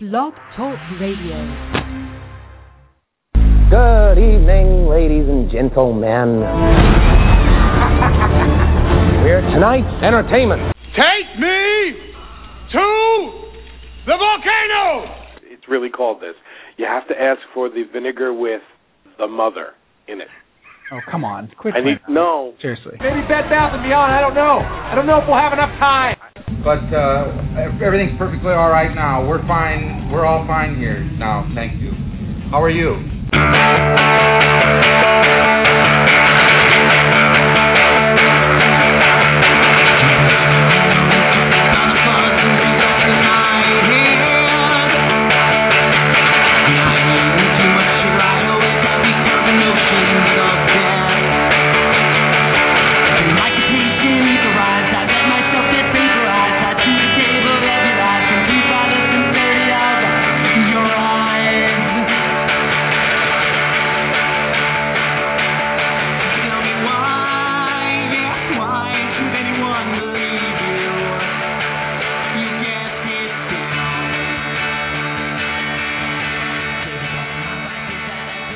Blog Talk Radio. Good evening, ladies and gentlemen. We're tonight's entertainment. Take me to the volcano! It's really called this. You have to ask for the vinegar with the mother in it. Oh, come on. Quit I need playing. no. Seriously. Maybe bet thousand beyond. I don't know. I don't know if we'll have enough time. But uh, everything's perfectly all right now. We're fine. We're all fine here now. Thank you. How are you?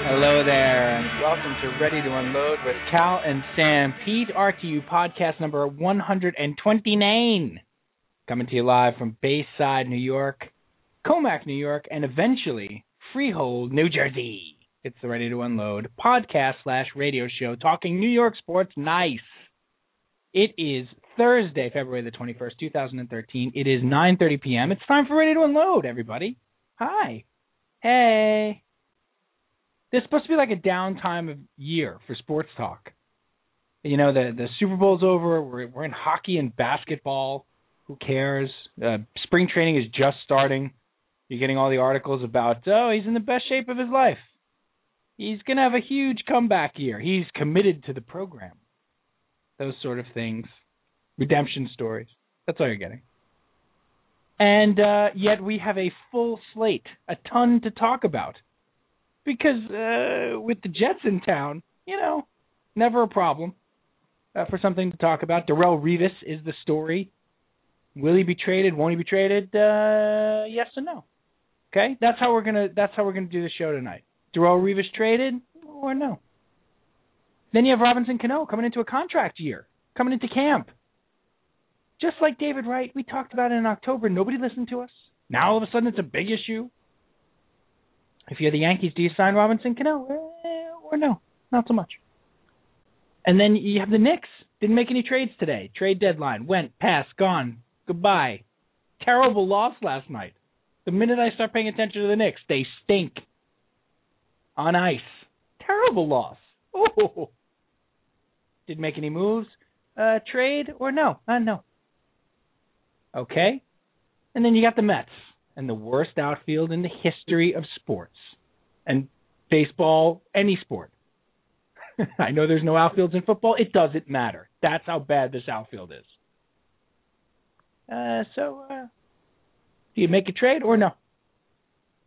Hello there, and welcome to Ready to Unload with Cal and Sam, Pete RTU podcast number 129. Coming to you live from Bayside, New York, Comac, New York, and eventually Freehold, New Jersey. It's the Ready to Unload podcast slash radio show talking New York sports nice. It is Thursday, February the 21st, 2013. It is 9.30 p.m. It's time for Ready to Unload, everybody. Hi. Hey there's supposed to be like a downtime of year for sports talk. You know, the the Super Bowl's over. We're we're in hockey and basketball. Who cares? Uh, spring training is just starting. You're getting all the articles about oh he's in the best shape of his life. He's gonna have a huge comeback year. He's committed to the program. Those sort of things, redemption stories. That's all you're getting. And uh, yet we have a full slate, a ton to talk about because uh, with the Jets in town, you know, never a problem uh, for something to talk about. Darrell Revis is the story. Will he be traded? Won't he be traded? Uh, yes or no? Okay, that's how we're gonna that's how we're gonna do the show tonight. Darrell Revis traded or no? Then you have Robinson Cano coming into a contract year, coming into camp. Just like David Wright, we talked about it in October. Nobody listened to us. Now all of a sudden it's a big issue if you're the Yankees, do you sign Robinson Cano Eh, or no? Not so much. And then you have the Knicks. Didn't make any trades today. Trade deadline went past, gone, goodbye. Terrible loss last night. The minute I start paying attention to the Knicks, they stink. On ice, terrible loss. Ooh. Didn't make any moves. Uh, trade or no? Uh, no. Okay. And then you got the Mets and the worst outfield in the history of sports and baseball, any sport. I know there's no outfields in football. It doesn't matter. That's how bad this outfield is. Uh, so, uh, do you make a trade or no?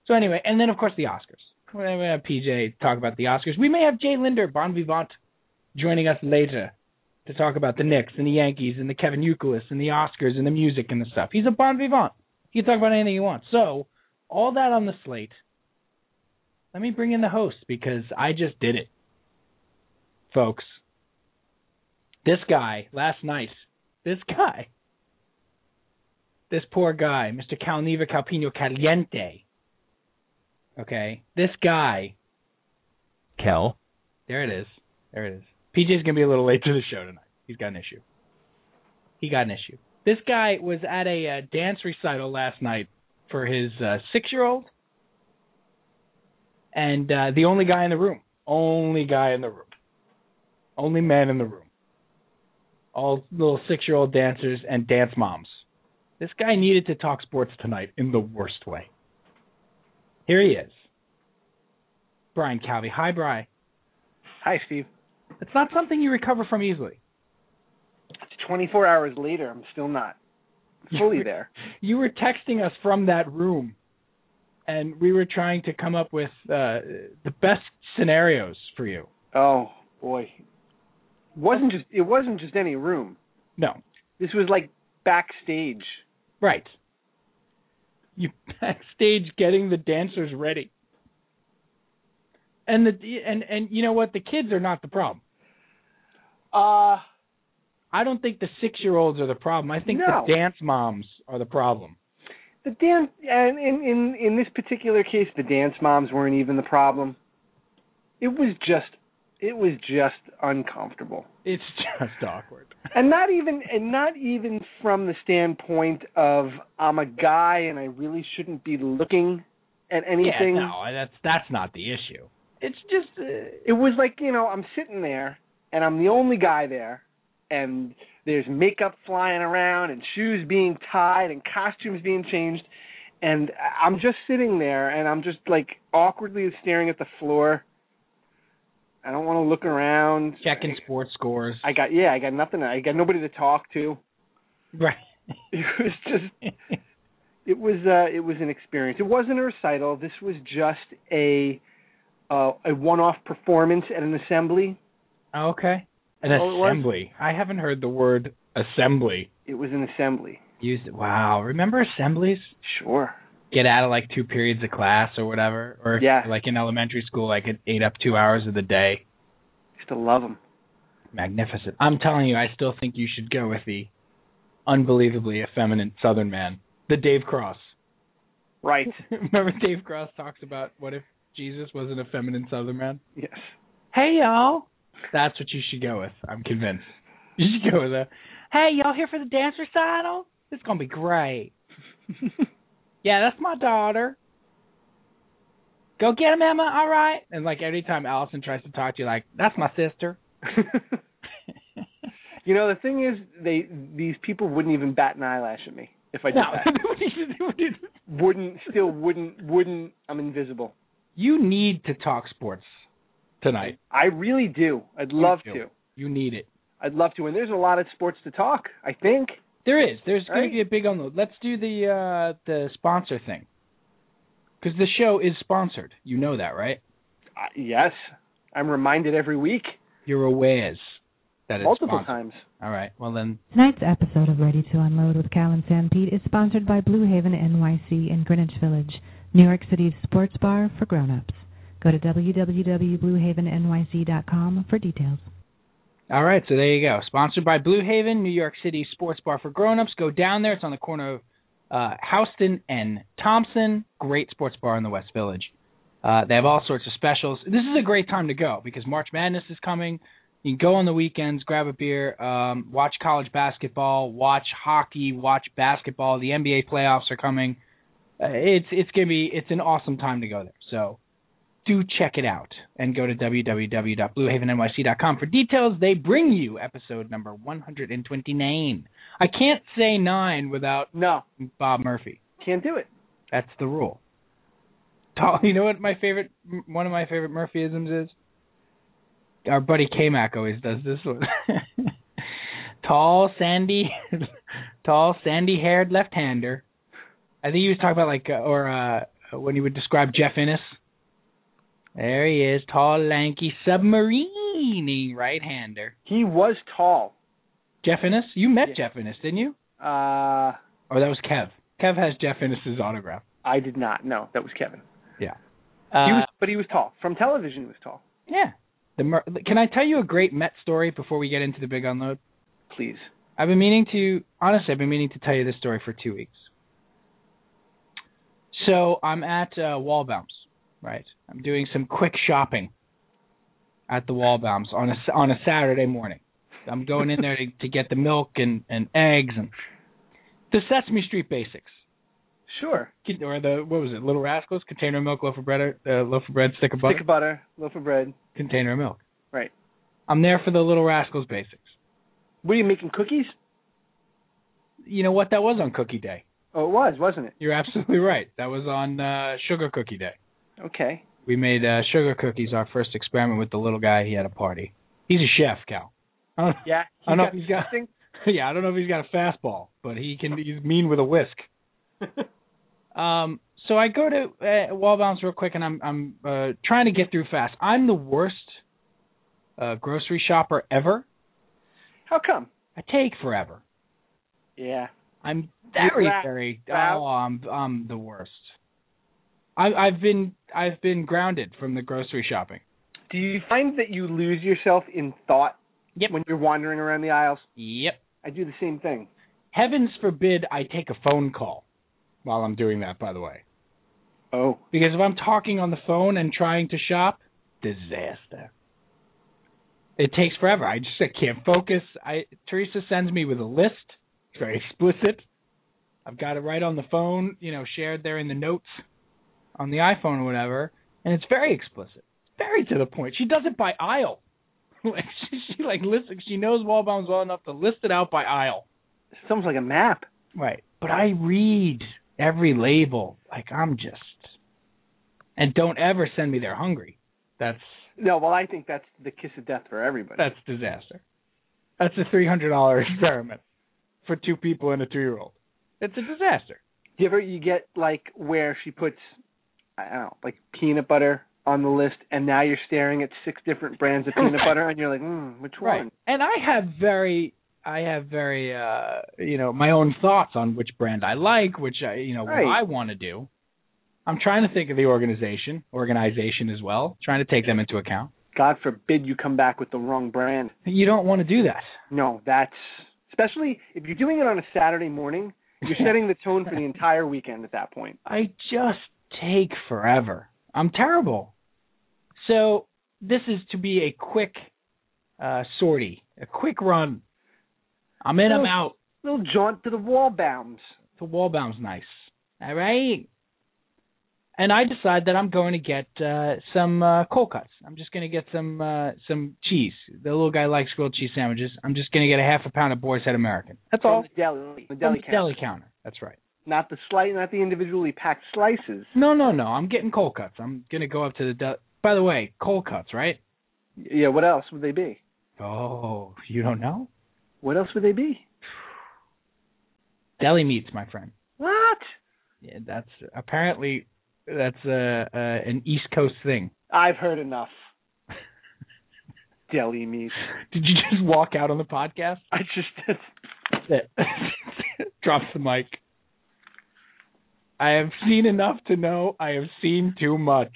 So anyway, and then of course the Oscars. We're gonna have PJ talk about the Oscars. We may have Jay Linder, Bon Vivant, joining us later to talk about the Knicks and the Yankees and the Kevin Euclid and the Oscars and the music and the stuff. He's a bon vivant. You can talk about anything you want. So, all that on the slate. Let me bring in the host because I just did it, folks. This guy last night, this guy, this poor guy, Mr. Calneva Calpino Caliente. Okay, this guy. Kel. There it is. There it is. PJ's gonna be a little late to the show tonight. He's got an issue. He got an issue this guy was at a uh, dance recital last night for his uh, six year old and uh, the only guy in the room only guy in the room only man in the room all little six year old dancers and dance moms this guy needed to talk sports tonight in the worst way here he is brian calvey hi bry Hi, Steve. it's not something you recover from easily It's 24 hours later. I'm still not fully there. you were texting us from that room and we were trying to come up with uh the best scenarios for you Oh boy, wasn't just it wasn't just any room. no This was like backstage. right you backstage getting the dancers ready. And the and and you know what? The kids are not the problem. Uh, I don't think the six year olds are the problem. I think No. the dance moms are the problem. the dance and in in in this particular case, the dance moms weren't even the problem. It was just it was just uncomfortable. It's just awkward. and not even and not even from the standpoint of I'm a guy and I really shouldn't be looking at anything. Yeah, no, that's that's not the issue. It's just uh, It was like you know I'm sitting there and I'm the only guy there, and there's makeup flying around and shoes being tied and costumes being changed, and I- I'm just sitting there and I'm just like awkwardly staring at the floor. I don't want to look around. checking sports scores. I got yeah, I got nothing. I got nobody to talk to. right. It was just it was uh it was an experience it wasn't a recital this was just a uh a one off performance at an assembly okay. An Oh, it was? assembly. I haven't heard the word assembly it was an assembly used. Wow. Remember assemblies? sure Get out of like two periods of class or whatever, or if Yeah. you're, like in elementary school, like it ate up two hours of the day. used to love them Magnificent. I'm telling you, I still think you should go with the unbelievably effeminate Southern man, the Dave Cross. right Remember Dave Cross talks about what if Jesus was an effeminate Southern man? yes Hey y'all. That's what you should go with. I'm convinced. You should go with a Hey y'all here for the dance recital? It's gonna be great. yeah, that's my daughter. Go get him, Emma. All right. And like every time Allison tries to talk to you, like that's my sister. you know the thing is they these people wouldn't even bat an eyelash at me if i did that wouldn't still wouldn't wouldn't i'm invisible you need to talk sports tonight. i really do i'd love do. to You need it. i'd love to and there's a lot of sports to talk i think There is. There's going Right? to be a big unload. Let's do the uh the sponsor thing. Because the show is sponsored. You know that, right? uh, yes i'm reminded every week You're aware that it's multiple sponsored. times All right. Well then, Tonight's episode of Ready to Unload with Cal and Sanpete is sponsored by Blue Haven NYC in Greenwich Village, New York City's sports bar for grown-ups. Go to www.bluehavennyc.com for details. all right. So there you go. Sponsored by Blue Haven, New York City sports bar for grown-ups. Go down there. It's on the corner of uh Houston and Thompson. Great sports bar in the West Village. Uh, they have all sorts of specials. This is a great time to go because March Madness is coming. You can go on the weekends, grab a beer, um, watch college basketball, watch hockey, watch basketball. The NBA playoffs are coming. Uh, it's it's gonna be it's an awesome time to go there. So do check it out and go to www.bluehavennyc.com for details. They bring you episode number 129. I can't say nine without no Bob Murphy. Can't do it. That's the rule. Tall- You know what my favorite, m- one of my favorite Murphyisms is? Our buddy K-Mac always does this one. tall, sandy, tall, sandy-haired left-hander. I think he was talking about like, uh, or uh when he would describe Jeff Innes. There he is, tall, lanky, submarining right-hander. He was tall. Jeff Innes, you met Yeah. Jeff Innes, didn't you? Uh, Or that was Kev. Kev has Jeff Innes's autograph. I did not. No, that was Kevin. Uh, he was, but he was tall. From television, he was tall. Yeah. The Mer- can I tell you a great Met story before we get into the big unload? Please. I've been meaning to honestly, I've been meaning to tell you this story for two weeks. So I'm at uh, Wallbaums, right? I'm doing some quick shopping at the Wallbaums on a s- on a Saturday morning. I'm going in there to, to get the milk and and eggs and the Sesame Street basics. Sure. Con- Or the what was it? Little Rascals, container of milk, loaf of bread, uh, loaf of bread, stick of butter, Stick of butter, loaf of bread. container of milk. Right. I'm there for the Little Rascals basics. What are you making cookies? you know what? That was on Cookie Day. Oh, it was, wasn't it? You're absolutely right. That was on uh, Sugar Cookie Day. Okay. We made uh, sugar cookies our first experiment with the little guy. He had a party. He's a chef, Cal. I don't, Yeah. I don't know if he's got. something. Yeah, I don't know if he's got a fastball, but he can. He's mean with a whisk. Um, so I go to uh, wall bounce real quick, and I'm I'm uh, trying to get through fast. I'm the worst uh, grocery shopper ever. How come? I take forever. Yeah. I I'm very, Rap- very. rap. Oh, I'm, I'm the worst. I, I've been, I've been grounded from the grocery shopping. Do you find that you lose yourself in thought Yep. when you're wandering around the aisles? Yep. I do the same thing. Heavens forbid I take a phone call while I'm doing that. By the way, Oh, because if I'm talking on the phone and trying to shop, disaster. It takes forever. I just I can't focus. I Teresa sends me with a list. It's very explicit. I've got it right on the phone, you know, shared there in the notes on the iPhone or whatever, and it's very explicit. Very to the point. She does it by aisle. Like she, she like lists she knows Wallbaum's well enough to list it out by aisle. it's almost like a map. Right. But I read every label. Like I'm just and don't ever send me there hungry. That's No, well, I think that's the kiss of death for everybody. that's disaster. That's a three hundred dollar experiment for two people and a two year old. It's a disaster. Do you ever you get like where she puts, I don't know, like peanut butter on the list, and now you're staring at six different brands of peanut butter, and you're like, mm, which one? And I have very I have very uh you know, my own thoughts on which brand I like, which I you know, what Right. I want to do. I'm trying to think of the organization, organization as well, trying to take them into account. God forbid you come back with the wrong brand. You don't want to do that. No, that's especially if you're doing it on a Saturday morning. You're setting the tone for the entire weekend at that point. I just take forever. I'm terrible. So this is to be a quick uh, sortie, a quick run. I'm Oh. in, I'm out. little jaunt to the wall bounds. The Wallbaum's nice. All right. And I decide that I'm going to get uh, some uh, cold cuts. I'm just going to get some uh, some cheese. The little guy likes grilled cheese sandwiches. I'm just going to get a half a pound of Boar's Head American. That's all. From the deli, the From deli the counter. deli counter. That's right. Not the slice, not the individually packed slices. No, no, no. I'm getting cold cuts. I'm gonna go up to the. De- By the way, cold cuts, right? Yeah, what else would they be? Oh, you don't know? What else would they be? Deli meats, my friend. What? Yeah, that's apparently that's uh, uh an East Coast thing. I've heard enough. deli meat. Did you just walk out on the podcast? I just Drops the mic. I have seen enough to know I have seen too much.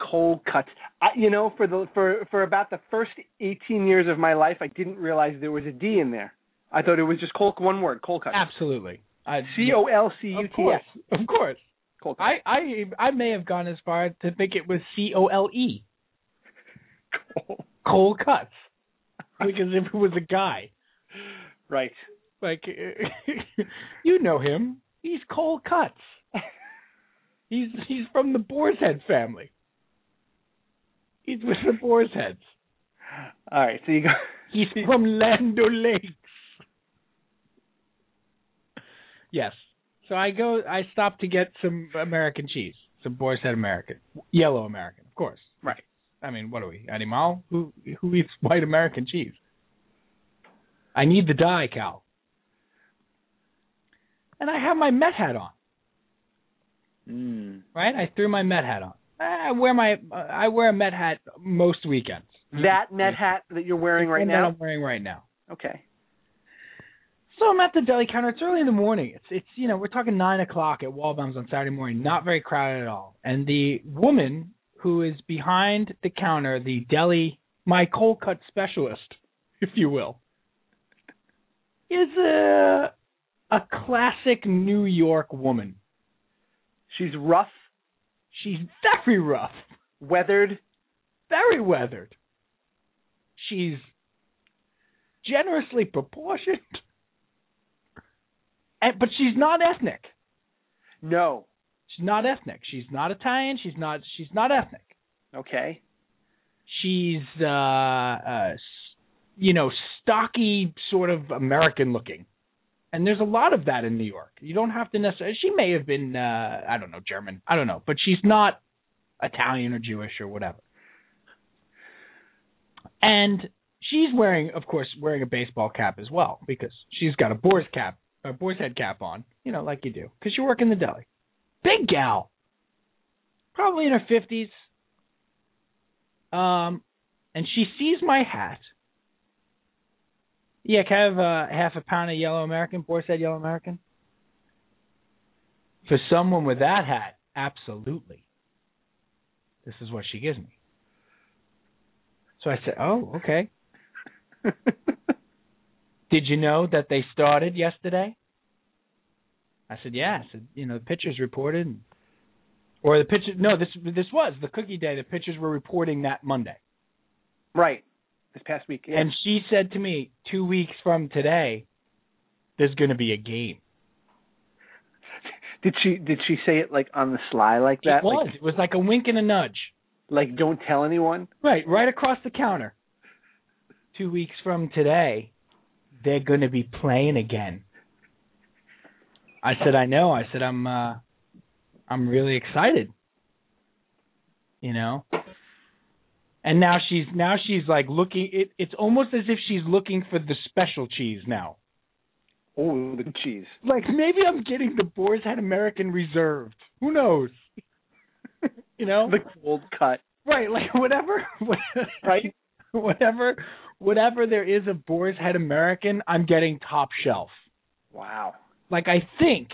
cold cuts. I, you know, for the for for about the first 18 years of my life, I didn't realize there was a D in there. I thought it was just cold, one word, cold cuts. Absolutely. I, C O L C U Of T S. course. Of course. Cold cuts. I I I may have gone as far to think it was C O L E. Cold cuts. Because if it was a guy, Right. like you know him, he's Cole Cuts. He's he's from the Boar's Head family. He's with the Boar's Heads. All right. So you go. He's from Land Lakes. Yes. So I go. I stop to get some American cheese, some Boar's Head American, yellow American, of course. Right. I mean, what are we, animal? Who who eats white American cheese? I need the dye, Cal. And I have my Met hat on. Hmm. Right. I threw my Met hat on. I wear my I wear a Met hat most weekends. That net hat that you're wearing right One that now. I'm wearing right now. Okay. So I'm at the deli counter. It's early in the morning. It's it's you know we're talking nine o'clock at Walbaum's on Saturday morning. Not very crowded at all. And the woman who is behind the counter, the deli, my cold cut specialist, if you will, is a a classic New York woman. She's rough, She's very rough, weathered. very weathered. She's generously proportioned, and, but she's not ethnic. No. She's not ethnic. She's not Italian. She's not. She's not ethnic. Okay. She's uh, uh s- you know stocky, sort of American looking. And there's a lot of that in New York. You don't have to necessarily. She may have been uh I don't know German. I don't know, but she's not Italian or Jewish or whatever. And she's wearing, of course, wearing a baseball cap as well because she's got a boar's cap, a boar's head cap on, you know, like you do, because you work in the deli. Big gal, probably in her fifties. Um, and she sees my hat. Yeah, can I have uh, half a pound of yellow American? Boar's head yellow American. For someone with that hat, absolutely. This is what she gives me. So I said, Oh, okay. Did you know that they started yesterday? I said, Yeah. I said, you know, the pictures reported and- or the picture no, this this was the cookie day. The pictures were reporting that Monday. right. This past week. Yeah. And she said to me, two weeks from today, there's gonna be a game. did she did she say it like on the sly like that? it was. it was like a wink and a nudge. Like, like don't tell anyone. Right, right across the counter. Two weeks from today, they're going to be playing again. I said, I know. I said, I'm, uh, I'm really excited. You know. And now she's now she's like looking. It, it's almost as if she's looking for the special cheese now. Oh, the cheese. Like maybe I'm getting the Boar's Head American Reserved. Who knows? you know, The cold cut. Right, like whatever, Right. Whatever, whatever there is of Boar's Head American, I'm getting top shelf. Wow. Like I think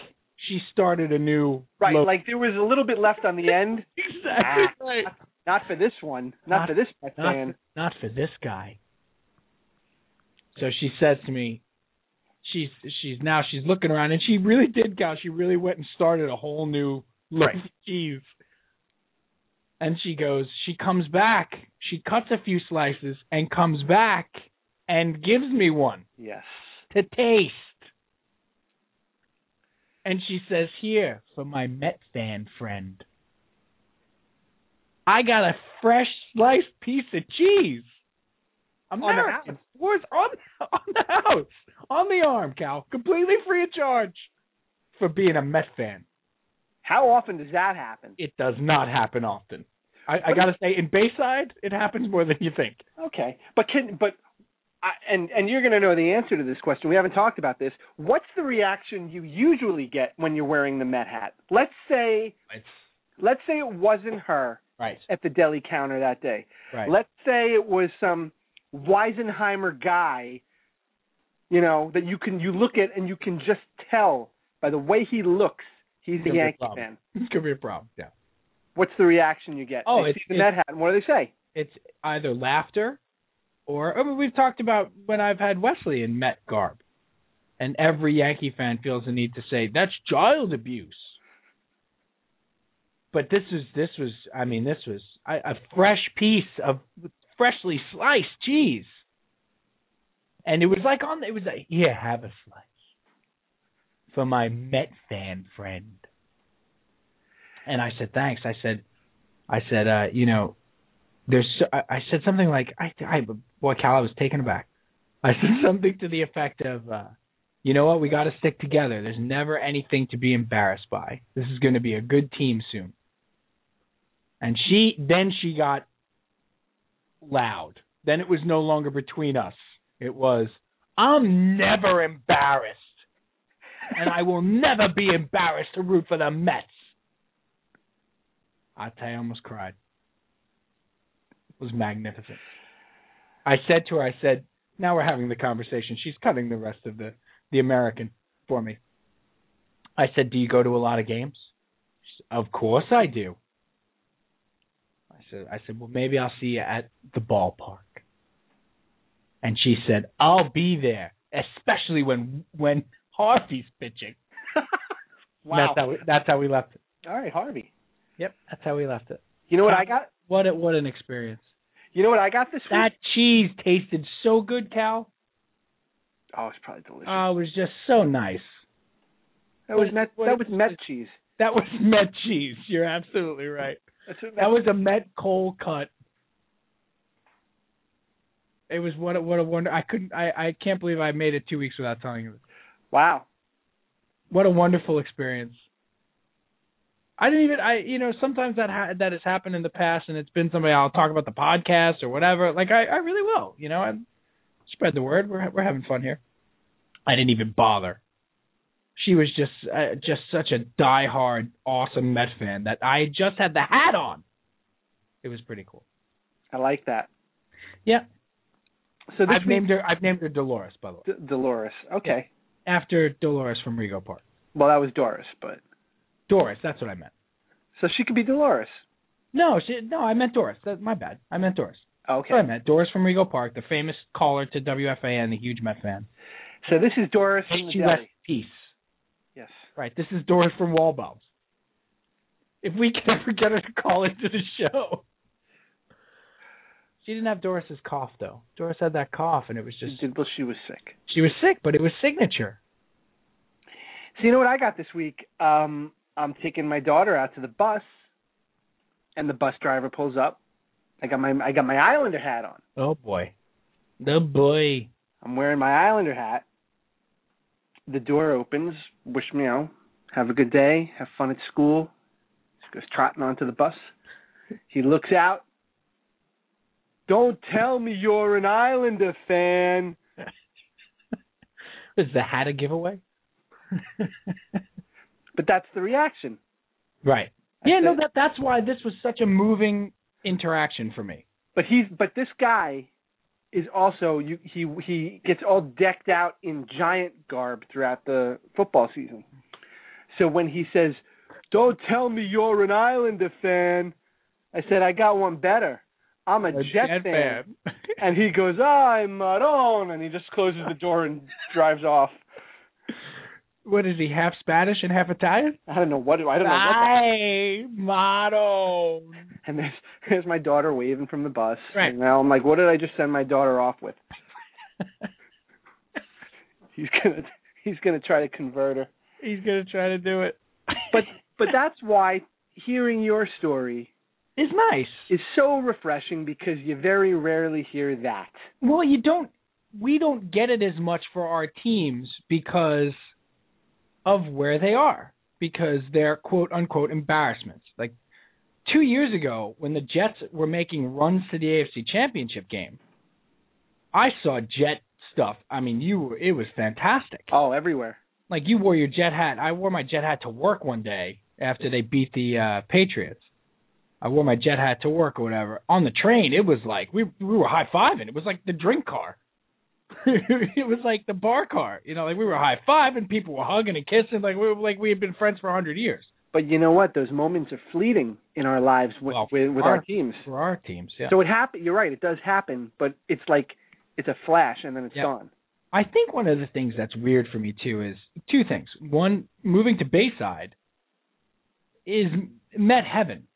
she started a new Right. lo- Like ah. there was a little bit left on the end. exactly right. Not for this one. Not, Not- for this pet not, fan. not for this guy. So she says to me, she's she's now she's looking around and she really did go. She really went and started a whole new life. Jeez. And she goes, she comes back, she cuts a few slices and comes back and gives me one Yes. to taste. And she says, Here for my Met fan friend. I got a fresh sliced piece of cheese. American. Was on, on the house. On the arm, Cal. Completely free of charge. For being a Met fan. How often does that happen? It does not happen often. I, I gotta say, in Bayside, it happens more than you think. Okay, but can but I, and and you're going to know the answer to this question. We haven't talked about this. What's the reaction you usually get when you're wearing the Met hat? Let's say It's let's say it wasn't her right. at the deli counter that day. Right. Let's say it was some Weisenheimer guy, you know, that you can you look at and you can just tell by the way he looks he's a Could be a Yankee problem. fan. This could be a problem. Yeah. What's the reaction you get? Oh, they it's- see the it's- Met hat. And what do they say? it's either laughter or I mean, we've talked about when I've had Wesley in Met garb, and every Yankee fan feels the need to say that's child abuse. But this is this was I mean this was a, a fresh piece of freshly sliced cheese, and it was like on it was like here have a slice for my Met fan friend. And I said thanks. I said, I said uh, you know there's so, I, I said something like I, I boy Cal I was taken aback. I said something to the effect of uh, you know what we got to stick together. There's never anything to be embarrassed by. This is going to be a good team soon. And she then she got loud. Then it was no longer between us. It was I'm never embarrassed. And I will never be embarrassed to root for the Mets. I tell you, I almost cried was magnificent. I said to her, I said, now we're having the conversation. She's cutting the rest of the, the American for me. I said, do you go to a lot of games? She said, of course I do. I said, I said, well, maybe I'll see you at the ballpark. And she said, I'll be there, especially when when Harvey's pitching. And Wow. That's how we, that's how we left it. All right, Harvey. Yep, that's how we left it. You know what I got? What a, what an experience. You know what I got this week? That cheese tasted so good, Cal. Oh, it's probably delicious. Oh, it was just so nice. that was what- Met. what- that was Met cheese. That was Met cheese. You're absolutely right. That's what, That was a Met cold cut. It was what a, what a wonder. I couldn't. I I can't believe I made it two weeks without telling you. this. wow. What a wonderful experience. I didn't even. I you know sometimes that ha- that has happened in the past, and it's been somebody I'll talk about the podcast or whatever. Like I I really will. You know I spread the word. We're we're having fun here. I didn't even bother. She was just uh, just such a diehard, awesome Met fan that I just had the hat on. It was pretty cool. I like that. Yeah. So this I've named her. I've named her Dolores, by the way, D- Dolores. Okay. after Dolores from Rego Park. Well, that was Doris, but Doris, that's what I meant. So she could be Dolores. No, she, no, I meant Doris. That, my bad. I meant Doris. Okay. That's what I meant. Doris from Regal Park, the famous caller to WFAN, the huge Met fan. So this is Doris from the She deli. left peace. Yes. Right. This is Doris from Wall Bulbs. If we can ever get her to call into the show. She didn't have Doris's cough though. Doris had that cough and it was just She did- well, she was sick. she was sick, but it was signature. So you know what I got this week? Um, I'm taking my daughter out to the bus, and the bus driver pulls up. I got my I got my Islander hat on. Oh boy. The boy. I'm wearing my Islander hat. The door opens. Wish me, you know, have a good day. Have fun at school. She goes trotting onto the bus. He looks out. Don't tell me you're an Islander fan. Is the hat a giveaway? But that's the reaction. right. Yeah, no, said- that that's why this was such a moving interaction for me. But he's but this guy is also you he he gets all decked out in giant garb throughout the football season. So when he says, "Don't tell me you're an Islander fan," I said, "I got one better. I'm a, Jet, fan." And he goes, "I'm Maron," and he just closes the door and drives off. what is he, half Spanish and half Italian? I don't know what I don't know what. the- Ay, motto. and there's there's my daughter waving from the bus. Right. And now I'm like, what did I just send my daughter off with? he's gonna he's gonna try to convert her. He's gonna try to do it. But but that's why hearing your story it's nice. is so refreshing because you very rarely hear that. Well, you don't. We don't get it as much for our teams because of where they are, because they're quote unquote embarrassments. Like two years ago, when the Jets were making runs to the AFC Championship game, I saw Jet stuff. I mean, you were it was fantastic. Oh, everywhere. like you wore your jet hat. I wore my jet hat to work one day after they beat the uh Patriots. I wore my jet hat to work or whatever. On the train, it was like we we were high fiving. It was like the drink car. it was like the bar car. You know, like we were high fiving, people were hugging and kissing, like we were like we had been friends for a hundred years. But you know what? Those moments are fleeting in our lives with Well, with, with our- our teams. For our teams, yeah. So it happen. You're right. It does happen, but it's like it's a flash and then it's Yeah. gone. I think one of the things that's weird for me too is two things. One, moving to Bayside is met heaven.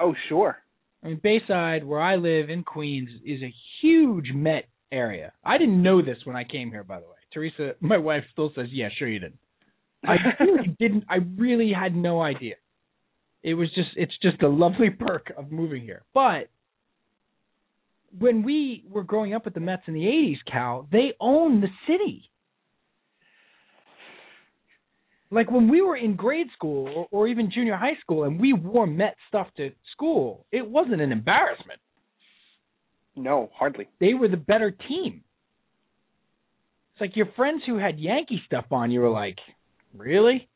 Oh, sure. I mean, Bayside, where I live in Queens, is a huge Met area. I didn't know this when I came here, by the way. Teresa, my wife, still says, "Yeah, sure you didn't." I really didn't. I really had no idea. It was just, it's just a lovely perk of moving here. But when we were growing up with the Mets in the '80s, Cal, they owned the city. Like when we were in grade school or, or even junior high school, and we wore Met stuff to school, it wasn't an embarrassment no, hardly. they were the better team. It's like your friends who had Yankee stuff on, you were like, really?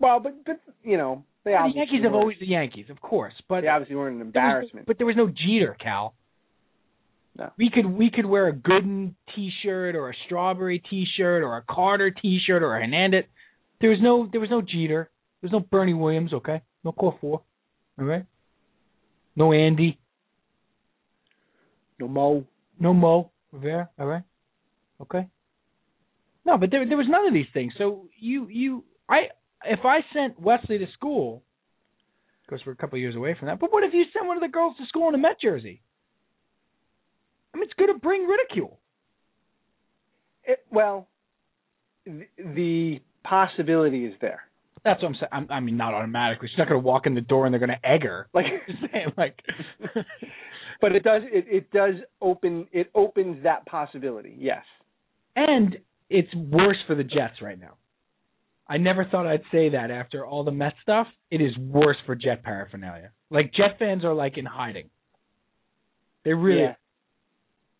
Well, but but you know they The obviously Yankees have weren't- always the Yankees, of course, but they obviously weren't an there was no- embarrassment. but there was no Jeter, Cal. No. We could we could wear a Gooden T-shirt or a Strawberry T-shirt or a Carter T-shirt or a Hernandez. There was no there was no Jeter. There was no Bernie Williams. Okay, no Core Four. All right. No Andy. No Mo. No Mo Rivera. All right. Okay. No, but there there was none of these things. So you you I if I sent Wesley to school, of course we're a couple years away from that. But what if you sent one of the girls to school in a Met jersey? I mean, it's going to bring ridicule. It, well, th- the possibility is there. That's what I'm saying. I'm, I mean, not automatically. She's not going to walk in the door and they're going to egg her. Like, Just saying, like, but it does it, it does open it opens that possibility. Yes. and it's worse for the Jets right now. I never thought I'd say that after all the Met stuff. It is worse for Jet paraphernalia. Like Jet fans are like in hiding. They really, Yeah.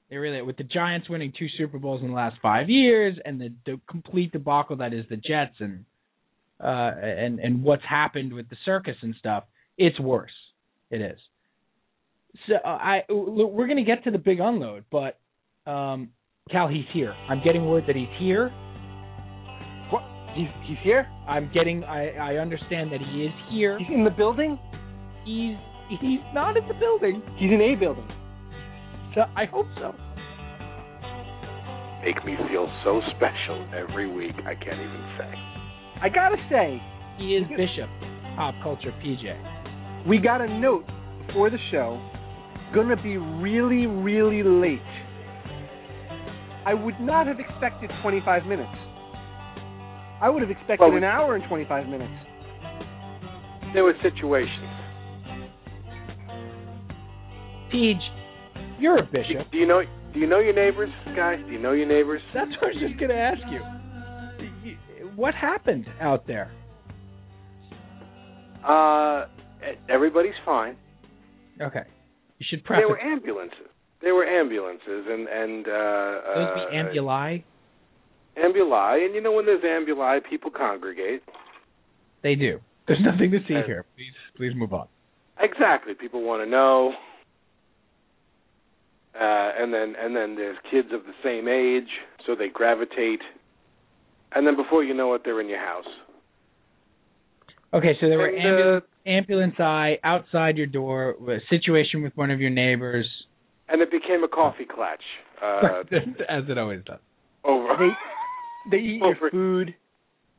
they really with the Giants winning two Super Bowls in the last five years, and the, the complete debacle that is the Jets, and uh, and and what's happened with the circus and stuff. It's worse. It is. So uh, I look, we're gonna get to the big unload, but um, Cal, he's here. I'm getting word that he's here. He's, he's here. I'm getting. I I understand that he is here. He's in the building. He's he's not in the building. He's in a building. So I hope so. Make me feel so special every week. I can't even say. I gotta say, He is Bishop, pop culture PJ. we got a note before the show. Gonna be really, really late. I would not have expected 25 minutes. I would have expected Well, we- an hour and 25 minutes. There were situations. Peach, you're a Do, bishop. do you know? Do you know your neighbors, guys? Do you know your neighbors? That's what I was just gonna ask you. What happened out there? Uh, everybody's fine. Okay, you should There preface. were ambulances. There were ambulances, and and uh, Those uh, be ambuli. ambuli, and you know when there's ambuli, people congregate. They do. There's nothing to see Uh, here. Please, please move on. Exactly. People want to know. Uh, and then and then there's kids of the same age, so they gravitate. And then before you know it, they're in your house. Okay, so there were And, ambul- uh, ambulance eye outside your door. A situation with one of your neighbors, and it became a coffee clutch uh, as it always does. over. They eat Oh, your for- food.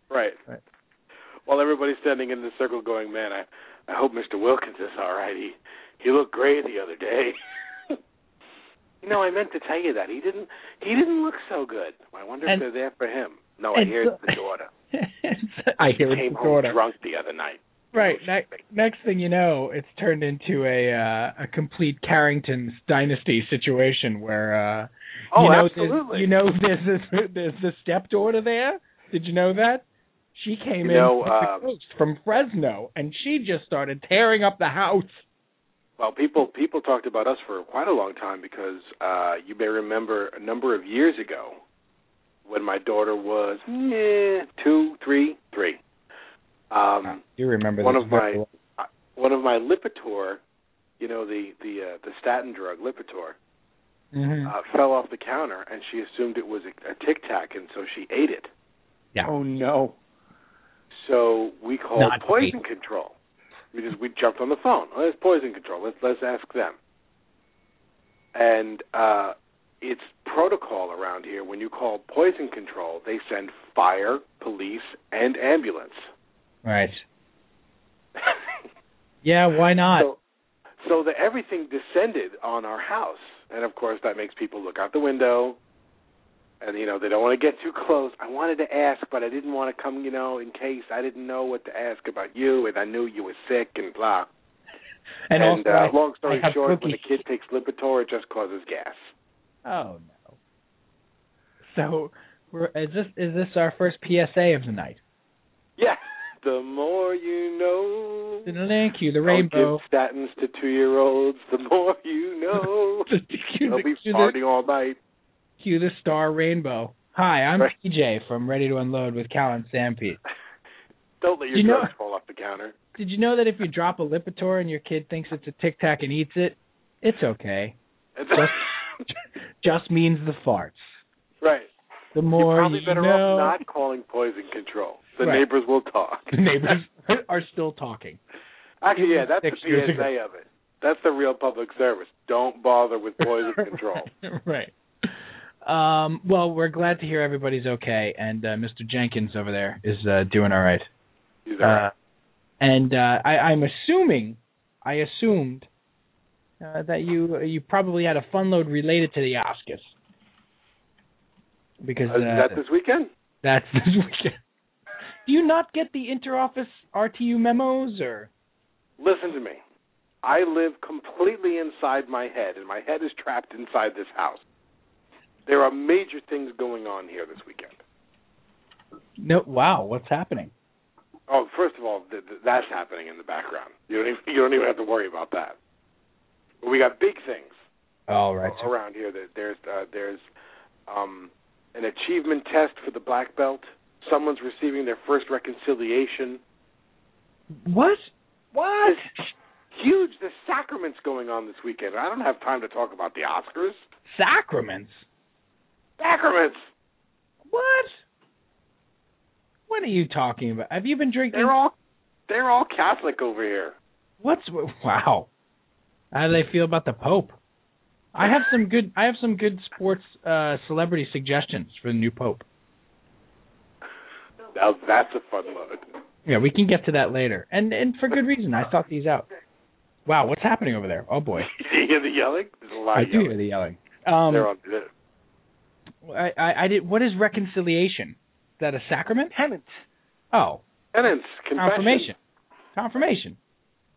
right. Right. While everybody's standing in the circle, going, "Man, I, I hope Mr. Wilkins is all right. He, he looked gray the other day." you know, I meant to tell you that he didn't. He didn't look so good. I wonder And- if they're there for him. No, I and hear so- it's the daughter. I She hear it's came the home daughter. drunk the other night. Right. Ne- next thing you know, it's turned into a uh, a complete Carrington's dynasty situation where uh, Oh, you know there's- absolutely. you know there's this, there's the stepdaughter there. Did you know that? She came You in know, from, the uh, coast, from Fresno and she just started tearing up the house. Well, people people talked about us for quite a long time because uh you may remember a number of years ago when my daughter was eh, two, three, three. Um, you remember one this of very my- well. one of my Lipitor, you know the the uh, the statin drug Lipitor, Mhm. uh, fell off the counter and she assumed it was a, a Tic Tac and so she ate it. Yeah. Oh no. So we called Not poison control. We just we jumped on the phone. Oh, it's poison control. Let's let's ask them. And uh it's protocol around here when you call poison control, they send fire, police, and ambulance. Right. Yeah. Why not? so so that everything descended on our house. And of course that makes people look out the window. And you know, they don't want to get too close. I wanted to ask, but I didn't want to come, you know, in case I didn't know what to ask about you and I knew you were sick and blah. and, also, uh, I- long story have short, when cookies. a kid takes Lipitor, it just causes gas. uh, Oh no. So, we're, is this is this our first PSA of the night? Yeah. The more you know. Thank you, the Don't rainbow. give statins to two-year-olds. The more you know. Just cue, They'll the, be cue, the, partying all night. cue the star rainbow. Hi, I'm Right. PJ from Ready to Unload with Cal and Sampete. Don't let your You know- drugs fall off the counter. Did you know that if you drop a Lipitor and your kid thinks it's a Tic Tac and eats it, it's okay. It's- Just means the farts. right. The more You're probably you better know, off not calling poison control. The Right. neighbors will talk. the neighbors are still talking. Actually, yeah, that's the Six years ago. PSA of it. That's the real public service. Don't bother with poison control. right. Um, well, we're glad to hear everybody's okay, and uh, Mr. Jenkins over there is uh, doing all right. He's all Uh, right. and uh, I, I'm assuming, I assumed uh, that you you probably had a fun load related to the Oscars because Uh, is uh, that this weekend? that's this weekend. Do you not get the interoffice RTU memos or? Listen to me. I live completely inside my head, and my head is trapped inside this house. There are major things going on here this weekend. No. Wow, what's happening? Oh, first of all, th- th- that's happening in the background. You don't even, you don't even have to worry about that. But we got big things All right. so- around here. That there's uh, there's um, an achievement test for the black belt. Someone's receiving their first reconciliation. What? What? Huge. The sacraments going on this weekend. I don't have time to talk about the Oscars. Sacraments? Sacraments. What? What are you talking about? Have you been drinking? They're all they're all Catholic over here. What's wow? How do they feel about the Pope? I have some good. I have some good sports uh, celebrity suggestions for the new Pope. Now that's a fun load. Yeah, we can get to that later, and and for good reason. I thought these out. Wow, what's happening over there? Oh boy, Do you hear the yelling? There's a lot I of do yelling. hear the yelling. Um, they're on, they're- I, I, I did. What is reconciliation? Is that a sacrament? Penance. Oh, penance, confession. confirmation. Confirmation.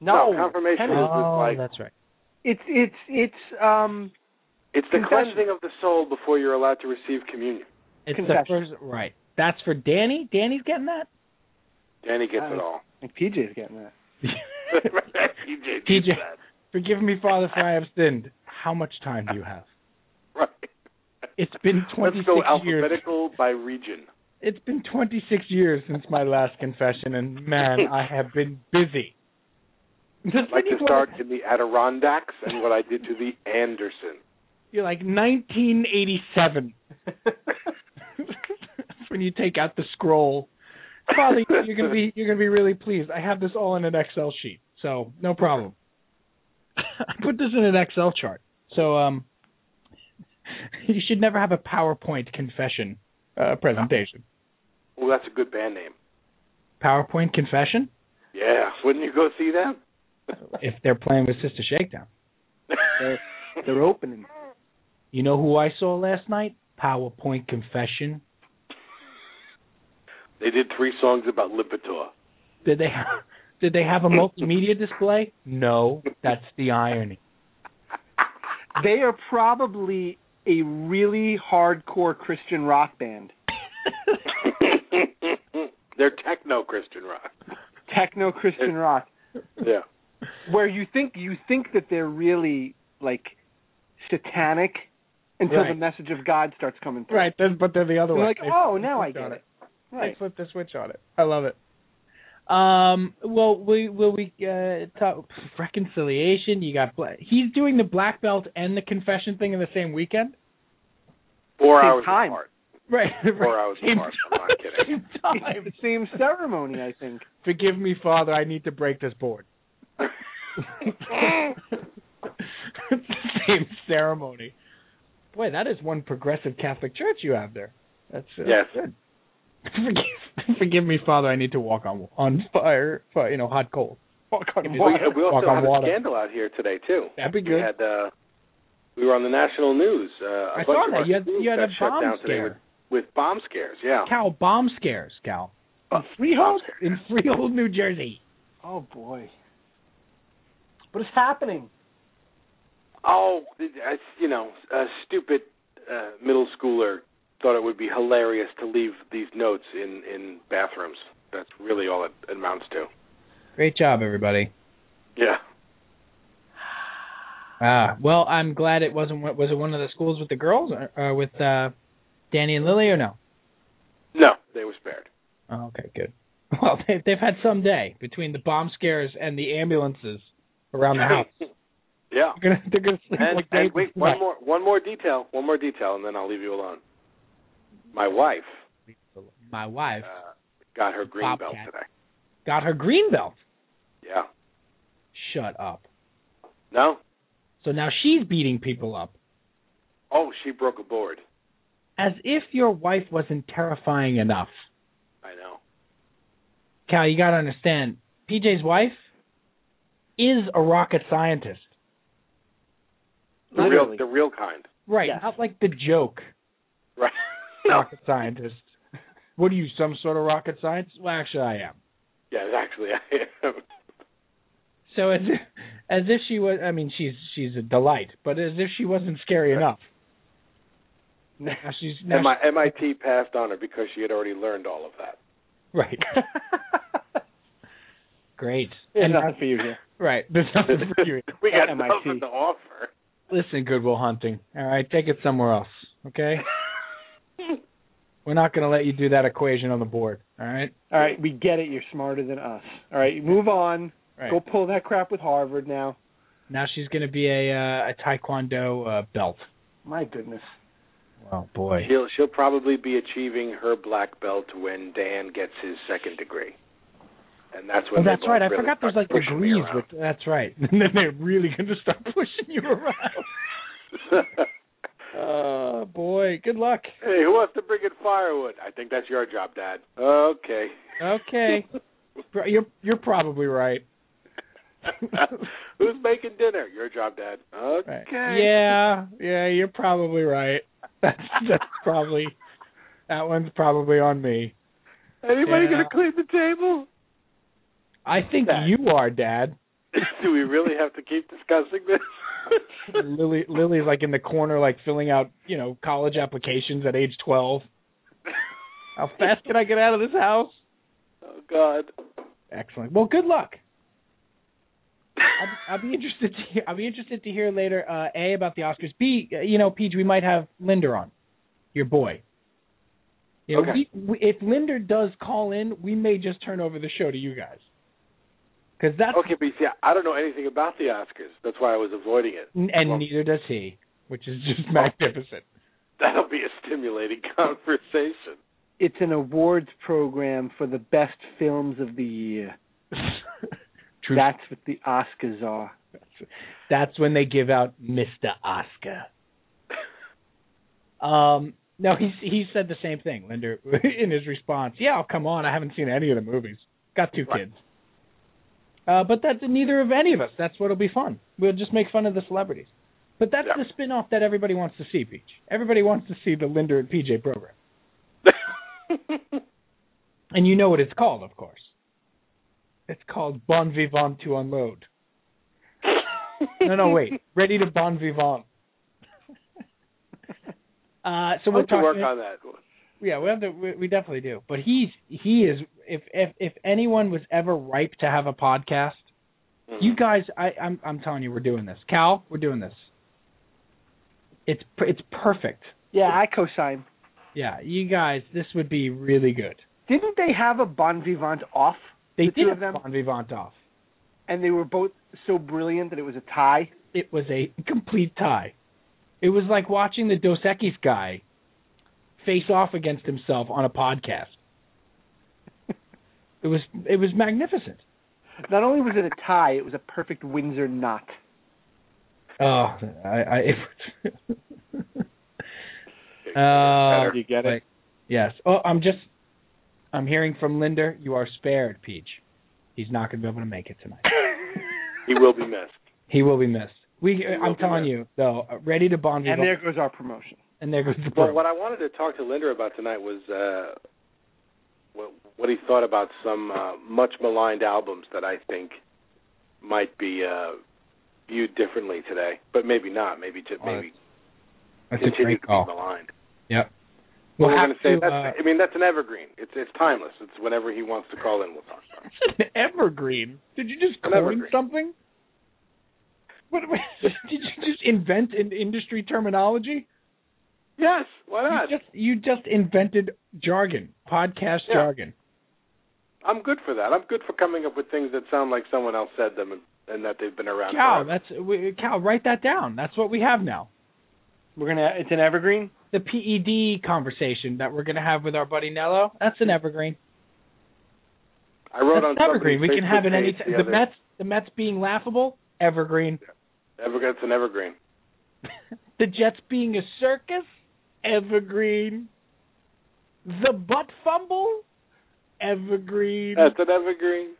No, No, confirmation penance. is Oh, like that's right. It's it's it's um it's the confession. cleansing of the soul before you're allowed to receive communion. It's the confession. first right. That's for Danny. Danny's getting that. Danny gets it Uh, all. PJ's getting that. he did, he TJ. did that. Forgive me, Father, for I have sinned. How much time do you have? Right. It's been 26 Let's go years. alphabetical by region. It's been 26 years since my last confession, and man, I have been busy. The I'd like thing to is, when start I- in the Adirondacks and what I did to the Anderson. You're like 1987. That's when you take out the scroll. Father, you're gonna be you're gonna be really pleased. I have this all in an Excel sheet, so no problem. I put this in an Excel chart, so um, you should never have a PowerPoint confession uh, presentation. Well, that's a good band name. PowerPoint confession Yeah, wouldn't you go see them? if they're playing with Sister Shakedown. They're opening. You know who I saw last night? PowerPoint confession. they did three songs about Lipitor. Did they have, did they have a multimedia display? No, that's the irony. They are probably a really hardcore Christian rock band. They're techno Christian rock. Techno Christian rock. Yeah. Where you think you think that they're really like satanic until the Right. message of God starts coming through. Right, then, but then the other You're way. like, They- oh now I flipped on get it. They Right. flipped the switch on it. I love it. Um. Well, we will we uh, talk reconciliation. You got bla- he's doing the black belt and the confession thing in the same weekend. Four Same hours time. apart. Right. Four hours Same apart. I'm not kidding. Same time. It's the same ceremony, I think. Forgive me, Father. I need to break this board. it's the same ceremony. Boy, that is one progressive Catholic church you have there. That's uh, Yes. Good. Forgive, forgive me, Father. I need to walk on on fire, fi- you know, hot coal. Walk on We, water. we also walk on had a water. scandal out here today too. That'd be We good. had uh, we were on the national news. Uh, a I bunch saw of that. our You had, schools you had a got shut bomb down today scare. with, with bomb scares. Yeah. Cal, bomb scares, Cal. Uh, Freehold? bomb In Freehold, New Jersey. Oh boy. What is happening? Oh, it's, you know, a stupid uh, middle schooler thought it would be hilarious to leave these notes in in bathrooms. That's really all it amounts to. Great job, everybody. Yeah. Ah, well, I'm glad it wasn't. Was it one of the schools with the girls, or, uh, with uh, Danny and Lily, or no? No, they were spared. Oh, okay, good. Well, they, they've had some day between the bomb scares and the ambulances around the house. yeah. They're gonna, they're gonna sleep And, like and babies wait, tonight. one more one more detail, one more detail, and then I'll leave you alone. My wife My wife uh, got her green belt Bobcat. today. got her green belt. Yeah. Shut up. No. So now she's beating people up, Oh, she broke a board. as if your wife wasn't terrifying enough. I know. Cal, you gotta understand, PJ's wife is a rocket scientist, The Literally. real the real kind. right? Yes. Not like the joke. Right. no. rocket scientist. What are you, some sort of rocket scientist? Well, actually, I am. Yeah, actually I am. So as if, as if she was, I mean, she's she's a delight, but as if she wasn't scary enough. Now she's now MI MIT passed on her because she had already learned all of that. she- right. Great. There's And- nothing for you here. right. There's nothing for you. we got MIT. nothing to offer. Listen, Goodwill Hunting. All right, take it somewhere else. Okay. We're not going to let you do that equation on the board. All right. All right, we get it. You're smarter than us. All right, move on. Right. Go pull that crap with Harvard now. Now she's going to be a uh, a taekwondo uh, belt. My goodness. Oh boy. She'll she'll probably be achieving her black belt when Dan gets his second degree, and that's Oh, when. they that's both right. I really forgot there's start like pushing me degrees. around. With, that's right. And then they're really going to start pushing you around. oh boy. Good luck. hey, who wants to bring in firewood? I think that's your job, Dad. Okay. Okay. Pro- You're you're probably right. Who's making dinner? Your job, Dad. Okay. Right. Yeah, yeah, you're probably right. That's that's probably that one's probably on me. Anybody Yeah. gonna clean the table? I think Okay. you are, Dad. Do we really have to keep discussing this? Lily Lily's like in the corner, like filling out, you know, college applications at age twelve. How fast can I get out of this house? oh God. Excellent. Well, good luck. I'll, I'll be interested to hear, I'll be interested to hear later uh, a about the Oscars. B, uh, you know, Peach, we might have Linder on, your boy. You know, Okay. we, we, if Linder does call in, we may just turn over the show to you guys. Because that's Okay, but you see, I don't know anything about the Oscars. That's why I was avoiding it. and well- neither does he, which is just magnificent. That'll be a stimulating conversation. It's an awards program for the best films of the year. True. That's what the Oscars are. That's when they give out Mr. Oscar. Um, no, he he said the same thing, Linder, in his response. Yeah, I'll come on. I haven't seen any of the movies. Got two Right. kids. Uh, but that's neither of any of us. That's what'll be fun. We'll just make fun of the celebrities. But that's Yeah. the spin-off that everybody wants to see, Peach. Everybody wants to see the Linder and PJ program. And you know what it's called, of course. It's called Bon Vivant to Unload. no, no, wait. Ready to Bon Vivant. Uh, so We'll we're have to talking. work on that. Yeah, we have to. We, we definitely do. But he's he is. If if if anyone was ever ripe to have a podcast, you Mm-hmm. guys, I I'm I'm telling you, we're doing this. Cal, we're doing this. It's per- it's perfect. Yeah, I co-sign. Yeah, you guys, this would be really good. Didn't they have a Bon Vivant off, They The two did of them? Bon Vivant off. and they were both so brilliant that it was a tie? it was a complete tie. It was like watching the Dos Equis guy face off against himself on a podcast. It was it was magnificent. Not only was it a tie, it was a perfect Windsor knot. Oh, I, I Better. You get it. Uh, Yes. Oh, I'm just I'm hearing from Linder. You are spared, Peach. He's not going to be able to make it tonight. He will be missed. He will be missed. We will I'm be telling missed. you though, ready to bond. And there goes our promotion. and there goes the Well, program. what I wanted to talk to Linder about tonight was uh, what, what he thought about some uh, much maligned albums that I think might be uh, viewed differently today, but maybe not. Maybe to, Oh, maybe That's a continue great to call. be maligned. We'll But we're have gonna say to, uh, that's. I mean, that's an evergreen. It's it's timeless. It's whenever he wants to call in, we'll talk about. it. It's an evergreen. Did you just uh, An coin evergreen. something? What, what- did you just invent an industry terminology? Yes, why You not? just you just invented jargon, podcast Yeah. jargon. I'm good for that. I'm good for coming up with things that sound like someone else said them and, and that they've been around. Cal, forever. that's we, Cal. Write that down. That's what we have now. We're gonna. It's an evergreen. The PED conversation that we're going to have with our buddy Nello. That's an evergreen. I wrote that's on an evergreen. We somebody's can have Facebook it any page time. the The other- Mets, the Mets being laughable, evergreen. Ever, it's an evergreen. the Jets being a circus, evergreen. The butt fumble, evergreen. That's an evergreen.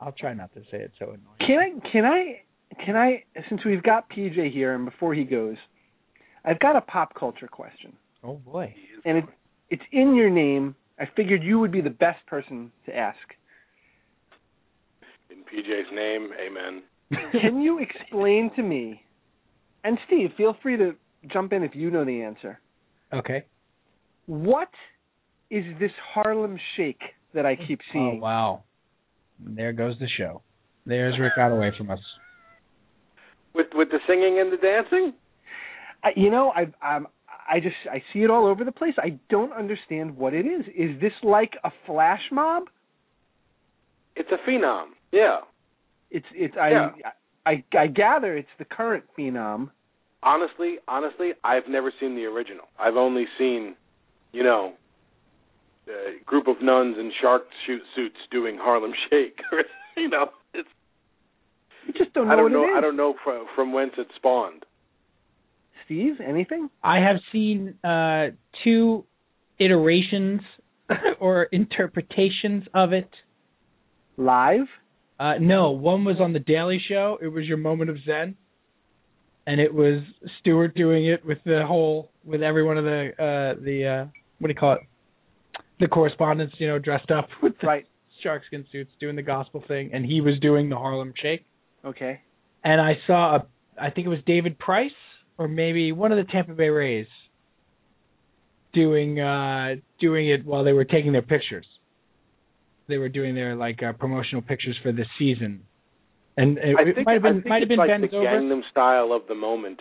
I'll try not to say it so annoying. Can I? Can I? Can I? Since we've got PJ here, and before he goes, I've got a pop culture question, Oh boy. and it, it's in your name. I figured you would be the best person to ask. In PJ's name, amen. Can you explain to me? And Steve, feel free to jump in if you know the answer. Okay. What is this Harlem Shake that I keep Oh seeing? wow. There goes the show. There's Rick got away from us. With with the singing and the dancing? I, you know, I um I just I see it all over the place. I don't understand what it is. Is this like a flash mob? It's a phenom. Yeah. It's it's I Yeah. I I gather it's the current phenom. honestly, honestly, I've never seen the original. I've only seen, you know, a group of nuns in shark shoot suits doing Harlem Shake. you know, it's You just don't know I don't what know. it is. I don't know from, from whence it spawned. Steve, anything? I have seen uh, two iterations or interpretations of it. Live? Uh, no, one was on the Daily Show. It was your moment of zen, and it was Stewart doing it with the whole with every one of the uh, the uh, what do you call it? The correspondents, you know, dressed up with the Right. shark skin suits, doing the gospel thing, and he was doing the Harlem Shake. Okay. And I saw a, I think it was David Price or maybe one of the Tampa Bay Rays doing uh doing it while they were taking their pictures. They were doing their like uh, promotional pictures for this season. And it, I it think, might have I been think might have it's been like Ben the Zobrist. Gangnam Style of the moment.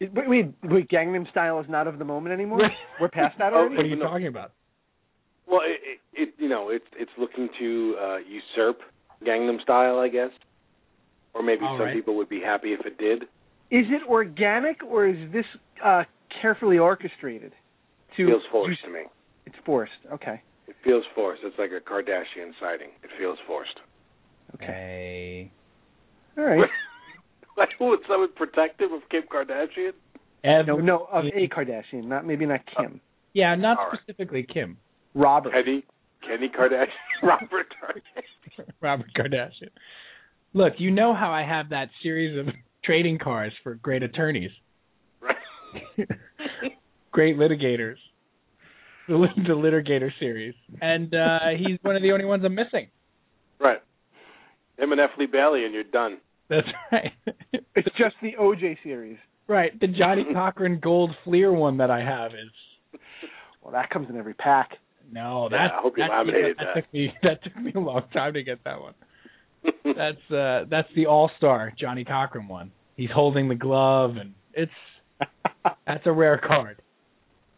It- Wait, wait, wait, Gangnam Style is not of the moment anymore? We're past that Oh, already? What are you No. talking about? Well, it, it, it you know it's it's looking to uh, usurp Gangnam Style, I guess, or maybe All some right. people would be happy if it did. Is it organic or is this uh, carefully orchestrated? To feels forced to me. It's forced. Okay. It feels forced. It's like a Kardashian sighting. It feels forced. Okay. Hey. All right. like, would someone protective of Kim Kardashian? No, no, of a Kardashian, not maybe not Kim. Yeah, not All right. specifically Kim. Robert. Kenny, Kenny Kardashian, Robert Kardashian. Robert Kardashian. Look, you know how I have that series of trading cards for great attorneys. Right. great litigators. The, lit- the litigator series, and uh he's one of the only ones I'm missing. Right. Him and F. Lee Bailey, and you're done. That's right. It's just the OJ series. right. The Johnny Cochran Gold Fleer one that I have is Well, that comes in every pack. no. Yeah, That I hope you that- laminated that. that. took me that took me a long time to get that one. That's uh that's the All Star Johnny Cochran one. He's holding the glove, and it's That's a rare card.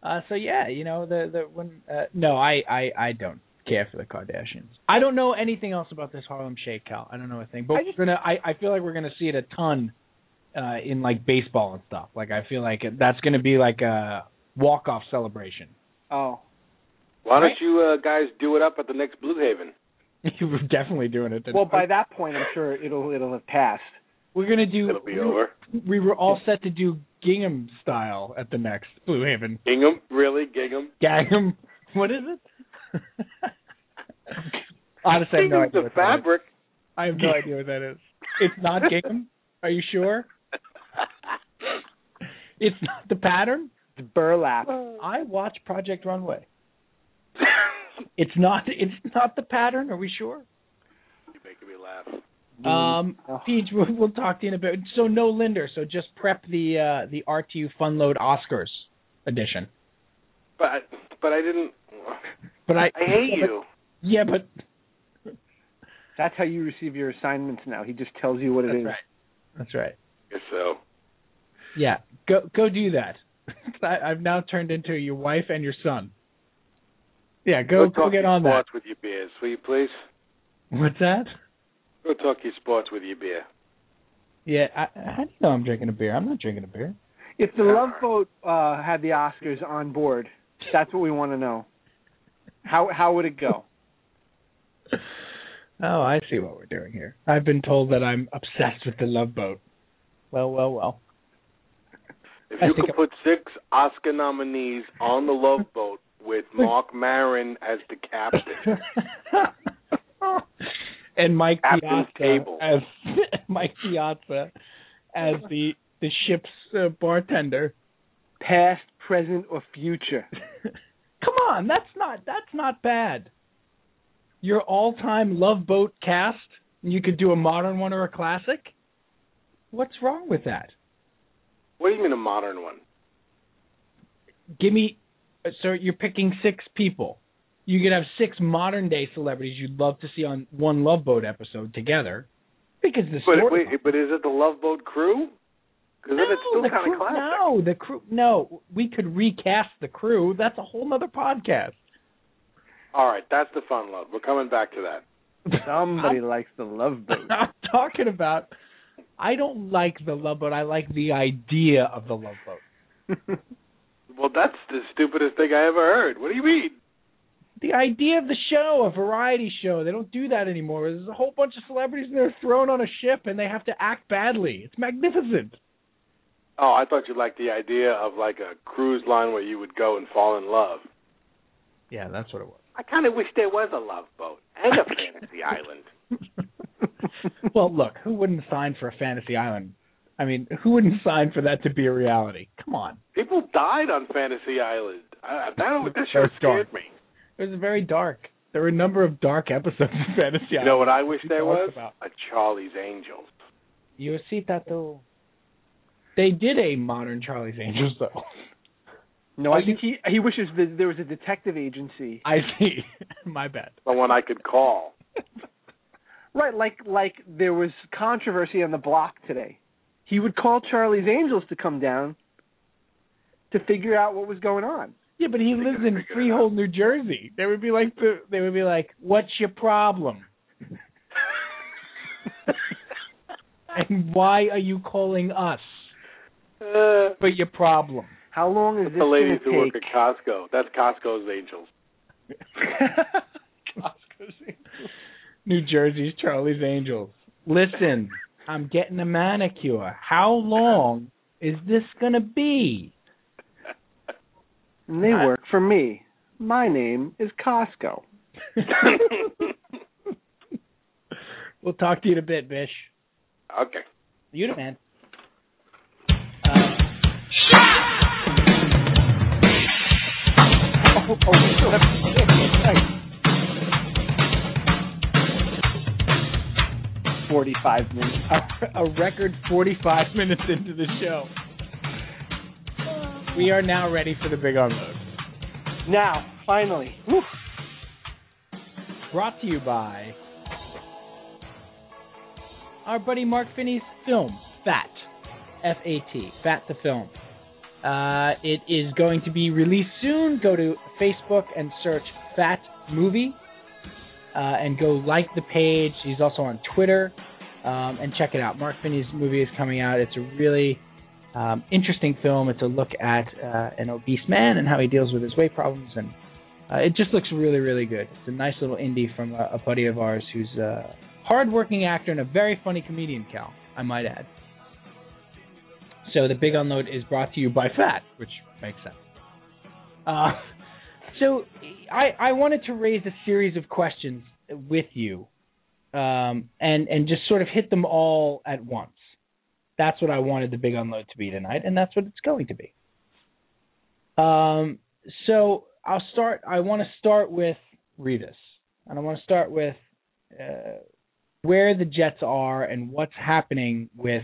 Uh, so yeah, you know the the when uh, no, I, I I don't care for the Kardashians. I don't know anything else about this Harlem Shake, Cal. I don't know a thing, but I we're gonna I I feel like we're gonna see it a ton uh, in like baseball and stuff. Like I feel like that's gonna be like a walk off celebration. oh, Why don't Right. you uh, guys do it up at the next Blue Haven? you were definitely doing it. well, by that point, I'm sure it'll it'll have passed. we're gonna do. It'll be we, over. We were all set to do Gingham style at the next Blue Haven. Gingham, really, Gingham. Gingham. What is it? Honestly, I have no Gingham's a idea. What that is. fabric. I have no idea what that is. It's not gingham. Are you sure? It's not the pattern. It's burlap. I watch Project Runway. It's not. It's not the pattern. Are we sure? You're making me laugh. Um, Oh. Peach, we'll, we'll talk to you in a bit. So no Linder. So just prep the uh, the RTU Funload Oscars edition. But I, but I didn't. But I, I hate yeah, but- you. Yeah, but That's how you receive your assignments now. He just tells you what it that's is. right. That's right. Guess so. Yeah, go go do that. I, I've now turned into your wife and your son. Yeah, go We'll go talk get your on that. sports with your beers, will you please? What's that? Go talk your sports with your beer. Yeah, I, how do you know I'm drinking a beer? I'm not drinking a beer. If the Love Boat uh, had the Oscars on board, that's what we want to know. How how would it go? Oh, I see what we're doing here. I've been told that I'm obsessed with the Love Boat. Well, well, well. If I you think could put six Oscar nominees on the Love Boat with Mark Maron as the captain, and Mike Captain Piazza Cable. as Mike Piazza as the the ship's uh, bartender. Past, present, or future? Come on, that's not that's not bad. Your all-time Love Boat cast, and you could do a modern one or a classic. What's wrong with that? what do you mean a modern one? Give me so you're picking 6 people. You could have 6 modern day celebrities you'd love to see on one Love Boat episode together because the But story wait, but is it the Love Boat crew? Because then it's No, still the kind crew- of classic. No, the crew. No, we could recast the crew. That's a whole nother podcast. All right, that's the fun love. We're coming back to that. Somebody likes the Love Boat. I'm talking about I don't like the love boat. I like the idea of the love boat. Well, that's the stupidest thing I ever heard. What do you mean? The idea of the show, a variety show. They don't do that anymore. There's a whole bunch of celebrities and they're thrown on a ship and they have to act badly. It's magnificent. Oh, I thought you liked the idea of like a cruise line where you would go and fall in love. Yeah, that's what it was. I kind of wish there was a love boat and a fantasy island. well, look, who wouldn't sign for a fantasy island? I mean, who wouldn't sign for that to be a reality? Come on. People died on Fantasy Island. I, I don't. This show That's dark. scared me. It was very dark. There were a number of dark episodes of Fantasy You know Island. what I wish there was? Talked about. A Charlie's Angels. You see that though. They did a modern Charlie's Angels though. No, I think he he wishes that there was a detective agency. I see. My bad. Someone I could call. Right, like like there was controversy on the block today. He would call Charlie's Angels to come down to figure out what was going on. Yeah, but he lives in Freehold, New Jersey. They would be like the, they would be like, "What's your problem?" and why are you calling us Uh, for your problem? How long is this the ladies who gonna work take? at Costco. That's Costco's Angels. New Jersey's Charlie's Angels. Listen, I'm getting a manicure. How long is this gonna be? And they work for me. My name is Costco. we'll talk to you in a bit, Bish. Okay. You the man. Oh, oh, we still have Forty-five minutes. a, a record 45 minutes into the show. We are now ready for the big unload. Now, finally, Whew. Brought to you by our buddy Mark Finney's film, Fat. F A T. Fat the film. Uh, it is going to be released soon. Go to Facebook and search Fat Movie uh, and go like the page. He's also on Twitter um, and check it out. Mark Finney's movie is coming out. It's a really um, interesting film. It's a look at uh, an obese man and how he deals with his weight problems, and uh, it just looks really, really good. It's a nice little indie from a, a buddy of ours who's a hardworking actor and a very funny comedian, Cal, I might add. So the big unload is brought to you by Fat, which makes sense. Uh, so I, I wanted to raise a series of questions with you, um, and and just sort of hit them all at once. That's what I wanted the big unload to be tonight, and that's what it's going to be. Um, so I'll start. I want to start with Revis, and I want to start with uh, where the Jets are and what's happening with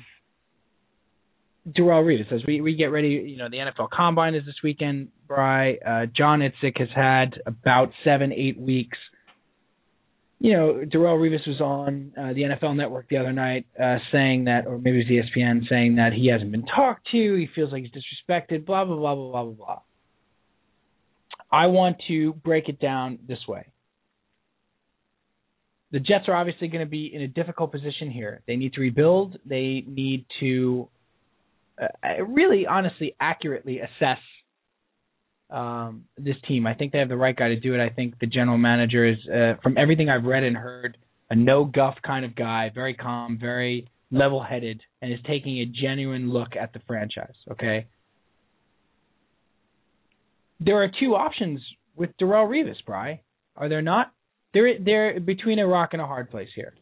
Darrell Revis as we, we get ready. You know, the NFL Combine is this weekend. Bry uh, John Itzik has had about seven, eight weeks. You know, Darrell Revis was on uh, the NFL Network the other night uh, saying that, or maybe it was E ESPN saying that he hasn't been talked to. He feels like he's disrespected. Blah blah blah blah blah blah blah. I want to break it down this way. The Jets are obviously going to be in a difficult position here. They need to rebuild. They need to uh, really honestly accurately assess um, this team. I think they have the right guy to do it. I think the general manager is, uh, from everything I've read and heard, a no guff kind of guy, very calm, very level headed, and is taking a genuine look at the franchise. Okay. There are two options with Darrell Revis, Bry. Are there not? They're they're between a rock and a hard place here.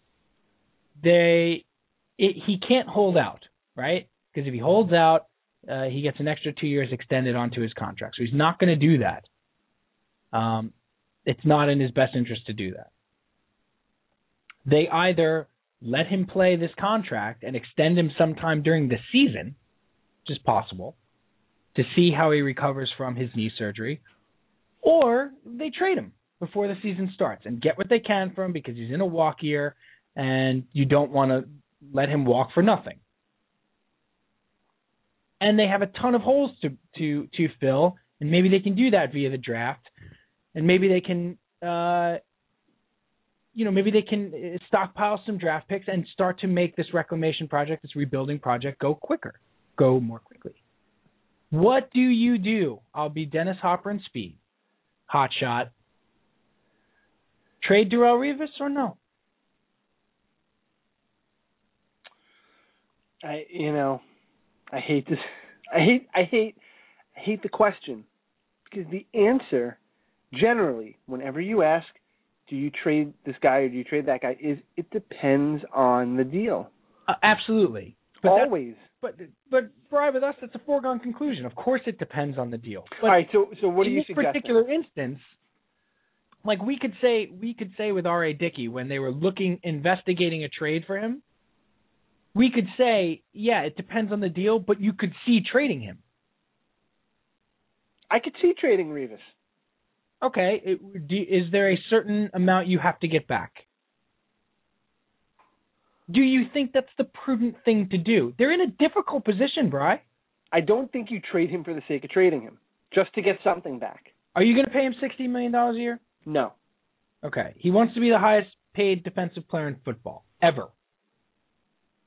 They it, he can't hold out, right? Because if he holds out, uh, he gets an extra two years extended onto his contract. So he's not going to do that. Um, it's not in his best interest to do that. They either let him play this contract and extend him sometime during the season, which is possible, to see how he recovers from his knee surgery, or they trade him before the season starts and get what they can from him because he's in a walk year and you don't want to let him walk for nothing and they have a ton of holes to to to fill, and maybe they can do that via the draft, and maybe they can uh, you know maybe they can uh, stockpile some draft picks and start to make this reclamation project, this rebuilding project, go quicker, go more quickly. What do you do? I'll be Dennis Hopper and Speed, hot shot. Trade Darrell Revis or no? I you know, I hate this. I hate I hate I hate the question because the answer generally whenever you ask do you trade this guy or do you trade that guy is it depends on the deal. Uh, absolutely. But that- Always. but but Brian, with us, that's a foregone conclusion. Of course, it depends on the deal. But All right, so so what do in you this suggest? particular instance, like we could say we could say with R. A. Dickey when they were looking investigating a trade for him, we could say, yeah, it depends on the deal, but you could see trading him. I could see trading Revis. Okay, it, do, is there a certain amount you have to get back? Do you think that's the prudent thing to do? They're in a difficult position, Bry. I don't think you trade him for the sake of trading him just to get something back. Are you going to pay him sixty million dollars a year? No. Okay. He wants to be the highest paid defensive player in football ever.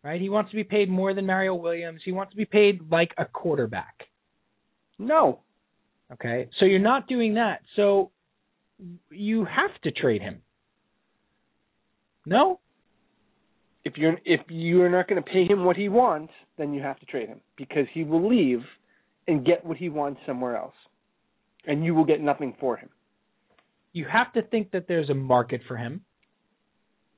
Right? He wants to be paid more than Mario Williams. He wants to be paid like a quarterback. No. Okay? So you're not doing that. So you have to trade him. No? If you're if you're not going to pay him what he wants, then you have to trade him because he will leave and get what he wants somewhere else. And you will get nothing for him. You have to think that there's a market for him.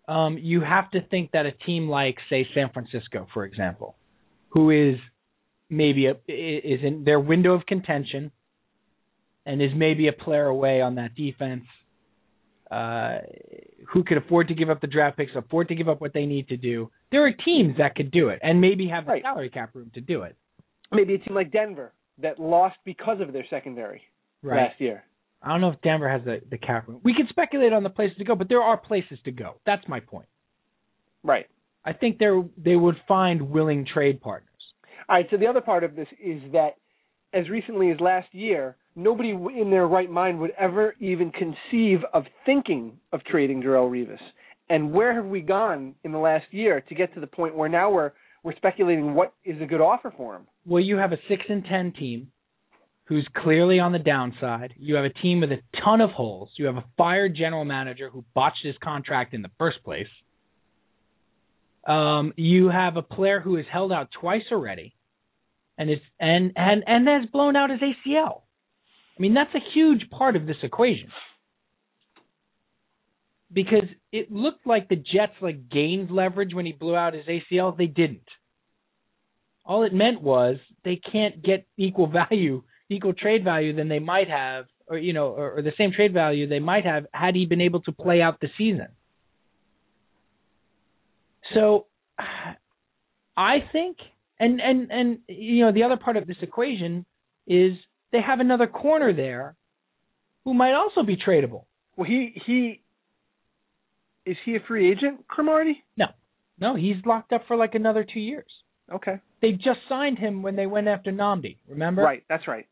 Um, you have to think that a team like, say, San Francisco, for example, who is maybe a, is in their window of contention and is maybe a player away on that defense, uh, who could afford to give up the draft picks, afford to give up what they need to do. There are teams that could do it and maybe have the Right. salary cap room to do it. Maybe a team like Denver that lost because of their secondary last year. I don't know if Denver has the, the cap room. We can speculate on the places to go, but there are places to go. That's my point. Right. I think they they would find willing trade partners. All right. So the other part of this is that as recently as last year, nobody w- in their right mind would ever even conceive of thinking of trading Darrell Revis. And where have we gone in the last year to get to the point where now we're we're speculating what is a good offer for him? Well, you have a six and ten team who's clearly on the downside. You have a team with a ton of holes. You have a fired general manager who botched his contract in the first place. Um, you have a player who is held out twice already, and is and and and has blown out his ACL. I mean, that's a huge part of this equation. Because it looked like the Jets like gained leverage when he blew out his ACL. They didn't. All it meant was they can't get equal value, equal trade value than they might have, or you know, or, or the same trade value they might have had he been able to play out the season. So, I think, and and and you know, the other part of this equation is they have another corner there, who might also be tradable. Well, he he is he a free agent, Cromartie? No, he's locked up for like another two years. Okay. They just signed him when they went after Namdi. Remember? Right. That's right.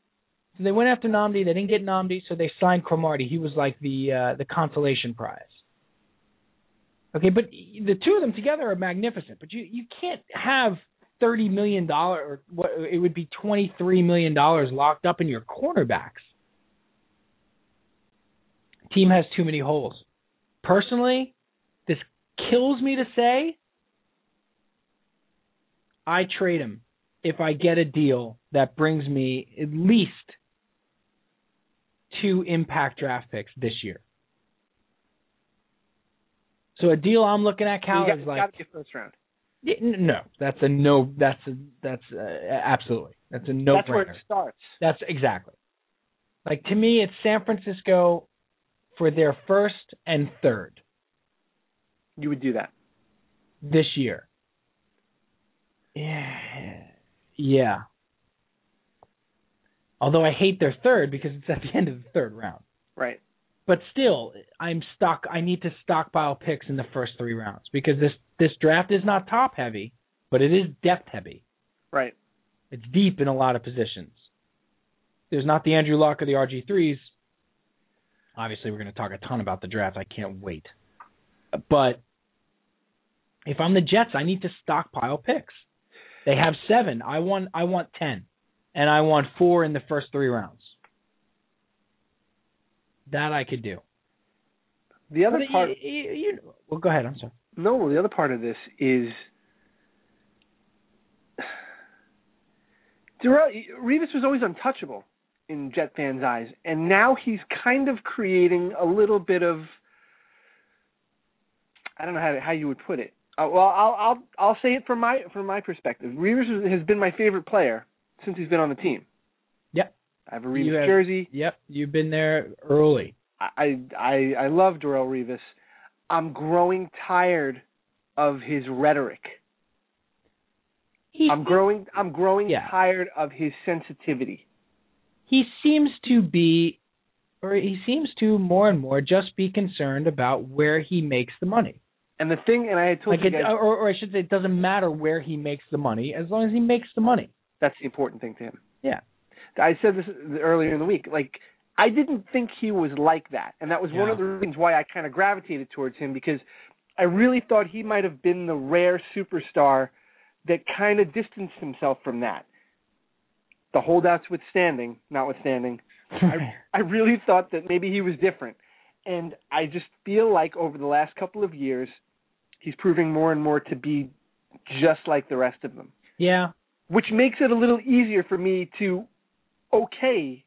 So they went after Namdi. They didn't get Namdi, so they signed Cromartie. He was like the uh, the consolation prize. Okay, but the two of them together are magnificent. But you you can't have thirty million dollar or what it would be twenty three million dollars locked up in your cornerbacks. Team has too many holes. Personally, this kills me to say. I trade him if I get a deal that brings me at least two impact draft picks this year. So a deal I'm looking at, Cal, You got- is it's like gotta be a first round. yeah, n- no, that's a no. That's a that's uh absolutely that's a no that's where brainer. it starts. That's exactly. Like to me, it's San Francisco for their first and third You would do that. this year. Yeah. Yeah. Although I hate their third because it's at the end of the third round. Right. But still, I'm stuck. I need to stockpile picks in the first three rounds because this this draft is not top heavy, but it is depth heavy. Right. It's deep in a lot of positions. There's not the Andrew Luck or the RG3s. Obviously, we're going to talk a ton about the draft. I can't wait. But if I'm the Jets, I need to stockpile picks. They have seven. I want I want ten, and I want four in the first three rounds. That I could do. The other But part, you- you- you- well, go ahead. I'm sorry. no, the other part of this is Darrell Revis was always untouchable in Jet fans' eyes, and now he's kind of creating a little bit of I don't know how to- how you would put it. Uh, well, I'll I'll I'll say it from my from my perspective. Revis has been my favorite player since he's been on the team. Yep. I have a You Revis have- jersey. Yep, you've been there early. I I I love Darrell Revis. I'm growing tired of his rhetoric. He I'm growing I'm growing Yeah. tired of his sensitivity. he seems to be or he seems to more and more just be concerned about where he makes the money. And the thing and I had told Like you it, guys or, or I should say it doesn't matter where he makes the money as long as he makes the money. that's the important thing to him. Yeah. I said this earlier in the week. Like I didn't think he was like that. And that was one Yeah. of the reasons why I kind of gravitated towards him because I really thought he might have been the rare superstar that kind of distanced himself from that. The holdouts withstanding, notwithstanding, I, I really thought that maybe he was different. And I just feel like over the last couple of years, he's proving more and more to be just like the rest of them, yeah. which makes it a little easier for me to okay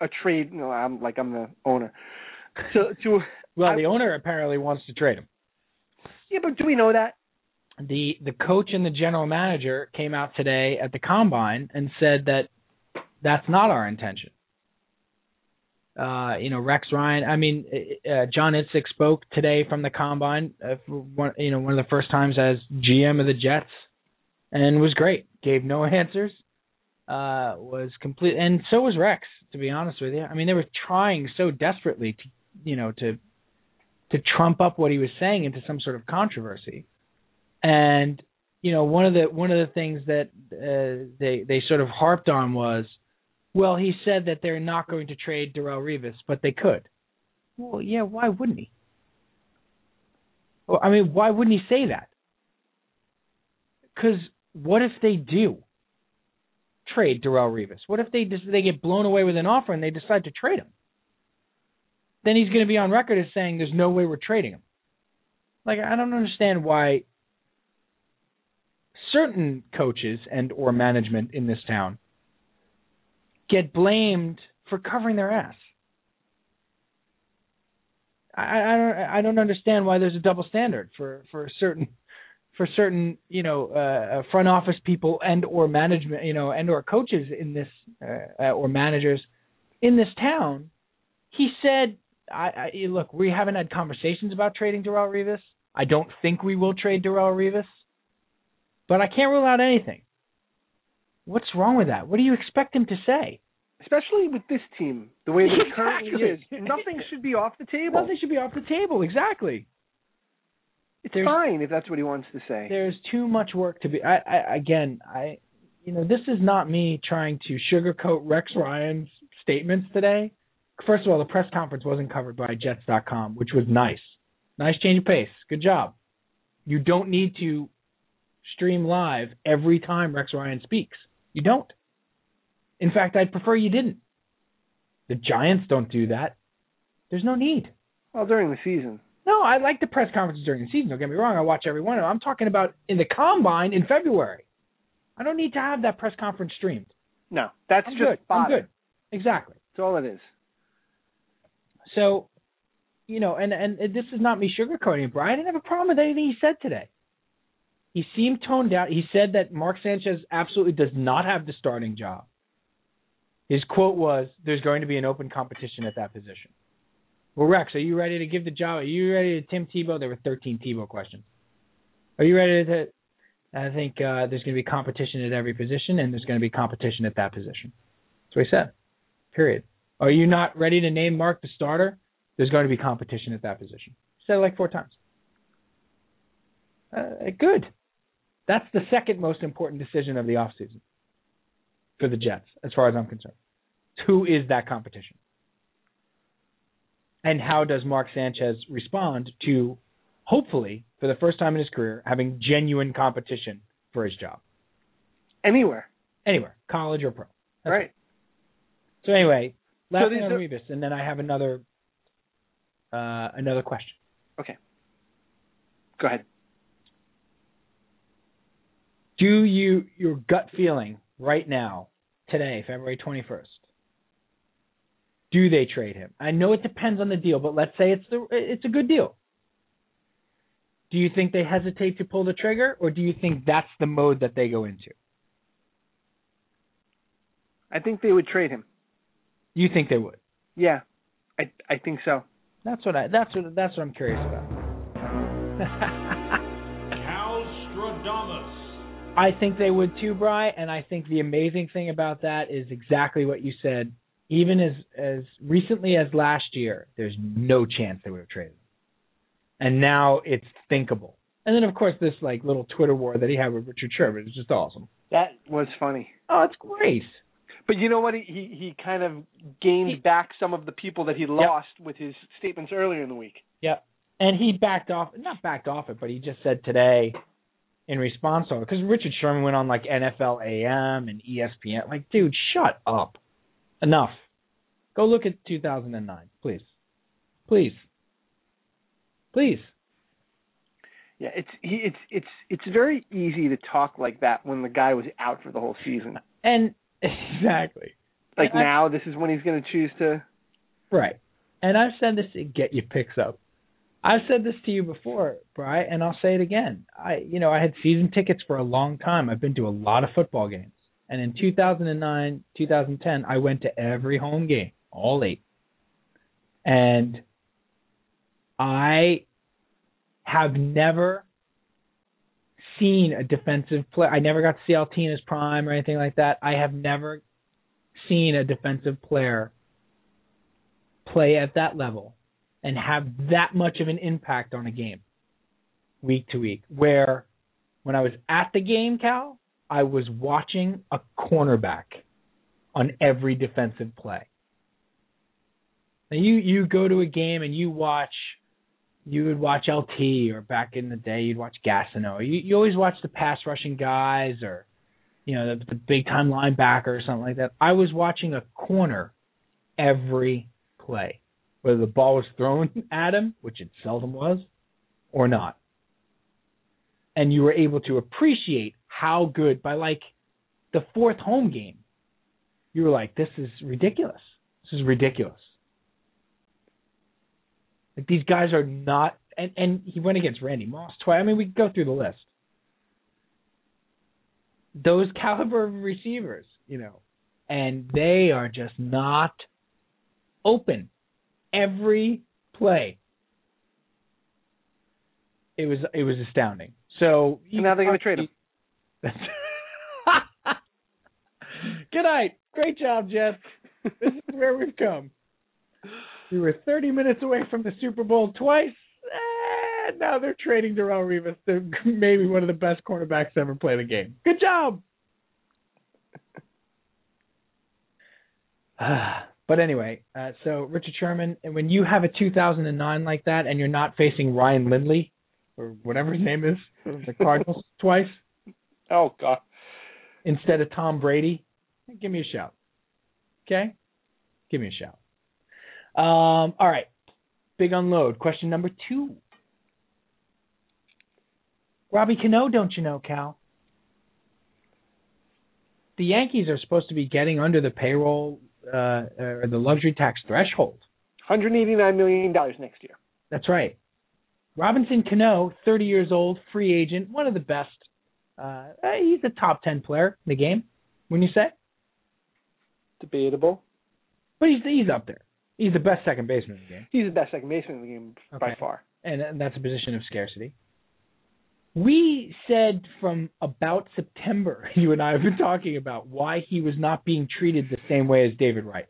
a trade. No, I'm like I'm the owner. So to Well, I- the owner apparently wants to trade him. yeah, but do we know that? The the coach and the general manager came out today at the combine and said that that's not our intention. Uh, you know, Rex Ryan. I mean, uh, John Itzik spoke today from the combine. Uh, for one, you know, one of the first times as GM of the Jets, and was great. Gave no answers. Uh, was complete, and so was Rex. To be honest with you, I mean, they were trying so desperately to, you know, to to trump up what he was saying into some sort of controversy. And you know, one of the one of the things that uh, they they sort of harped on was, well, he said that they're not going to trade Darrell Revis, but they could. Well, yeah, why wouldn't he? Well, I mean, why wouldn't he say that? Because what if they do trade Darrell Revis? What if they just, they get blown away with an offer and they decide to trade him? Then he's going to be on record as saying there's no way we're trading him. Like I don't understand why certain coaches and or management in this town get blamed for covering their ass. I, I I don't I don't understand why there's a double standard for for certain for certain you know uh, uh, front office people and or management you know and or coaches in this uh, uh, or managers in this town. He said, I, I look, we haven't had conversations about trading Darrell Revis. I don't think we will trade Darrell Revis, but I can't rule out anything. What's wrong with that? What do you expect him to say? Especially with this team, the way that it currently is, Exactly. nothing should be off the table. Nothing should be off the table. Exactly. It's There's- fine if that's what he wants to say. There's too much work to be. I, I again, I, you know, this is not me trying to sugarcoat Rex Ryan's statements today. First of all, the press conference wasn't covered by Jets.com, which was nice. Nice change of pace. Good job. You don't need to stream live every time Rex Ryan speaks. You don't. In fact, I'd prefer you didn't. The Giants don't do that. There's no need. Well, during the season, No, I like the press conferences during the season. Don't get me wrong. I watch every one of them. I'm talking about in the combine in February. I don't need to have that press conference streamed. no, that's I'm just good. fodder. I'm good. Exactly. That's all it is. So, you know, and and this is not me sugarcoating it, Brian. I didn't have a problem with anything he said today. He seemed toned down. He said that Mark Sanchez absolutely does not have the starting job. His quote was, "There's going to be an open competition at that position." Well, Rex, are you ready to give the job? Are you ready to Tim Tebow? There were 13 Tebow questions. Are you ready to? I think uh, there's going to be competition at every position, and there's going to be competition at that position. That's what he said. Period. Are you not ready to name Mark the starter? There's going to be competition at that position. Said it like four times. Uh, good. That's the second most important decision of the offseason for the Jets, as far as I'm concerned. Who is that competition? And how does Mark Sanchez respond to hopefully, for the first time in his career, having genuine competition for his job anywhere, anywhere, college or pro. That's right? So anyway, last So thing these on are- Rebus, and then I have another uh, another question. Go ahead. Do you your gut feeling right now, today, February twenty first? Do they trade him? I know it depends on the deal, but let's say it's the it's a good deal. Do you think they hesitate to pull the trigger, or do you think that's the mode that they go into? I think they would trade him. You think they would? Yeah, I I think so. That's what I. That's what. That's what I'm curious about. I think they would too, Bry, and I think the amazing thing about that is exactly what you said. Even as as recently as last year, there's no chance they would have traded him, and now it's thinkable. And then of course this like little Twitter war that he had with Richard Sherman is just awesome. That was funny. Oh, it's great. But you know what? He he, he kind of gained He- back some of the people that he lost with his statements earlier in the week. Yep. And he backed off, not backed off it, but he just said today in response to it, because Richard Sherman went on like NFL AM and E ESPN. Like, dude, shut up. Enough. Go look at 2009, please. Please. Please. Yeah, it's he, it's it's it's very easy to talk like that when the guy was out for the whole season. And exactly. Like And I- now, this is when he's going to choose to. Right. And I've said this to get your picks up. I've said this to you before, Bry, and I'll say it again. I you know, I had season tickets for a long time. I've been to a lot of football games. And in 2009, 2010, I went to every home game, all eight. And I have never seen a defensive play. I never got to see Altina's prime or anything like that. I have never seen a defensive player play at that level and have that much of an impact on a game week to week. Where when I was at the game, Cal, I was watching a cornerback on every defensive play. Now you you go to a game and you watch you would watch LT or back in the day you'd watch Gassano. You you always watch the pass rushing guys or you know the, the big time linebacker or something like that. I was watching a corner every play, whether the ball was thrown at him, which it seldom was, or not. And you were able to appreciate how good by like the fourth home game, you were like, this is ridiculous. This is ridiculous. Like these guys are not, and and he went against Randy Moss twice. I mean, we could go through the list. Those caliber of receivers, you know, and they are just not open every play. It was it was astounding. So And now they're going to trade him. Good night. Great job, Jeff. This is where we've come. We were 30 minutes away from the Super Bowl twice, and now they're trading Darrell Rivas, the, maybe one of the best cornerbacks to ever play the game. Good job. but anyway, uh, so Richard Sherman, and when you have a 2009 like that, and you're not facing Ryan Lindley or whatever his name is, the Cardinals twice Oh God. instead of Tom Brady, give me a shout. Okay? Give me a shout. Um, all right. Big unload. Question number two. Robbie Cano, don't you know, Cal? The Yankees are supposed to be getting under the payroll uh, or the luxury tax threshold. 189 million dollars next year. That's right. Robinson Cano, 30 years old, free agent, one of the best. Uh, eh, he's a top 10 player in the game, wouldn't you say? Debatable. But he's he's up there. He's the best second baseman in the game, He's the best second baseman in the game by Okay. far. and, and that's a position of scarcity. We said from about September, you and I have been talking about why he was not being treated the same way as David Wright.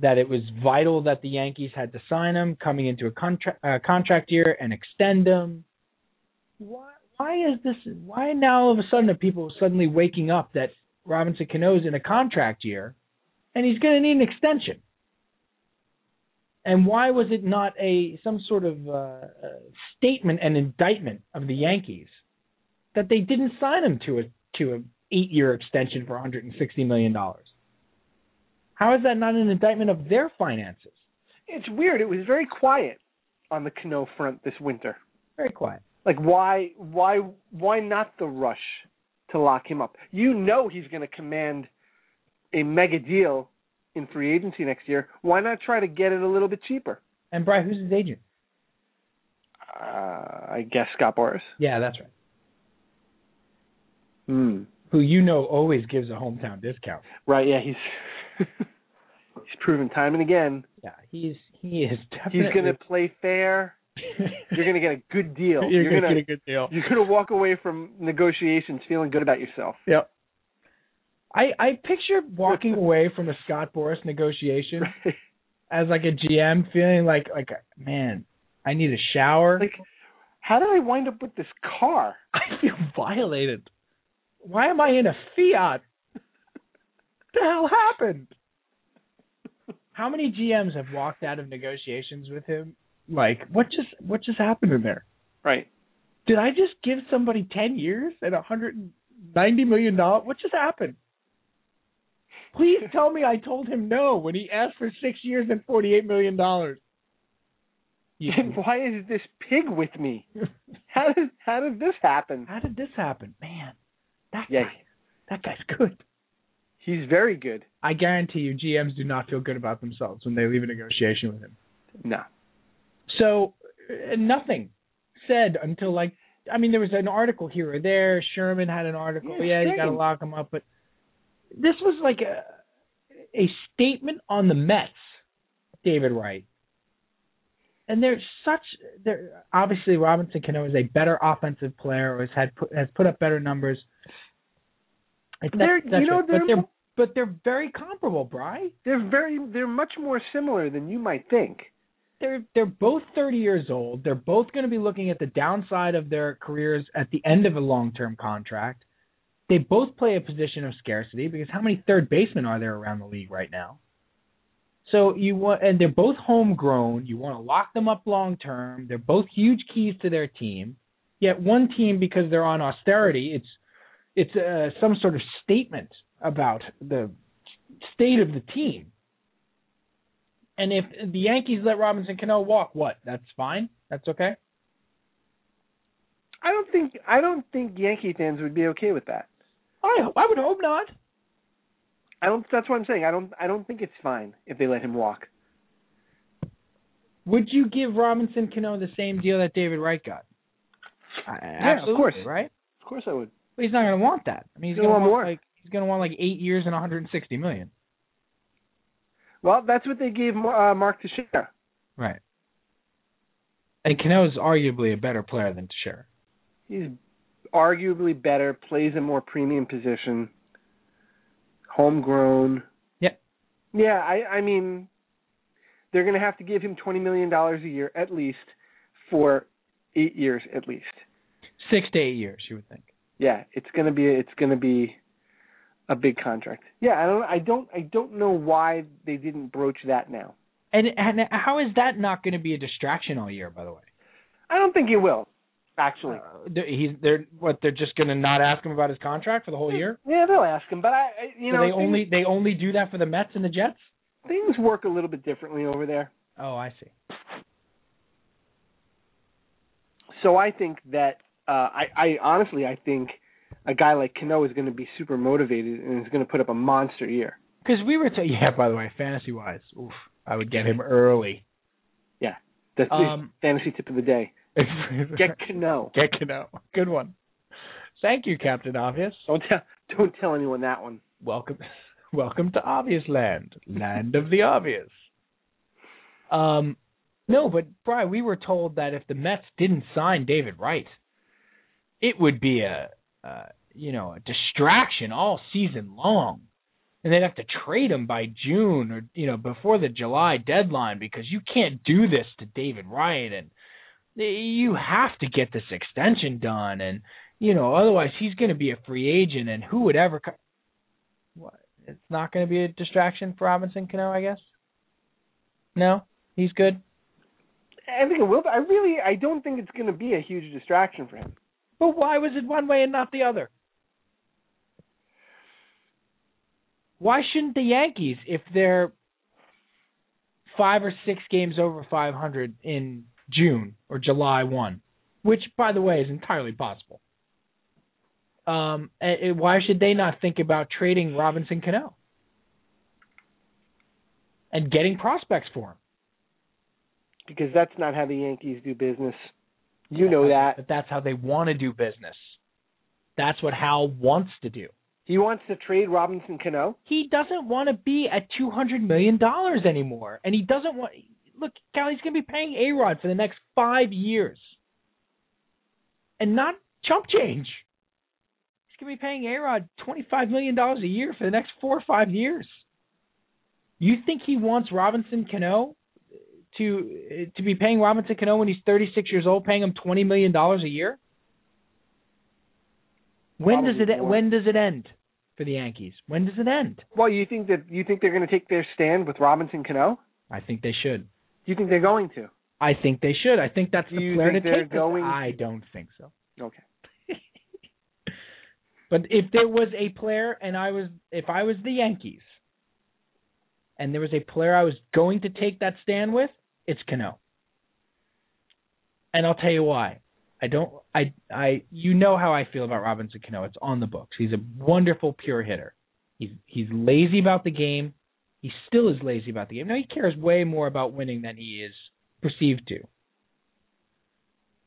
That it was vital that the Yankees had to sign him coming into a contract uh, contract year and extend him. Why why is this? Why now all of a sudden are people suddenly waking up that Robinson Cano's in a contract year, and he's going to need an extension? And why was it not a some sort of uh, uh, statement and indictment of the Yankees that they didn't sign him to a to a eight year extension for 160 million dollars? How is that not an indictment of their finances? It's weird. It was very quiet on the Cano front this winter. Very quiet. Like why why why not the rush to lock him up? You know he's going to command a mega deal in free agency next year. Why not try to get it a little bit cheaper? And Brian, who's his agent? Uh, I guess Scott Boris. Yeah, that's right. Hmm. Who you know always gives a hometown discount. Right. Yeah. He's he's proven time and again Yeah, he's he is definitely. he's going to play fair. You're going to get a good deal. You're, gonna, going to get a good deal. you're going to walk away from negotiations feeling good about yourself. Yep. I I picture walking away from a Scott Boris negotiation as like a GM feeling like like man, I need a shower. Like, how did I wind up with this car? I feel violated. Why am I in a Fiat? What the hell happened? How many GMs have walked out of negotiations with him? Like, what just what just happened in there? Right. Did I just give somebody ten years and a hundred and ninety million dollars? What just happened? Please tell me I told him no when he asked for six years and forty eight million dollars. Why is this pig with me? How did how did this happen? How did this happen? Man, that Yeah. guy that guy's good. He's very good. I guarantee you, GMs do not feel good about themselves when they leave a negotiation with him. No. So uh, nothing said until like, I mean, there was an article here or there. Sherman had an article. Yeah, Yeah, you got to same. lock him up. But this was like a a statement on the Mets, David Wright. And they're such. They're obviously Robinson Cano is a better offensive player, or has had put, has put up better numbers. They're- et cetera, et cetera. you know, but they're they're mo- but they're very comparable, Bry. They're very they're much more similar than you might think. they're they're both 30 years old. They're both going to be looking at the downside of their careers at the end of a long-term contract. They both play a position of scarcity because how many third basemen are there around the league right now? So you want and they're both homegrown. You want to lock them up long term. They're both huge keys to their team. Yet one team because they're on austerity, it's it's uh, some sort of statement about the state of the team. And if the Yankees let Robinson Cano walk, what? That's fine. That's okay. I don't think I don't think Yankee fans would be okay with that. I I would hope not. I don't that's what I'm saying. I don't I don't think it's fine if they let him walk. Would you give Robinson Cano the same deal that David Wright got? Yeah, of course. right? Of course I would. But he's not going to want that. I mean, he's He'll going to want want more. like he's going to want like eight years and 160 million. Well, that's what they gave uh, Mark Teixeira. Right. And Cano's arguably a better player than Teixeira. He's arguably better, plays a more premium position, homegrown. Yep. Yeah, I I mean they're going to have to give him 20 million dollars a year at least for 8 years at least. Six to eight years, you would think. Yeah, it's going to be it's going to be a big contract. Yeah, I don't I don't I don't know why they didn't broach that now. And and how is that not going to be a distraction all year? By the way. I don't think he will actually. Uh, they're- he's they're what they're just going to not ask him about his contract for the whole year. Yeah, they'll ask him, but I I- you so know they things- only they only do that for the Mets and the Jets. things work a little bit differently over there. Oh, I see. So I think that uh, I, I honestly I think a guy like Cano is going to be super motivated and is going to put up a monster year. Because we were ta- yeah. By the way, fantasy wise, oof, I would get him early. That's Um, the fantasy tip of the day. Get Cano. get Cano. Good one. Thank you, Captain Obvious. Don't tell don't tell anyone that one. Welcome, welcome to Obvious Land, land of the obvious. Um, no, but Brian, we were told that if the Mets didn't sign David Wright, it would be a uh, you know a distraction all season long, and they'd have to trade him by June or you know before the July deadline because you can't do this to David Wright, and you have to get this extension done, and you know otherwise he's going to be a free agent, and who would ever. Co- what? It's not going to be a distraction for Robinson Cano, I guess. No, He's good. I think it will. But I really, I don't think it's going to be a huge distraction for him. But why was it one way and not the other? Why shouldn't the Yankees, if they're five or six games over 500 in June or July 1, which, by the way, is entirely possible, um, eh, eh, why should they not think about trading Robinson Cano and getting prospects for him? because that's not how the Yankees do business. You know that. But that's how they want to do business. That's what Hal wants to do. He wants to trade Robinson Cano. he doesn't want to be at two hundred million dollars anymore, and he doesn't want. Look, Cal, he's going to be paying A Rod for the next five years, and not chump change. He's going to be paying A Rod twenty five million dollars a year for the next four or five years. You think he wants Robinson Cano to to be paying Robinson Cano when he's thirty six years old, paying him twenty million dollars a year? When Probably does it more. when does it end for the Yankees? When does it end? Well, you think that you think they're going to take their stand with Robinson Cano? I think they should. You think they're going to? I think they should. I think that's Do the you flair think to they're take. this. going- I don't think so. Okay. But if there was a player, and I was, if I was the Yankees, and there was a player I was going to take that stand with, it's Cano. And I'll tell you why. I don't. I. I. You know how I feel about Robinson Cano. It's on the books. He's a wonderful pure hitter. He's he's lazy about the game. He still is lazy about the game. Now he cares way more about winning than he is perceived to.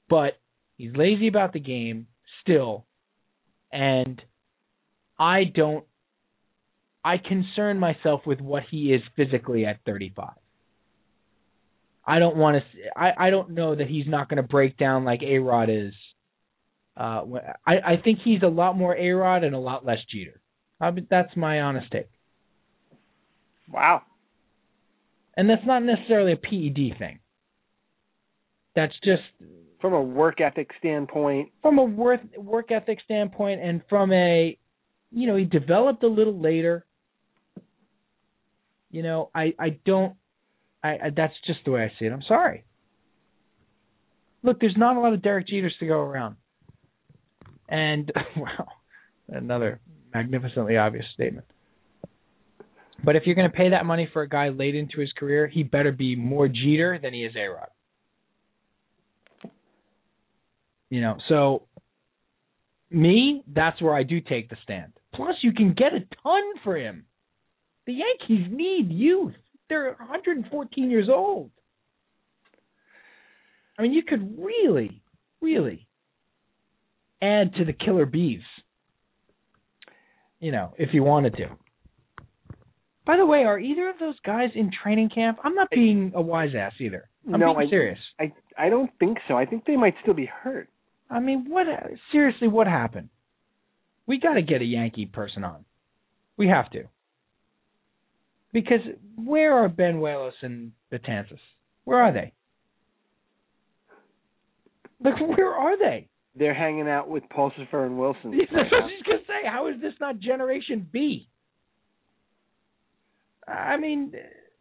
But he's lazy about the game still, and I don't. I concern myself with what he is physically at 35. I don't want to. I I don't know that he's not going to break down like A Rod is. Uh, wh- I I think he's a lot more A Rod and a lot less Jeter. I, mean, that's my honest take, Wow. and that's not necessarily a PED thing. That's just From a work ethic standpoint, from a worth, work ethic standpoint and from a you know he developed a little later you know i i don't i, I that's just the way i see it i'm sorry look there's not a lot of derek jeters to go around and wow another magnificently obvious statement but if you're going to pay that money for a guy late into his career he better be more jeter than he is a rod you know so me that's where i do take the stand plus you can get a ton for him the yankees need youth they're 114 years old i mean you could really really add to the killer bees you know if you wanted to by the way are either of those guys in training camp i'm not being a wise ass either i'm No, being I- serious I I don't think so. I think they might still be hurt. I mean, what seriously? What happened? We got to get a Yankee person on. We have to. Because where are Benuelos and Batanzas? Where are they? Like, where are they? They're hanging out with Pulsifer and Wilson. That's what I was just gonna say. How is this not Generation B? I mean,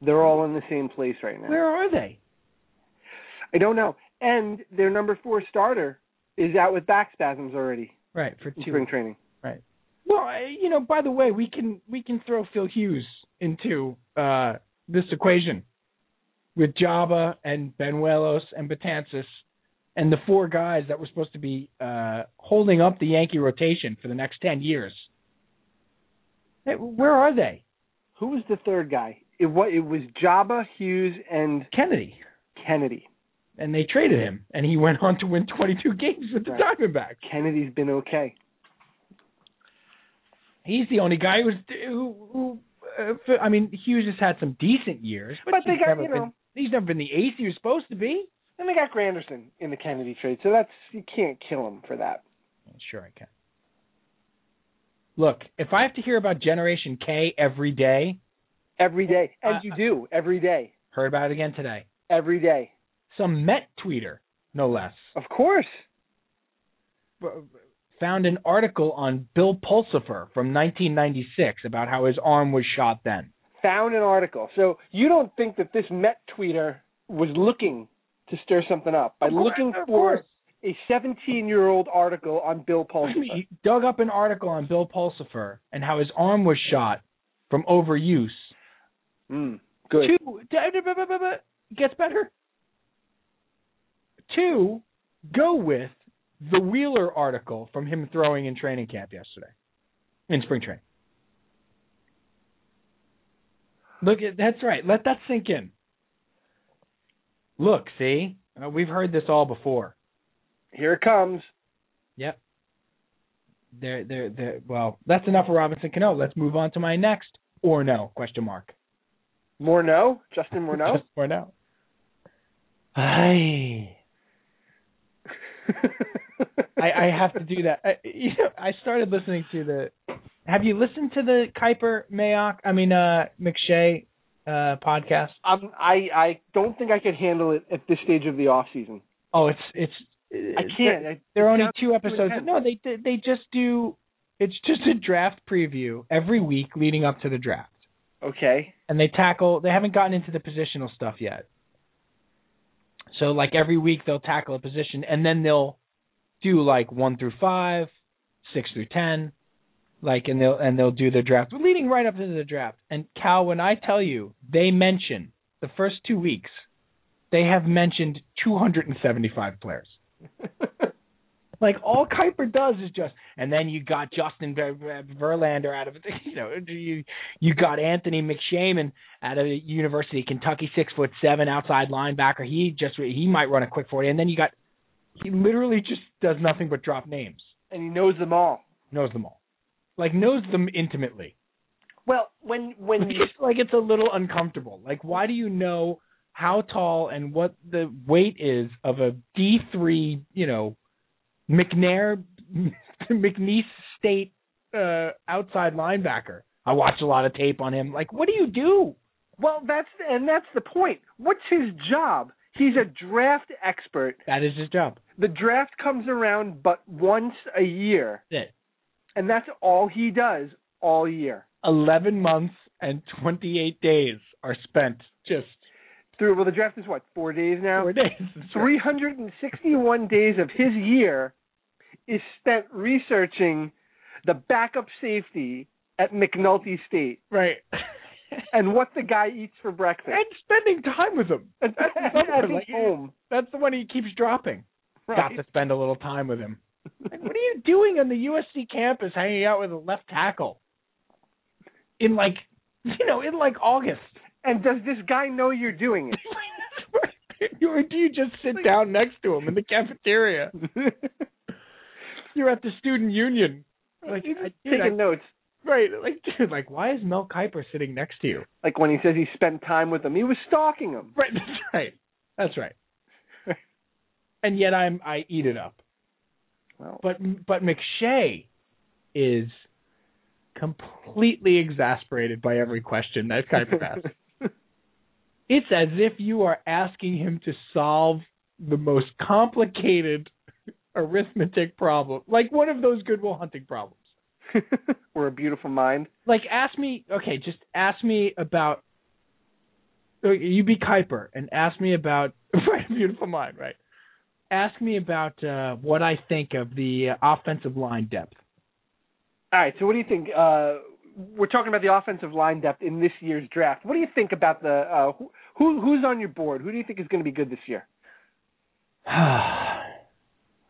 They're all in the same place right now. where are they? I don't know. And their number four starter is out with back spasms already Right for in two. spring training. Well, I- you know, by the way, we can we can throw Phil Hughes into uh, this equation with Java and Benuelos and Batansis and the four guys that were supposed to be uh, holding up the Yankee rotation for the next ten years. Hey, Where are they? Who was the third guy? It what it was Jabba, Hughes, and Kennedy. Kennedy. And they traded him, and he went on to win 22 games with the Right. Diamondbacks. Kennedy's been okay. He's the only guy who's who. who uh, Phil- I mean, Hughes has had some decent years, but, But they he's got, never you been- know- he's never been the ace he was supposed to be. And they got Granderson in the Kennedy trade, so that's you can't kill him for that. Sure, I can. Look, if I have to hear about Generation K every day, Every day. And Uh, you do, every day. heard about it again today. Every day. Some Met tweeter, no less, Of course. found an article on Bill Pulsifer from 1996 about how his arm was shot then. Found an article. So you don't think that this Met tweeter was looking to stir something up by Of course, looking of for course. a 17-year-old article on Bill Paulson. He dug up an article on Bill Pulsifer and how his arm was shot from overuse. Hmm, Mm, good. Two, gets better. Two, go with the Wheeler article from him throwing in training camp yesterday, in spring training. Look at that's right. Let that sink in. Look, see, Uh, we've heard this all before. Here it comes. Yep. There, there, there. Well, that's enough for Robinson Cano. Let's move on to my next or no question mark. Morneau, Justin Morneau. Just or no. I, I have to do that. I, you know, I started listening to the. Have you listened to the Kuiper Mayock? I mean, uh, McShay, uh, podcast. I'm, I I don't think I could handle it at this stage of the off season. Oh, it's it's. I can't. I, There are only sounds two episodes. intense. No, they they just do. It's just a draft preview every week leading up to the draft. okay. and they tackle they haven't gotten into the positional stuff yet. So like every week they'll tackle a position and then they'll do like 1 through 5, 6 through 10 like and they'll and they'll do the draft leading right up into the draft. And Cal when I tell you they mention the first 2 weeks they have mentioned 275 players. Like all Kuiper does is just, and then you got Justin Ver- Ver- Verlander out of, you know, you you got Anthony McShaman out of University of Kentucky, six foot seven outside linebacker. He just he might run a quick forty, and then you got he literally just does nothing but drop names, and he knows them all. knows them all, like knows them intimately. Well, when when It's like it's a little uncomfortable. Like why do you know how tall and what the weight is of a D three, you know, McNair McNeese State uh outside linebacker? I watch a lot of tape on him. Like what do you do? well that's and that's the point. What's his job? He's a draft expert. That is his job. The draft comes around but once a year, That's it. and that's all he does all year. Eleven months and twenty eight days are spent just Through well, the draft is what four days now. four days. 361 days of his year is spent researching the backup safety at McNulty State right. and what the guy eats for breakfast and spending time with him. That's, that's, the at one, his like, home. that's the one he keeps dropping. Right. got to spend a little time with him. Like, what are you doing on the USC campus hanging out with a left tackle in like you know in like August? And does this guy know you're doing or do you just sit down next to him in the cafeteria? it? You're at the student union, like He's I, just dude, taking I, notes. right? Like dude, like why is Mel Kiper sitting next to you? Like when he says he spent time with him, he was stalking him. Right, that's right, that's right. and yet I'm I eat it up. Well, But but McShay is completely exasperated by every question that Kuiper asks. it's as if you are asking him to solve the most complicated arithmetic problem, like one of those Goodwill Hunting problems. we're a beautiful mind. Like ask me, okay, just ask me about. okay, You be Kuiper and ask me about right, Beautiful Mind, right? Ask me about uh, what I think of the uh, offensive line depth. All right. So, what do you think? Uh, we're talking about the offensive line depth in this year's draft. What do you think about the uh, who- who who's on your board? Who do you think is going to be good this year?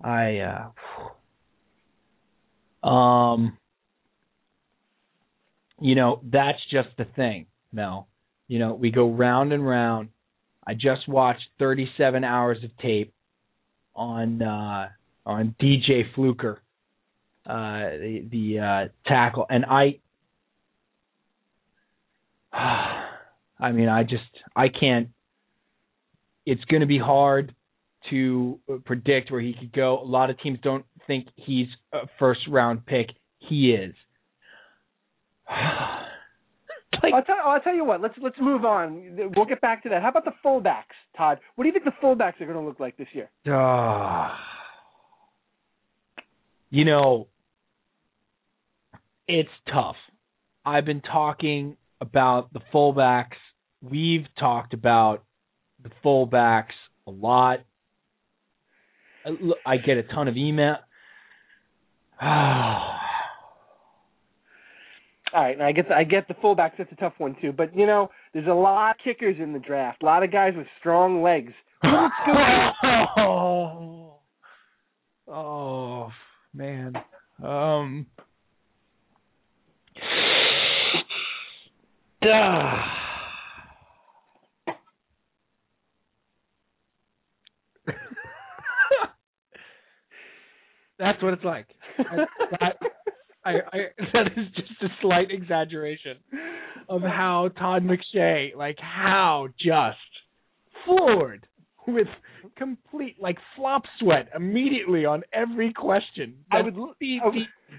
I uh phew. um you know, that's just the thing, Mel. You know, we go round and round. I just watched 37 hours of tape on uh on DJ Fluker, uh the the uh tackle and I I mean, I just I can't it's going to be hard to uh, predict where he could go. A lot of teams don't think he's a first round pick. He is. like, I'll tell I'll tell you what. Let's let's move on. We'll get back to that. How about the fullbacks, Todd? What do you think the fullbacks are going to look like this year? ah. you know, it's tough. I've been talking about the fullbacks. We've talked about the fullbacks a lot. I, look, I get a ton of email. Ah. All right, and I get the, I get the fullbacks. That's a tough one too. But you know, there's a lot of kickers in the draft. A lot of guys with strong legs. oh, oh man. Um. duh. That's what it's like. I, that, I, I, that is just a slight exaggeration of how Todd McShay, like how just floored with complete like flop sweat immediately on every question. I That would l- the, I would-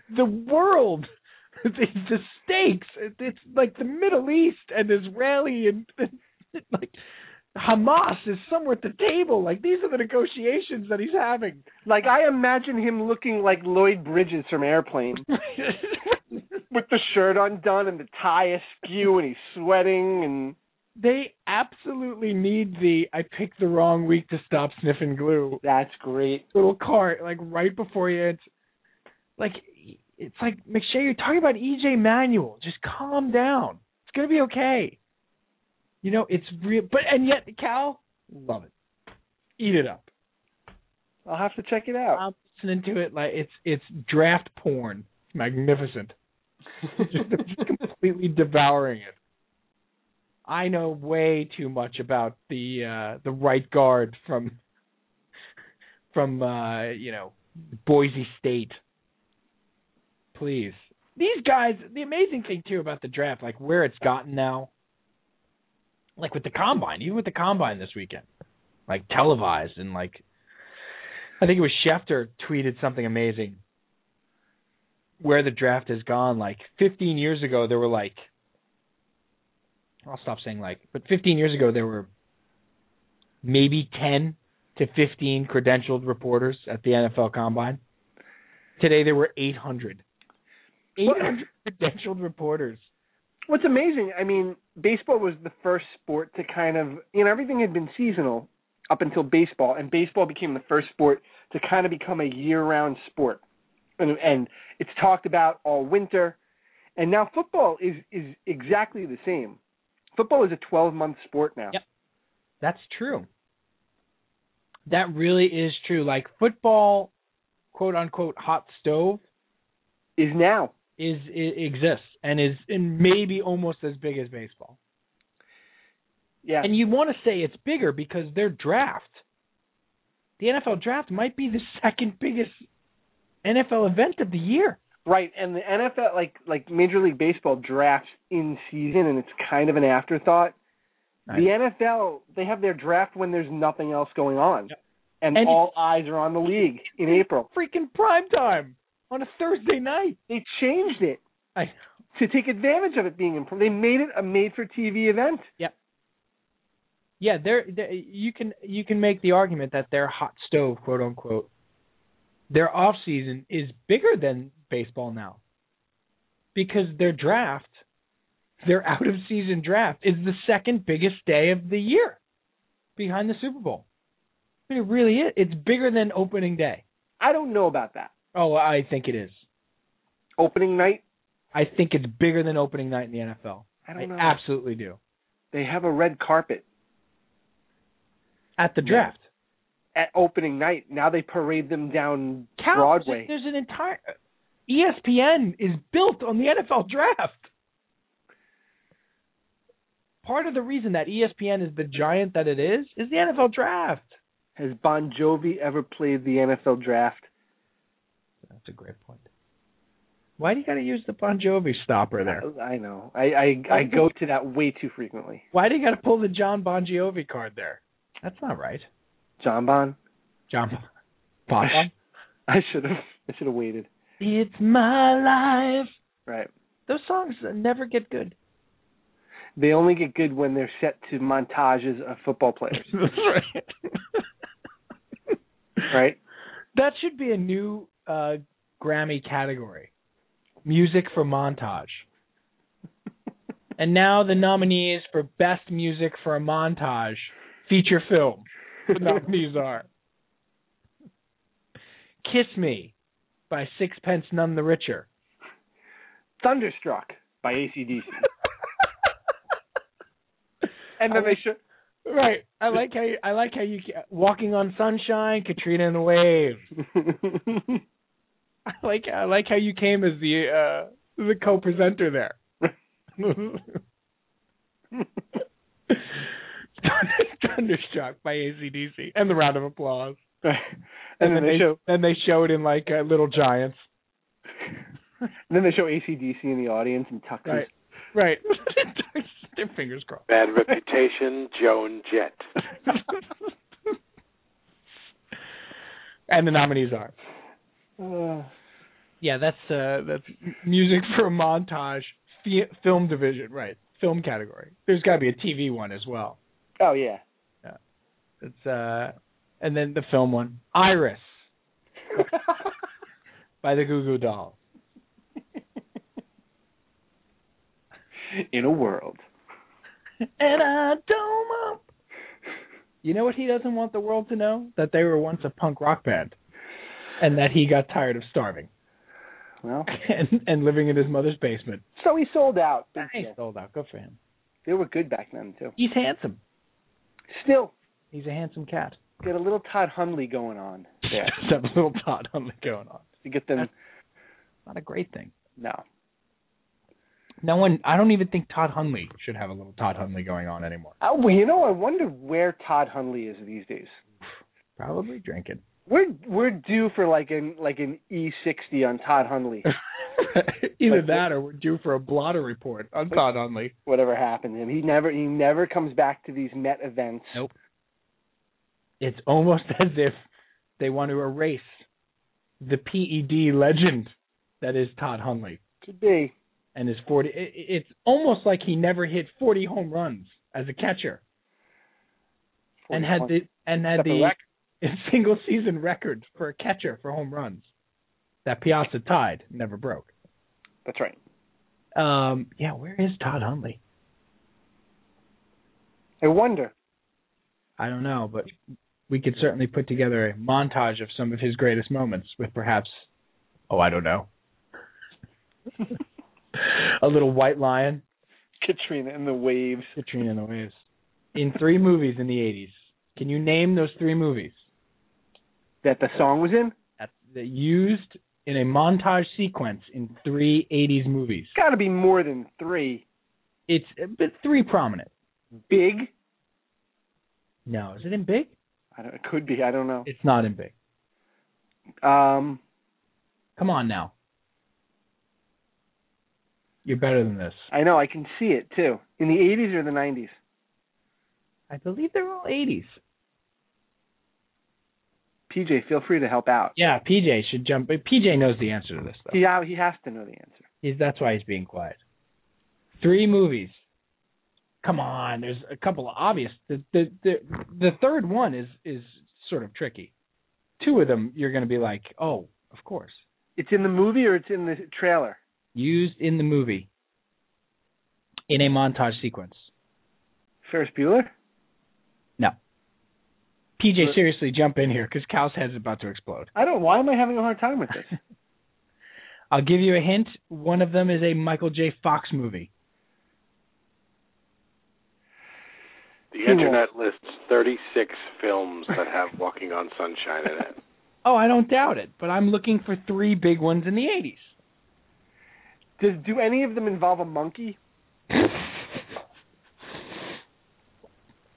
the the world, the, the stakes. It, it's like the Middle East and Israeli and like Hamas is somewhere at the table. Like these are the negotiations that he's having. Like I imagine him looking like Lloyd Bridges from Airplane, with the shirt undone and the tie askew, and he's sweating. And they absolutely need the I picked the wrong week to stop sniffing glue that's great. little cart like right before you it's like it's like McShay, you're talking about EJ Manuel. Just calm down. It's gonna be okay. You know, it's real but and yet Cal, love it. Eat it up. I'll have to check it out. I'm listening to it like it's it's draft porn. It's magnificent. just, just completely devouring it. I know way too much about the uh the right guard from from uh you know Boise State. Please. These guys the amazing thing too about the draft, like where it's gotten now. Like with the combine, even with the combine this weekend. Like televised and like I think it was Schefter tweeted something amazing where the draft has gone. Like 15 years ago, there were like, I'll stop saying like, but 15 years ago, there were maybe 10 to 15 credentialed reporters at the NFL Combine. Today, there were 800. 800 credentialed reporters. What's amazing, I mean, baseball was the first sport to kind of, you know, everything had been seasonal up until baseball, and baseball became the first sport to kind of become a year-round sport, and and it's talked about all winter, and now football is is exactly the same. Football is a 12-month sport now. Yep. That's true. That really is true. Like football, quote unquote, hot stove Is now. is it exists and is and maybe almost as big as baseball. Yeah. And you want to say it's bigger because their draft, the NFL draft, might be the second biggest NFL event of the year. Right, and the NFL, like like Major League Baseball, drafts in season, and it's kind of an afterthought. The NFL, they have their draft when there's nothing else going on, and, And- all eyes are on the league in April. Freaking prime time on a Thursday night. They changed it I to take advantage of it being in. They made it a made-for-TV event. yeah, they're, they you can you can make the argument that their hot stove, quote unquote, their off season is bigger than baseball now, because their draft, their out of season draft, is the second biggest day of the year, behind the Super Bowl. I mean, it really is. It's bigger than opening day. I don't know about that Oh, I think it is. opening night. I think it's bigger than opening night in the NFL. I don't know. absolutely do. They have a red carpet At the draft. at opening night. Now they parade them down Cal, Broadway. There's an entire E ESPN is built on the NFL draft. Part of the reason that E ESPN is the giant that it is is the NFL draft. Has Bon Jovi ever played the NFL draft? That's a great point. Why do you got to use the Bon Jovi stopper there? I know. I, I I go to that way too frequently. Why do you got to pull the John Bon Jovi card there? That's not right. John Bon. John Bon. Bon. I should have I should have waited. it's my life. Right. Those songs never get good. They only get good when they're set to montages of football players. right? That should be a new uh, Grammy category. Music for montage. and now the nominees for best music for a montage feature film. The nominees are Kiss Me by Sixpence None the Richer. Thunderstruck by ACDC. and then they should. Right. I like how you, I like how you Walking on Sunshine, Katrina and the Waves. I like I like how you came as the uh the co-presenter there. Thunderstruck by ACDC and the round of applause. and, And, then then they show. then they showed in like uh, Little Giants. And then they show ACDC in the audience and Tuck. Right. Right. Their fingers crossed. Bad reputation, Joan Jett. and the nominees are. Uh, Yeah, that's uh that's music for a montage fi- film division, right? Film category. There's got to be a TV one as well. oh yeah. It's uh and then the film one, Iris by the Goo Goo Dolls. in a world. And I don't up. You know what he doesn't want the world to know? That they were once a punk rock band and that he got tired of starving Well, and and living in his mother's basement. so he sold out. He sold out. Good for him. They were good back then too. He's handsome. Still, He's a handsome cat. get a little Todd Hundley going on. Yeah. Just have a little Todd Huntley going on. To get them. Not a great thing. No. No one. I don't even think Todd Hunley should have a little Todd Hunley going on anymore. Oh, well, you know, I wonder where Todd Hundley is these days. Probably drinking. We're we're due for like an like an E60 on Todd Hundley. Either Like, that, or we're due for a blotter report on Todd Hunley. Whatever happened to him, he never he never comes back to these Met events. Nope. It's almost as if they want to erase the PED legend that is Todd Hunley Could be. and his forty. It, it's almost like he never hit forty home runs as a catcher and had the and had Except the the record. single season record for a catcher for home runs that Piazza tied, never broke. That's right. Um, yeah, where is Todd Huntley? I wonder. I don't know, but we could certainly put together a montage of some of his greatest moments with perhaps, oh, I don't know, a little white lion, Katrina and the waves. Katrina and the Waves, in three movies in the 80s. Can you name those three movies That the song was in. that, that used in a montage sequence in three 80s movies? It's got to be more than three. It's but three prominent. Big. No, is it in Big? I don't. It could be. I don't know. It's not in Big. Um. Come on now. You're better than this. I know, I can see it too. In the 80s or the 90s? I believe they're all 80s. PJ, feel free to help out. Yeah, PJ should jump. But PJ knows the answer to this, though. He uh, he has to know the answer. He's, that's why he's being quiet. Three movies. Come on, there's a couple of obvious. The the the, the third one is is sort of tricky. Two of them you're going to be like, oh, of course, It's in the movie or it's in the trailer? used in the movie in a montage sequence. Ferris Bueller? PJ, seriously, jump in here because Cal's head's about to explode. I don't why am I having a hard time with this? I'll give you a hint. One of them is a Michael J. Fox movie. The Cool. internet lists 36 films that have Walking on Sunshine in it. Oh, I don't doubt it, but I'm looking for three big ones in the 80s. Does do any of them involve a monkey?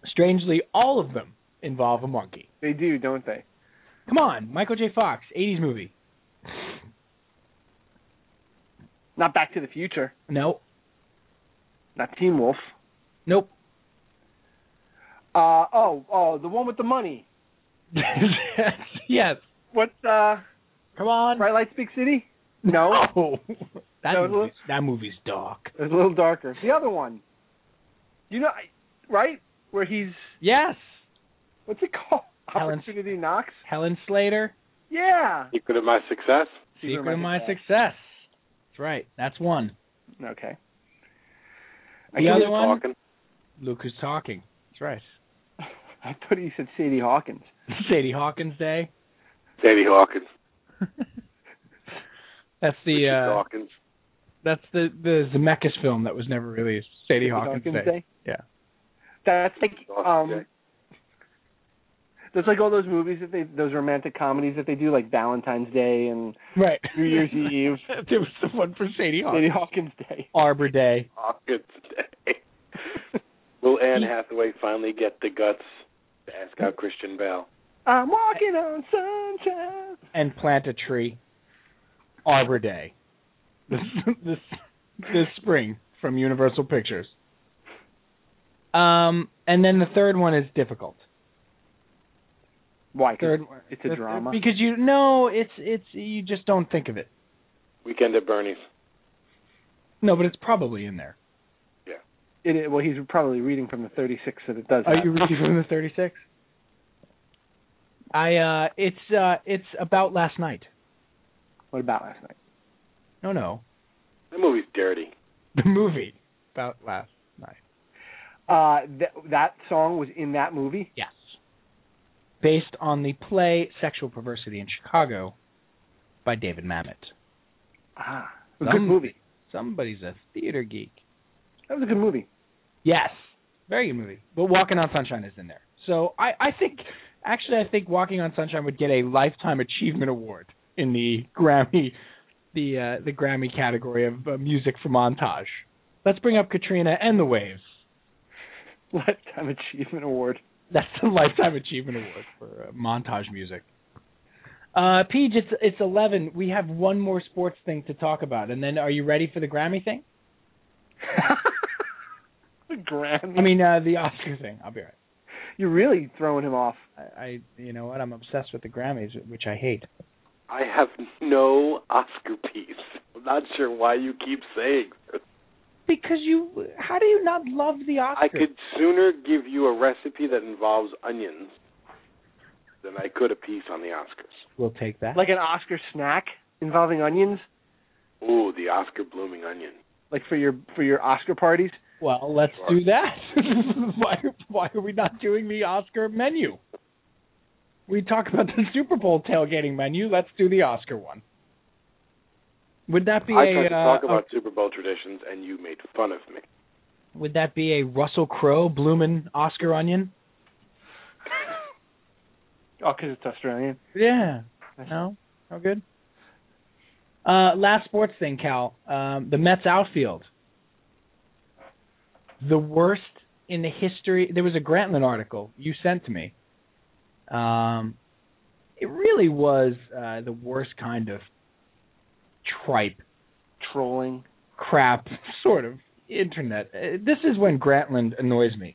Strangely, all of them involve a monkey. They do, don't they? Come on, Michael J. Fox, 80s movie. Not Back to the Future, No, not Teen Wolf. nope. Uh oh, oh, the one with the money. yes. What's uh Come on. Bright Lights Big City? No. No. That, No, it movie, looks- that movie's dark. It's a little darker. The other one. You know I- right? Where he's Yes. what's it called? Helen- Opportunity Knocks? Helen Slater, Yeah. Secret of My Success? Secret, of My Success. That's right. That's one. Okay. The other Keep one, Talking. Luke Who's Talking. That's right. I thought you said Sadie Hawkins. Sadie Hawkins Day. Sadie Hawkins. That's the Richard uh, Dawkins. that's the the Zemeckis film that was never released. Sadie Hawkins, Hawkins Day. Day? Yeah. That's like Hawkins Day. um. That's like all those movies that they, those romantic comedies that they do, like Valentine's Day and Right. New Year's Eve, there was the one for Sadie Hawkins. Sadie Hawkins Day. Arbor Day. Hawkins Day. Will Anne Hathaway finally get the guts to ask out Christian Bale? I'm walking on sunshine. and plant a tree. Arbor Day. This this this spring from Universal Pictures. Um and then the third one is difficult. Why? 'Cause Third it's a drama. Because you no, it's it's you just don't think of it. Weekend at Bernie's. No, but it's probably in there. It, it, well, he's probably reading from the 36 that it does. Are have. you reading from the 36? I uh it's uh it's about last night. What about last night? No, no. That movie's dirty. The movie about last. Uh, th- that song was in that movie. Yes. Based on the play Sexual Perversity in Chicago by David Mamet. Ah, a Some- good movie. Somebody's a theater geek. That was a good movie. Yes. Very good movie. But Walking on Sunshine is in there. So I, I think, actually, I think Walking on Sunshine would get a Lifetime Achievement Award in the Grammy, the uh, the Grammy category of uh, music for montage. Let's bring up Katrina and the Waves. Lifetime Achievement Award. That's the Lifetime Achievement Award for uh, montage music. Uh, Peach, it's it's eleven. We have one more sports thing to talk about, and then are you ready for the Grammy thing? the Grammy. I mean, uh, the Oscar thing. I'll be right. you're really throwing him off. I, I, you know what? I'm obsessed with the Grammys, which I hate. I have no Oscar piece. I'm not sure why you keep saying this. Because you, how do you not love the Oscars? I could sooner give you a recipe that involves onions than I could a piece on the Oscars. We'll take that. Like an Oscar snack involving onions, Ooh, the Oscar blooming onion. like for your for your Oscar parties. well, let's do that. why, why are we not doing the Oscar menu? We talk about the Super Bowl tailgating menu. Let's do the Oscar one. Would that be I a, tried to uh, talk a- about Super Bowl traditions, and you made fun of me. would that be a Russell Crowe bloomin' Oscar onion? Oh, 'cause it's Australian. Yeah. No. No good. Uh, last sports thing, Cal. Um, the Mets outfield. The worst in the history. There was a Grantland article you sent to me. Um, it really was uh, the worst kind of tripe Trolling. crap sort of internet. Uh, This is when Grantland annoys me.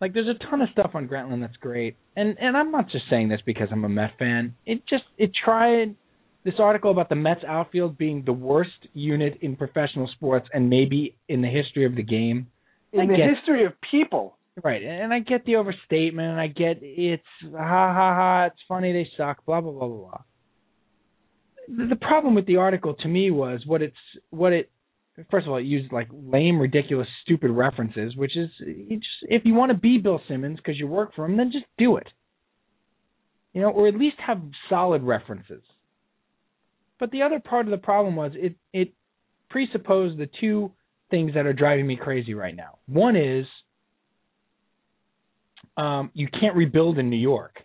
Like there's a ton of stuff on Grantland that's great, and and I'm not just saying this because I'm a Met fan. It just it tried this article about the Mets outfield being the worst unit in professional sports and maybe in the history of the game. In I the get- history of people, Right, and I get the overstatement, and I get it's ha ha ha, it's funny they suck, blah blah blah blah blah. The the problem with the article to me was what it's what it. First of all, it used like lame, ridiculous, stupid references, which is you just, if you want to be Bill Simmons because you work for him, then just do it. You know, or at least have solid references. But the other part of the problem was it it presupposed the two things that are driving me crazy right now. One is um, you can't rebuild in New York.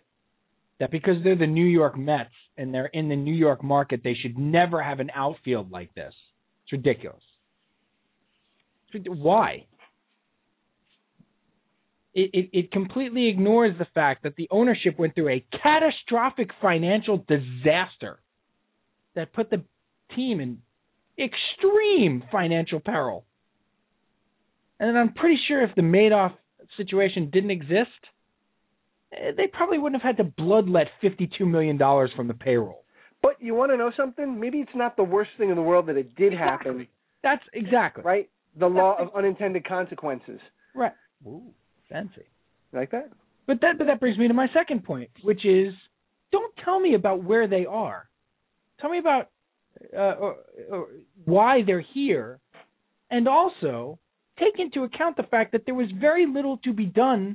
That because they're the New York Mets and they're in the New York market, they should never have an outfield like this. It's ridiculous. It's rid- Why? It, it, it completely ignores the fact that the ownership went through a catastrophic financial disaster that put the team in extreme financial peril. And I'm pretty sure if the Madoff situation didn't exist, eh, they probably wouldn't have had to bloodlet $52 million from the payroll. but you want to know something? Maybe it's not the worst thing in the world that it did happen, That's exactly right? The law of unintended consequences. Right. Ooh, fancy. You like that? But that but that brings me to my second point, which is don't tell me about where they are. Tell me about uh, or, or why they're here, and also take into account the fact that there was very little to be done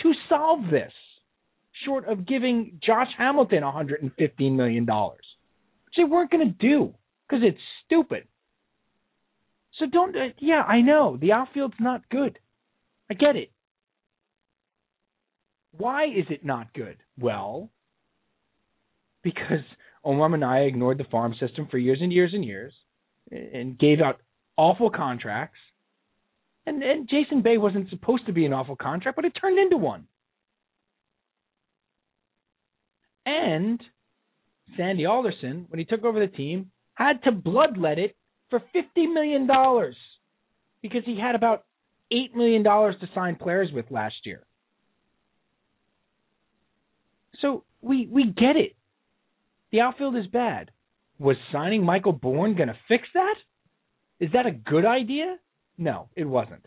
to solve this, short of giving Josh Hamilton 115 million dollars, which they weren't going to do because it's stupid. So don't. Uh, yeah, I know the outfield's not good. I get it. Why is it not good? Well, because Omar Minaya ignored the farm system for years and years and years, and gave out awful contracts. And and Jason Bay wasn't supposed to be an awful contract, but it turned into one. And Sandy Alderson, when he took over the team, had to bloodlet it for fifty million dollars because he had about eight million dollars to sign players with last year. So we we get it. The outfield is bad. Was signing Michael Bourne going to fix that? Is that a good idea? No, it wasn't.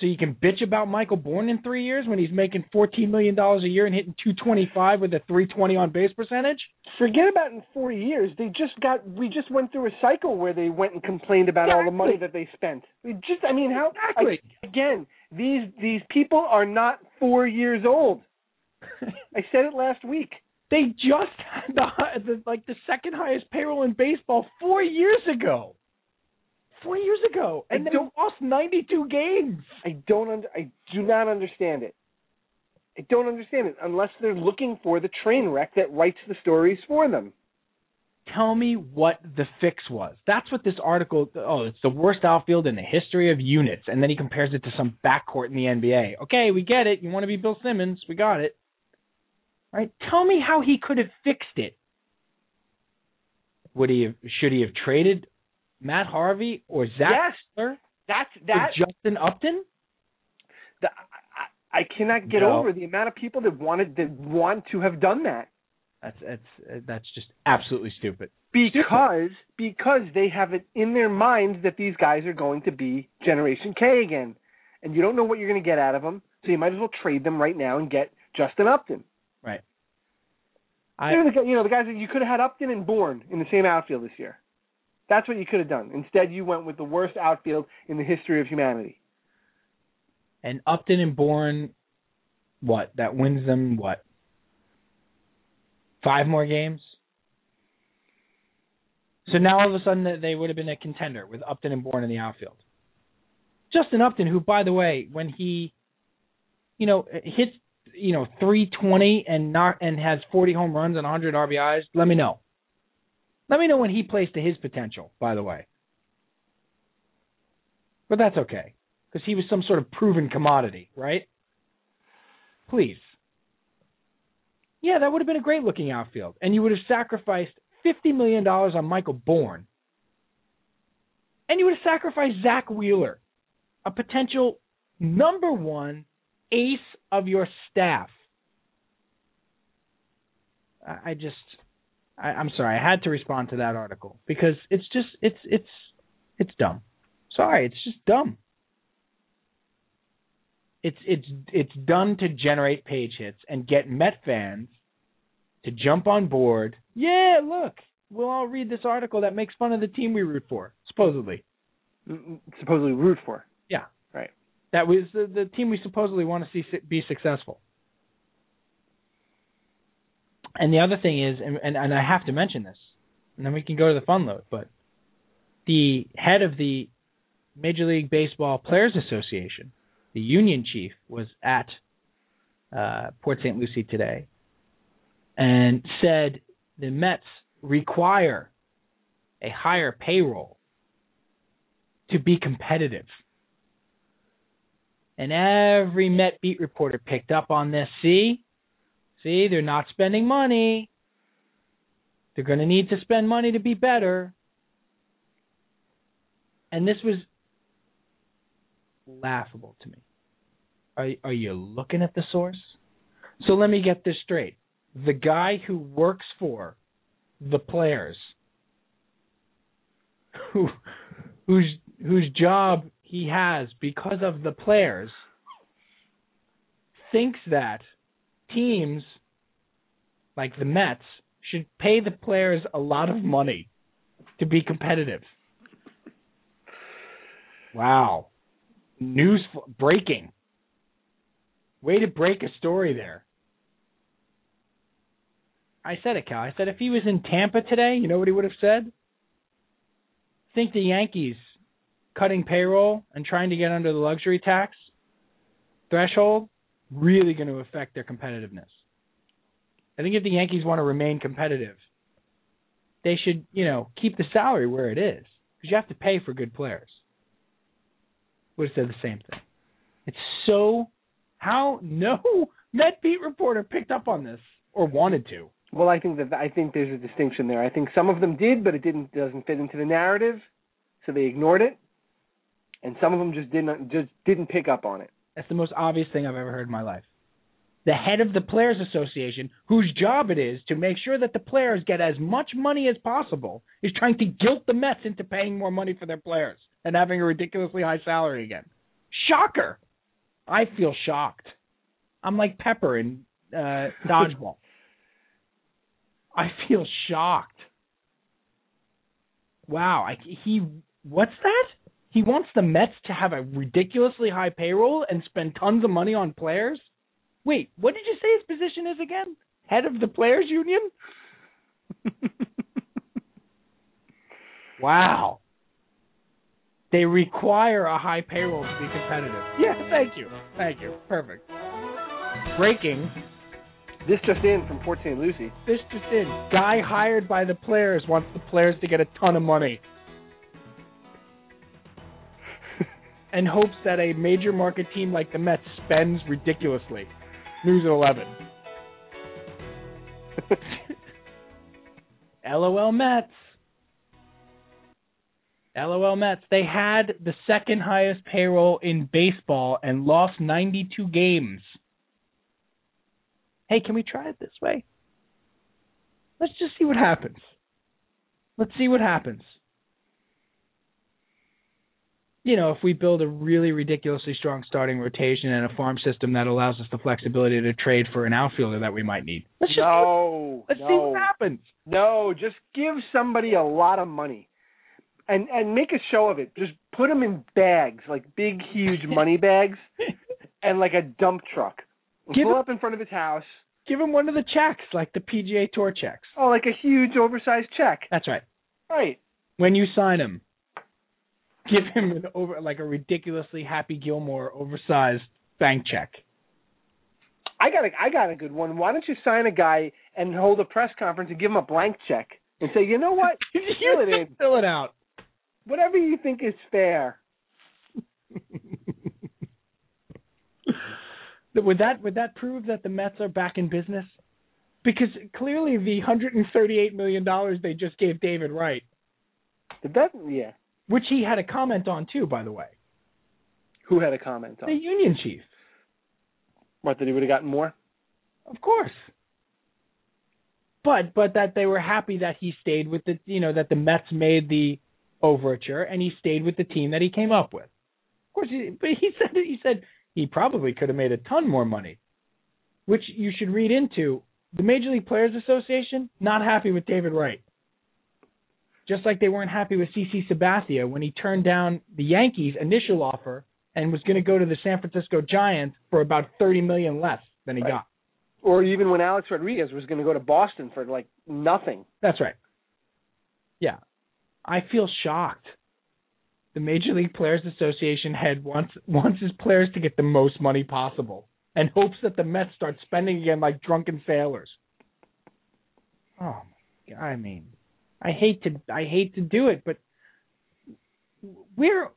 So you can bitch about Michael Bourne in three years when he's making fourteen million dollars a year and hitting two twenty five with a three twenty on base percentage. Forget about in four years. They just got. We just went through a cycle where they went and complained about all the money that they spent. We just. I mean, how? Exactly. I- again, these these people are not four years old. I said it last week. They just had the, hi- the like the second highest payroll in baseball four years ago. Four years ago, and I they lost ninety two games. I don't. Und- I do not understand it. I don't understand it unless they're looking for the train wreck that writes the stories for them. tell me what the fix was. That's what this article. Oh, it's the worst outfield in the history of units, and then he compares it to some backcourt in the NBA. Okay, we get it. You want to be Bill Simmons? We got it. Right? Tell me how he could have fixed it. Would he have? Should he have traded Matt Harvey or Zach Yes. Wheeler That's for that. Justin Upton? the, I, I I cannot get No. over the amount of people that wanted that want to have done that That's that's that's just absolutely stupid. because because they have it in their minds that these guys are going to be Generation K again, and you don't know what you're going to get out of them, so you might as well trade them right now and get Justin Upton. I They're the, gu- you know the guys that you could have had Upton and Bourne in the same outfield this year. That's what you could have done. Instead, you went with the worst outfield in the history of humanity. and Upton and Bourne, what that wins them what? Five more games. So now all of a sudden they- they would have been a contender with Upton and Bourne in the outfield. Justin Upton, who by the way, when he, you know, hits you know 320 and not and has 40 home runs and 100 RBIs, let me know. Let me know when he plays to his potential. By the way, but that's okay because he was some sort of proven commodity, right? Please. Yeah, that would have been a great looking outfield, and you would have sacrificed fifty million dollars on Michael Bourne, and you would have sacrificed Zach Wheeler, a potential number one ace of your staff. I, I just, I, I'm sorry, I had to respond to that article because it's just, it's, it's, it's dumb. Sorry, it's just dumb it's it's it's done to generate page hits and get Met fans to jump on board. Yeah, look, we'll all read this article that makes fun of the team we root for, supposedly. Supposedly root for. That was the, the team we supposedly want to see su- be successful. And the other thing is, and, and, and I have to mention this, and then we can go to the fun load, but the head of the Major League Baseball Players Association, the union chief, was at uh, Port St. Lucie today and said the Mets require a higher payroll to be competitive. And every Met beat reporter picked up on this. See? See, they're not spending money. They're going to need to spend money to be better. And this was laughable to me. Are are you looking at the source? So let me get this straight. The guy who works for the players who whose whose job he has because of the players thinks that teams like the Mets should pay the players a lot of money to be competitive. Wow. News f- breaking. Way to break a story there. I said it, Cal. I said if he was in Tampa today, you know what he would have said? Think the Yankees cutting payroll and trying to get under the luxury tax threshold really going to affect their competitiveness. I think if the Yankees want to remain competitive, they should, you know, keep the salary where it is because you have to pay for good players. Would have said the same thing. It's so how no Met Beat reporter picked up on this or wanted to. Well, I think that I think there's a distinction there. I think some of them did, but it didn't doesn't fit into the narrative, so they ignored it, and some of them just didn't just didn't pick up on it. That's the most obvious thing I've ever heard in my life. The head of the Players Association, whose job it is to make sure that the players get as much money as possible, is trying to guilt the Mets into paying more money for their players and having a ridiculously high salary again. Shocker! I feel shocked. I'm like Pepper in uh, Dodgeball. I feel shocked. Wow, I, he what's that? He wants the Mets to have a ridiculously high payroll and spend tons of money on players. Wait, what did you say his position is again? Head of the players union? wow. They require a high payroll to be competitive. Yeah, thank you. Thank you. Perfect. Breaking This just in from Port St. Lucie. this just in. Guy hired by the players wants the players to get a ton of money. and hopes that a major market team like the Mets spends ridiculously. News at 11. LOL Mets. LOL Mets. They had the second highest payroll in baseball and lost 92 games. Hey, can we try it this way? Let's just see what happens. Let's see what happens. You know, if we build a really ridiculously strong starting rotation and a farm system that allows us the flexibility to trade for an outfielder that we might need. Let's just see what- No, let's no, see what happens. no. Just give somebody a lot of money, and and make a show of it. Just put them in bags, like big, huge money bags, and like a dump truck. Give Pull it- up in front of his house. Give him one of the checks, like the PGA Tour checks. Oh, like a huge, oversized check. That's right. Right. When you sign him, give him an over like a ridiculously Happy Gilmore oversized bank check. I got a I got a good one. Why don't you sign a guy and hold a press conference and give him a blank check and say, you know what? Fill it You in. Fill it out. Whatever you think is fair. would that would that prove that the Mets are back in business? Because clearly the 138 million dollars they just gave David Wright, Did that? Yeah. which he had a comment on too, by the way, Who had a comment the on? union chief, What that he would have gotten more? of course. But but that they were happy that he stayed with the you know that the Mets made the overture and he stayed with the team that he came up with. Of course, he, but he said he said he probably could have made a ton more money, which you should read into the Major League Players Association not happy with David Wright. Just like they weren't happy with CC Sabathia when he turned down the Yankees' initial offer and was going to go to the San Francisco Giants for about 30 million less than he Right. got. Or even when Alex Rodriguez was going to go to Boston for like nothing. That's right. Yeah. I feel shocked. The Major League Players Association head wants wants his players to get the most money possible and hopes that the Mets start spending again like drunken sailors. Oh, my God, I mean, I hate to I hate to do it, but we're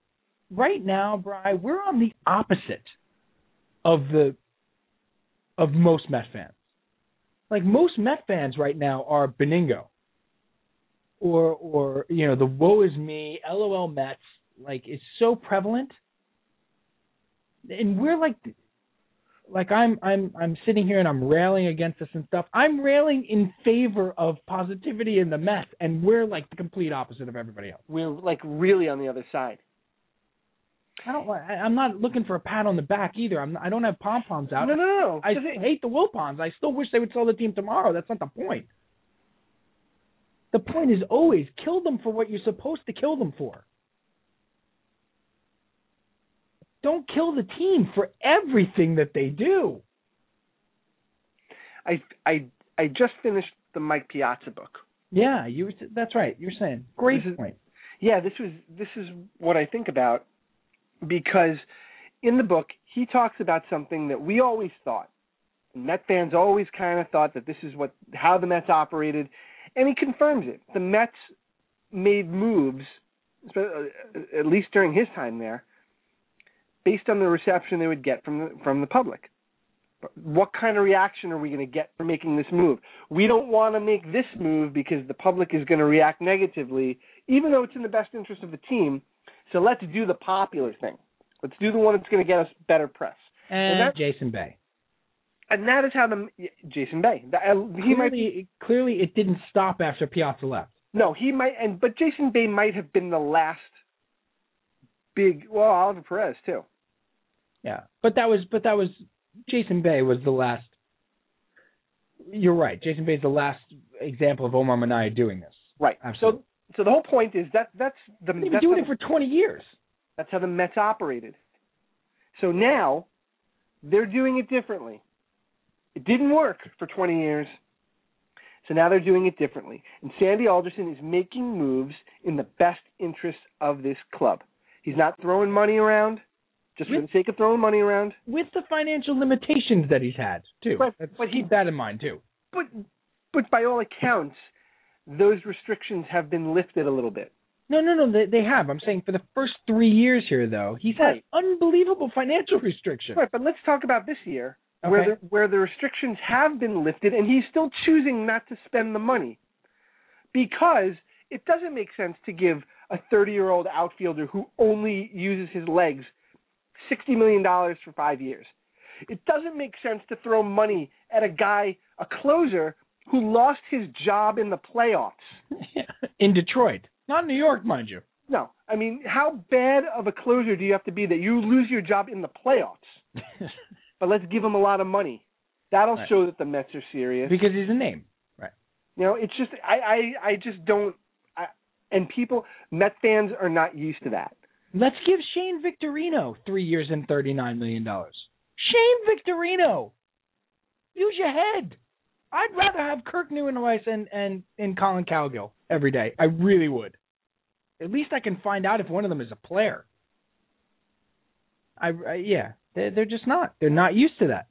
right now, Bry, we're on the opposite of the of most Met fans like most Met fans right now are Beningo, or or you know the "Woe is me," "LOL Mets" like is so prevalent, and we're like, like I'm I'm I'm sitting here and I'm railing against this and stuff. I'm railing in favor of positivity in the Mets, and we're like the complete opposite of everybody else. We're like really on the other side. I don't want- I, I'm not looking for a pat on the back either. I'm I don't have pom poms No, out. no, no. no. I 'Cause it- hate the Wilpons. I still wish they would sell the team tomorrow. That's not the point. The point is always kill them for what you're supposed to kill them for. don't kill the team for everything that they do. I I I just finished the Mike Piazza book. Yeah, you. were- That's right. You're saying great This is- point. Yeah, this was this is what I think about because in the book he talks about something that we always thought. Met fans always kind of thought that this is what how the Mets operated, and he confirms it. The Mets made moves, spe- uh, at least during his time there, based on the reception they would get from the, from the public. But What kind of reaction are we going to get for making this move? We don't want to make this move because the public is going to react negatively, even though it's in the best interest of the team. So let's do the popular thing. Let's do the one that's going to get us better press. And that- Jason Bay. And that is how the Jason Bay. That, he Clearly, might be clearly it didn't stop after Piazza left. No, he might, and but Jason Bay might have been the last big. Well, Oliver Perez too. Yeah, but that was but that was Jason Bay was the last. You're right. Jason Bay's the last example of Omar Minaya doing this. Right. Absolutely. So, so the whole point is that that's the He's been that's, doing how, it for 20 years. that's how the Mets operated. So now they're doing it differently. It didn't work for 20 years. So now they're doing it differently. And Sandy Alderson is making moves in the best interest of this club. He's not throwing money around just for the sake of throwing money around. with the financial limitations that he's had too. But- Let's but he- keep that in mind too. but but by all accounts, those restrictions have been lifted a little bit. No, no, no. They, they have. I'm saying for the first three years here, though, he's Right. had unbelievable financial restrictions. Right, but let's talk about this year Okay. where the, where the restrictions have been lifted and he's still choosing not to spend the money because it doesn't make sense to give a 30-year-old outfielder who only uses his legs 60 million dollars for 5 years. It doesn't make sense to throw money at a guy, a closer who lost his job in the playoffs. in Detroit, not New York, mind you. No, I mean, how bad of a closer do you have to be that you lose your job in the playoffs? But let's give him a lot of money. That'll Right. show that the Mets are serious. because he's a name. you know, it's just I I I just don't. I, and people, Met fans are not used to that. Let's give Shane Victorino three years and thirty nine million dollars. Shane Victorino, use your head. I'd rather have Kirk Neuwirth and and and Colin Cowgill every day. I really would. At least I can find out if one of them is a player. I, I yeah, they're, they're just not. They're not used to that.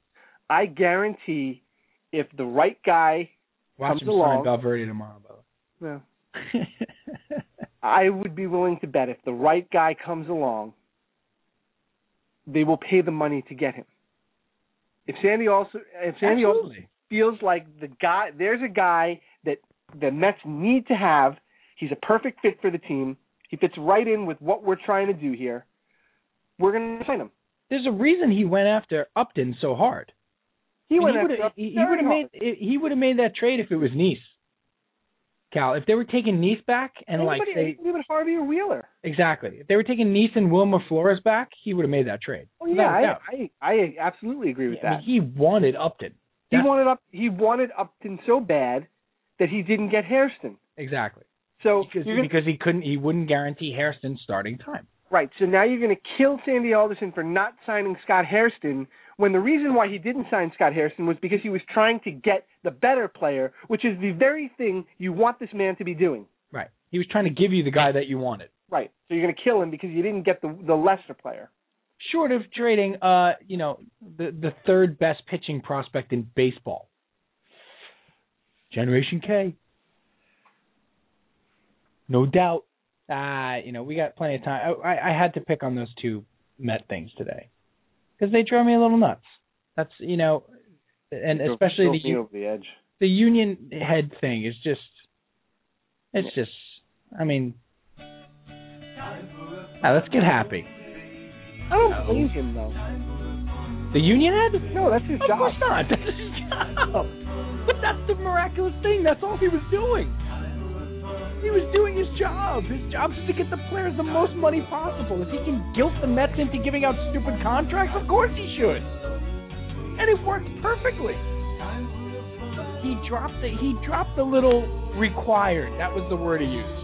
I guarantee, if the right guy, Watch Comes him sign along. Valverde tomorrow, by well, the way. I would be willing to bet if the right guy comes along, they will pay the money to get him. If Sandy also, if Sandy also Absolutely. feels like the guy there's a guy that the Mets need to have. He's a perfect fit for the team. He fits right in with what we're trying to do here. We're going to sign him. There's a reason he went after Upton so hard. He And went he after would've- us he- he very would've hard. made he would have made that trade if it was Nice. Cal, if they were taking Nice back and like Anybody- they even Harvey or Wheeler. exactly, if they were taking Nice and Wilma Flores back, he would have made that trade. Oh Without a yeah, doubt. I, I I absolutely agree with I mean, that. he wanted Upton. He that's- wanted up he wanted Upton so bad that he didn't get Hairston. Exactly. So Because, you're gonna, because he couldn't he wouldn't guarantee Hairston starting time. right, so now you're going to kill Sandy Alderson for not signing Scott Hairston when the reason why he didn't sign Scott Harrison was because he was trying to get the better player, which is the very thing you want this man to be doing. Right. He was trying to give you the guy that you wanted. Right. So you're going to kill him because you didn't get the the lesser player. Short of trading uh, you know, the the third best pitching prospect in baseball. Generation K. No doubt. Uh, you know, we got plenty of time. I, I, I had to pick on those two Met things today because they drove me a little nuts. That's you know, and Drove- especially drove the me u- over the edge. the union head thing is just, it's just. I mean, Ah, let's get happy. I don't blame him though. The union head? No, that's his Of job. course not. That's his job. But that's the miraculous thing. That's all he was doing. He was doing his job. His job is to get the players the most money possible. If he can guilt the Mets into giving out stupid contracts, of course he should. And it worked perfectly. He dropped the he dropped the little required. That was the word he used.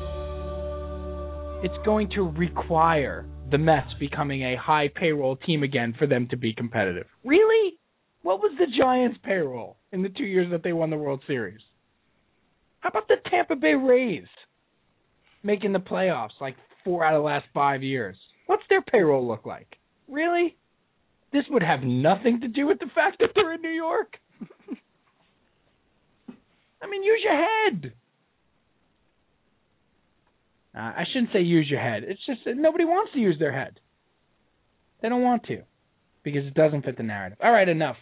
It's going to require the Mets becoming a high payroll team again for them to be competitive. Really? What was the Giants' payroll in the two years that they won the World Series? How about the Tampa Bay Rays making the playoffs like four out of the last five years? What's their payroll look like? Really? This would have nothing to do with the fact that they're in New York. I mean, use your head. Uh, I shouldn't say use your head. It's just that nobody wants to use their head. They don't want to because it doesn't fit the narrative. All right, enough.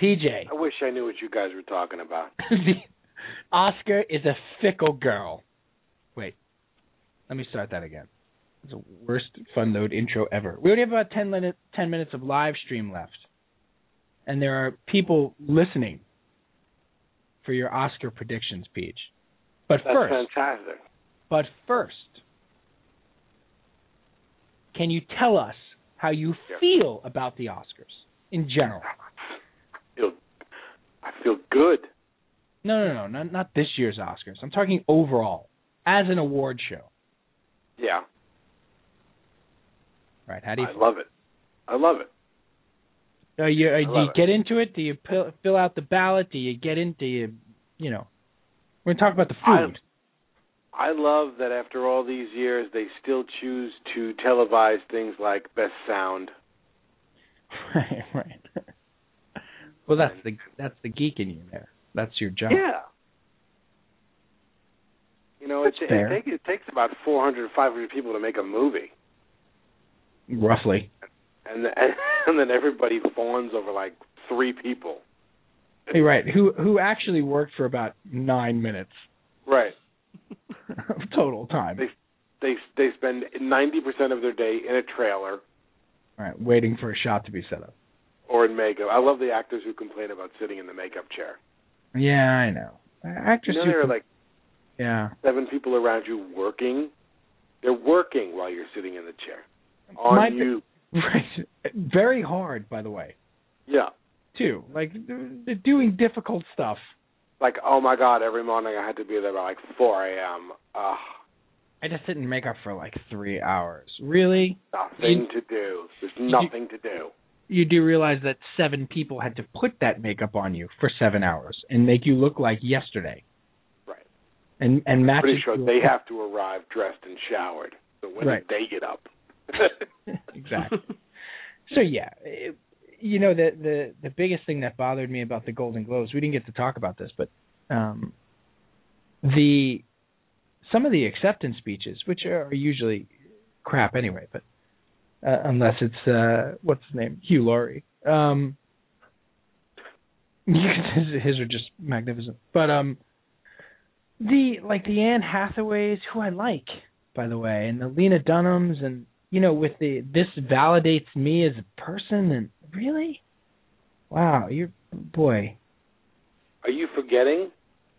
PJ. I wish I knew what you guys were talking about. the Oscar is a fickle girl. Wait, let me start that again. It's the worst fun load intro ever. We only have about 10, minute, 10 minutes of live stream left, and there are people listening for your Oscar predictions, Peach. But That's first, fantastic. but first, can you tell us how you Yes. feel about the Oscars in general? I feel good. No, no, no, not not this year's Oscars. I'm talking overall as an award show. Yeah, Right? How do you? I love it. I love it. Uh, you, uh, I do love you it. get into it? Do you fill, fill out the ballot? Do you get in? Do you, you know? We're gonna talk about the I- food. I love that after all these years, they still choose to televise things like Best Sound. right, right. well, that's the that's the geek in you there. That's your job. Yeah. You know, it, That's it, fair. take, it takes about 400, 500 people to make a movie, Roughly. and and, and then everybody fawns over like three people. You're right. Who who actually worked for about nine minutes Right. of total time. They they spend ninety percent of their day in a trailer Right, waiting for a shot to be set up. or in makeup. I love the actors who complain about sitting in the makeup chair. Yeah, I know. Actors you know, who there are can- like yeah. seven people around you working. They're working while you're sitting in the chair on My- you. Right. Very hard, by the way, Yeah. too. Like they're they're doing difficult stuff. Like, oh my God, every morning I had to be there by like 4 a.m. Ugh, I just didn't make up for like three hours. Really? nothing to do. There's nothing to do. You do realize that seven people had to put that makeup on you for seven hours and make you look like yesterday. Right. And and match Pretty it sure to- they have to arrive dressed and showered. So when did Right. they get up? exactly. so yeah, it- you know the the the biggest thing that bothered me about the Golden Globes, we didn't get to talk about this, but um, the some of the acceptance speeches, which are usually crap anyway, but uh, unless it's uh, what's his name, Hugh Laurie, um, his, his are just magnificent. But um, the like the Anne Hathaways, who I like, by the way, and the Lena Dunhams, and you know, with the this validates me as a person, and really, wow, you're boy, Are you forgetting?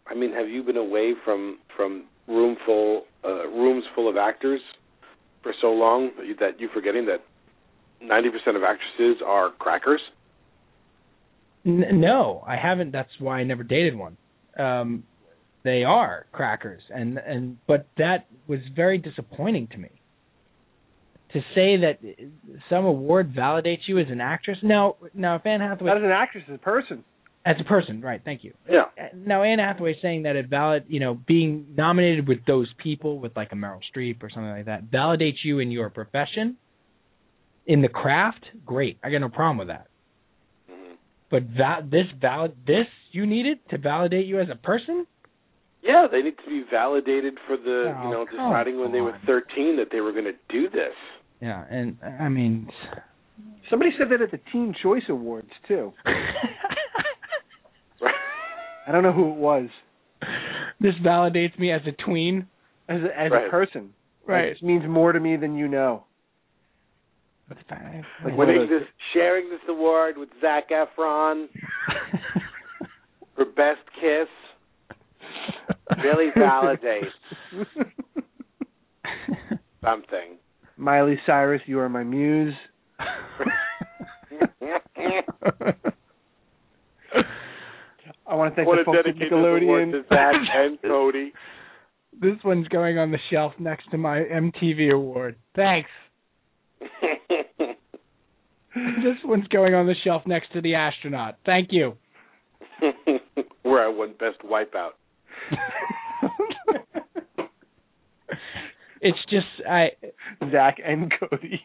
I mean, have you been away from from room full uh, rooms full of actors for so long that, you, that you're forgetting that 90% of actresses are crackers? N- no, I haven't. That's why I never dated one. Um, they are crackers, and and but that was very disappointing to me. To say that some award validates you as an actress. Now, now, if Anne Hathaway Not as an actress, as a person. as a person, right? Thank you. Yeah. now Anne Hathaway saying that it valid, you know, being nominated with those people, with like a Meryl Streep or something like that, validates you in your profession, in the craft. Great, I got no problem with that. Mm-hmm. Mhm. But that this valid this you needed to validate you as a person. Yeah, they need to be validated for the Oh, you know come deciding when they were on. 13 that they were going to do this. Yeah, and I mean, Somebody said that at the Teen Choice Awards too. I don't know who it was. this validates me as a tween. As a, as Right. a person, Right. It just means more to me than you know. That's fine. Like, When what they is just sharing this award with Zach Efron for best kiss really validates something. Miley Cyrus, you are my muse. I want to thank what the a folks at dedicated award Nickelodeon. to Zach and Cody. this one's going on the shelf next to my MTV award. Thanks. this one's going on the shelf next to the astronaut. Thank you. Where I won best wipeout. it's just I Zach and Cody.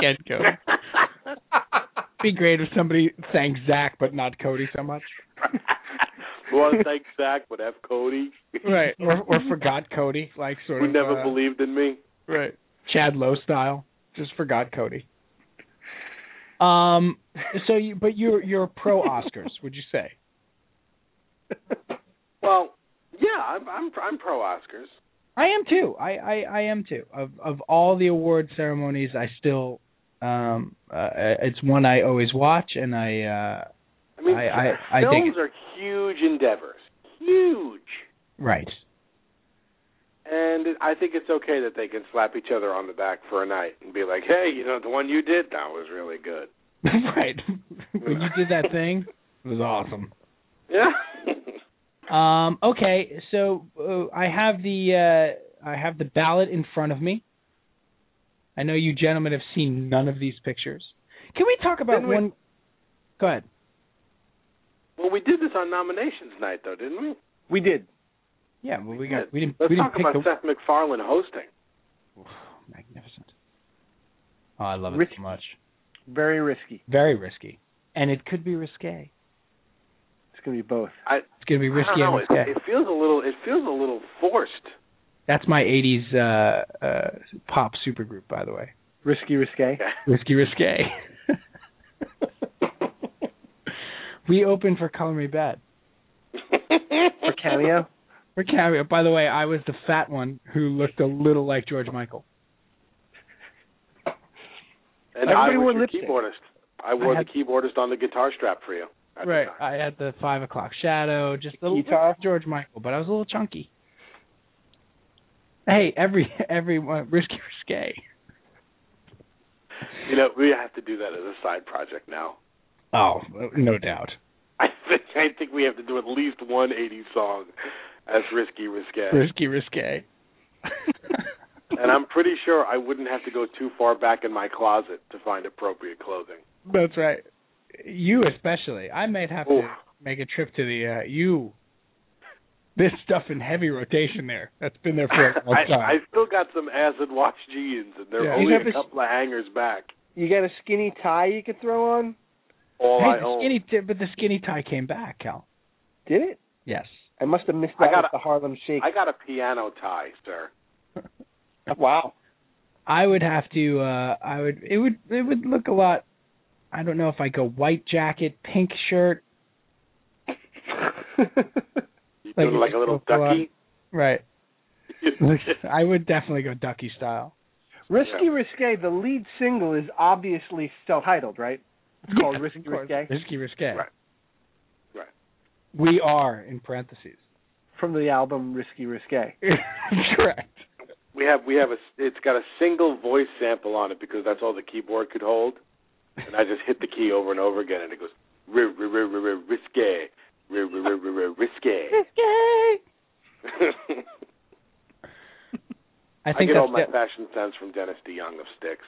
can't go. Be great if somebody thanked Zach but not Cody so much. Want to thank Zach, but F Cody, Right. Or or forgot Cody, like sort who of never uh, believed in me. Right. Chad Lowe style. Just forgot Cody. Um so you but you're you're pro Oscars, would you say? Well, yeah, I'm I'm I'm pro Oscars. I am too. I, I, I am too. Of of all the award ceremonies, I still um uh, it's one I always watch, and I uh I mean, I- I- I films dig are huge endeavors, huge, right. and I think it's okay that they can slap each other on the back for a night and be like, "Hey, you know, the one you did that was really good." right. when you did that thing, it was awesome. Yeah. Um okay, so uh, I have the uh I have the ballot in front of me. I know you gentlemen have seen none of these pictures. Can we talk about Didn't we- one Go ahead. well, we did this on nominations night, though, didn't we? We did. Yeah, well we got we didn't Let's we didn't talk pick about the Seth MacFarlane hosting. magnificent. Oh, I love it Rich- so much. Very risky. Very risky. And it could be risque. It's gonna be both. It's going to be I risky don't know. and risque. It, it feels a little. It feels a little forced. That's my 80s uh, uh, pop supergroup, by the way. Risky, risque. Risky risque. we opened for Color Me Bad. For cameo. For cameo. By the way, I was the fat one who looked a little like George Michael. And Everybody I wore was your lipstick. keyboardist. I wore had- the keyboardist on the guitar strap for you. at the Right. time. I had the five o'clock shadow, just a little Guitar. George Michael, but I was a little chunky. Hey, every everyone risky risque. You know, we have to do that as a side project now. Oh, no doubt. I think I think we have to do at least one eighty song as risky risque. Risky risque. And I'm pretty sure I wouldn't have to go too far back in my closet to find appropriate clothing. That's right. You especially. I might have Oof. to make a trip to the uh you. This stuff in heavy rotation there. That's been there for a long I, I time. still got some acid wash jeans, and they're Yeah. only You have a this- couple of hangers back. You got a skinny tie you could throw on? All hey, I the own. skinny t- but the skinny tie came back, Cal. Did it? Yes. I must have missed I that got with a- the Harlem Shake. I got a piano tie, sir. Wow. I would have to uh I would it would it would look a lot I don't know if I go white jacket, pink shirt. You Like doing you like just a little go for a- ducky? Right. I would definitely go ducky style. Risky Risque, the lead single is obviously self titled, right? It's called Yes, Risky of course. Risque Risky risque. Right. Right. We are in parentheses. from the album Risky Risque. Correct. we have we have a. It's got a single voice sample on it because that's all the keyboard could hold, and I just hit the key over and over again, and it goes "Ri- ri- ri- ri- ri- risque, Ri- ri- ri- ri- ri- risque. I I, think get that's all my it. fashion sense from Dennis DeYoung of Sticks.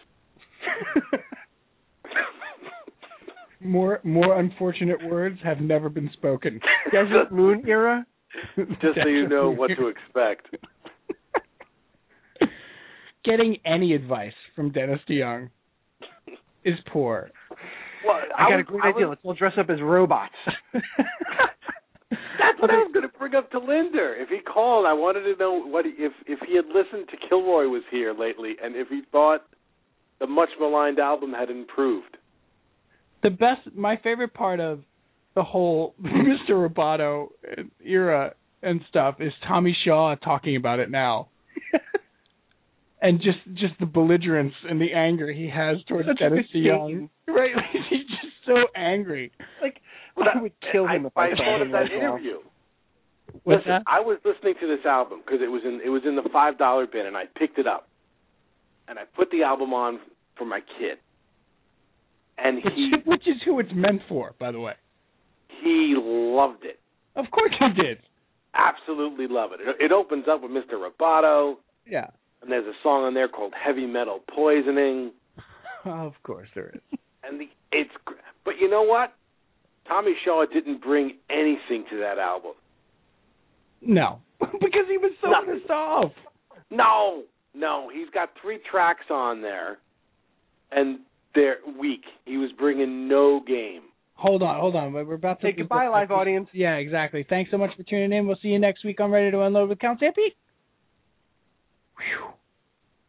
more more unfortunate words have never been spoken. Desert Moon era? Just so you know what to expect. Getting any advice from Dennis DeYoung is poor. Well, I got a was- great I idea. was- Let's all dress up as robots. that's what I was going to bring up to Linder. If he called, I wanted to know what he- if if he had listened to Kilroy was here lately, and if he thought the much maligned album had improved. The best, my favorite part of the whole Mr. Roboto era and stuff is Tommy Shaw talking about it now. And just just the belligerence and the anger he has towards Such a Dennis good DeYoung. Right, he's just so angry. Like, Well, I would kill him I, if I, I saw thought him of that right now. interview. What's Listen, that? I was listening to this album because it was in it was in the five dollar bin, and I picked it up, and I put the album on for my kid, and Which, he which is who it's meant for, by the way. he loved it, Of course he did. absolutely loved it. It, it opens up with Mr. Roboto. Yeah. and there's a song on there called Heavy Metal Poisoning. of course there is. and the it's gr- but you know what tommy shaw didn't bring anything to that album No, because he was so No. pissed off. no no he's got three tracks on there and they're weak he was bringing no game Hold on, hold on. We're we're about to Say goodbye, live audience. Yeah, exactly. Thanks so much for tuning in. We'll see you next week on Ready to Unload with Count Stampede. Whew.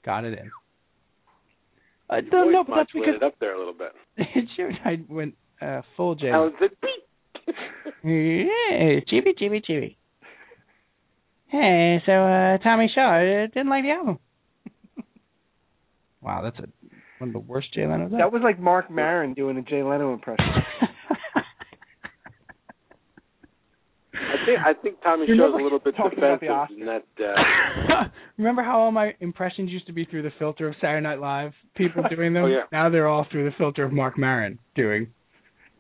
Got it in. Uh, Your no, voice no, but might that's lit because it up there a little bit it shoot, I went uh, full J. Alan said, "Beep." Yeah, chibi, chibi, chibi. Hey, so uh, Tommy Shaw uh, didn't like the album. wow, that's a, one of the worst Jay Leno. That was like Mark Maron doing a Jay Leno impression. i think i think tommy You're shaw's never a little bit talking about the defensive in that uh Remember how all my impressions used to be through the filter of Saturday Night Live people doing them? Oh, yeah. Now they're all through the filter of Mark Maron doing.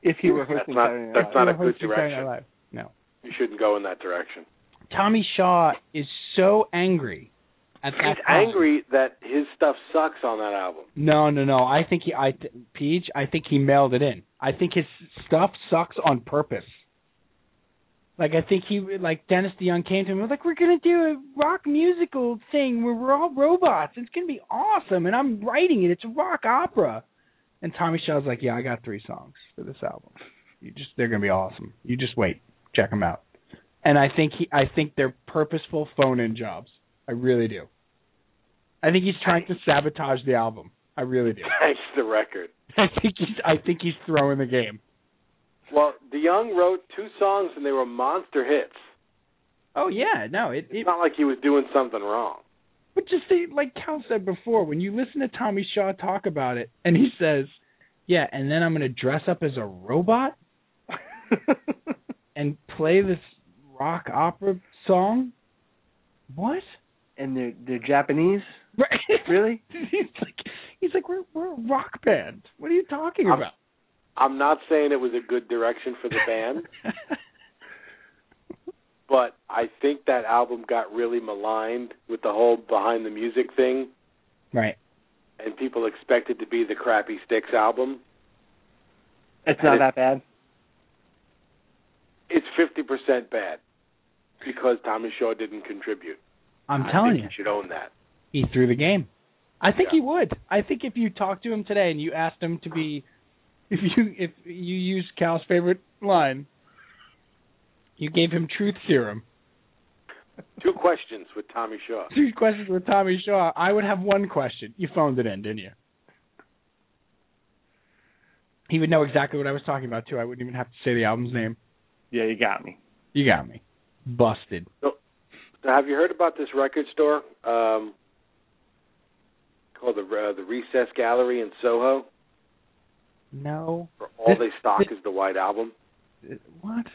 If he were that's hosting not Saturday Night that's Live. not a They're good hosting Saturday Night direction Live. you shouldn't go in that direction Tommy Shaw is so angry at that. he's time. angry that his stuff sucks on that album No, no, no. I think he, I, th- Peach. I think he mailed it in. I think his stuff sucks on purpose. Like I think he, like Dennis DeYoung came to him and was like, "We're gonna do a rock musical thing where we're all robots. It's gonna be awesome, and I'm writing it. It's a rock opera." And Tommy Shaw's like, "Yeah, I got three songs for this album. You just, they're gonna be awesome. You just wait, check them out." And I think he, I think they're purposeful phone-in jobs. I really do. I think he's trying to sabotage the album. I really do. thanks the record I think he's I think he's throwing the game. well DeYoung wrote two songs and they were monster hits Oh yeah, no, it, it's not like he was doing something wrong But just see, like Cal said before, when you listen to Tommy Shaw talk about it, and he says, "Yeah, and then I'm going to dress up as a robot and play this rock opera song." What? and they're they're Japanese. Right? Really? he's like, he's like, we're we're a rock band. What are you talking I'm- about? I'm not saying it was a good direction for the band, but I think that album got really maligned with the whole behind the music thing, right. and people expect it to be the crappy sticks album. It's not that bad. It's fifty percent bad because Tommy Shaw didn't contribute. I'm I telling think you. you should own that. he threw the game. I think Yeah. he would. I think if you talked to him today and you asked him to be, if you if you used Cal's favorite line, you gave him truth serum. Two questions with Tommy Shaw. Two questions with Tommy Shaw. I would have one question. You phoned it in, didn't you? He would know exactly what I was talking about too. I wouldn't even have to say the album's name. Yeah, you got me. You got me. Busted. Now, have you heard about this record store um, called the uh, the Recess Gallery in Soho? No. Where all This- they stock this- is the White Album. Uh, What?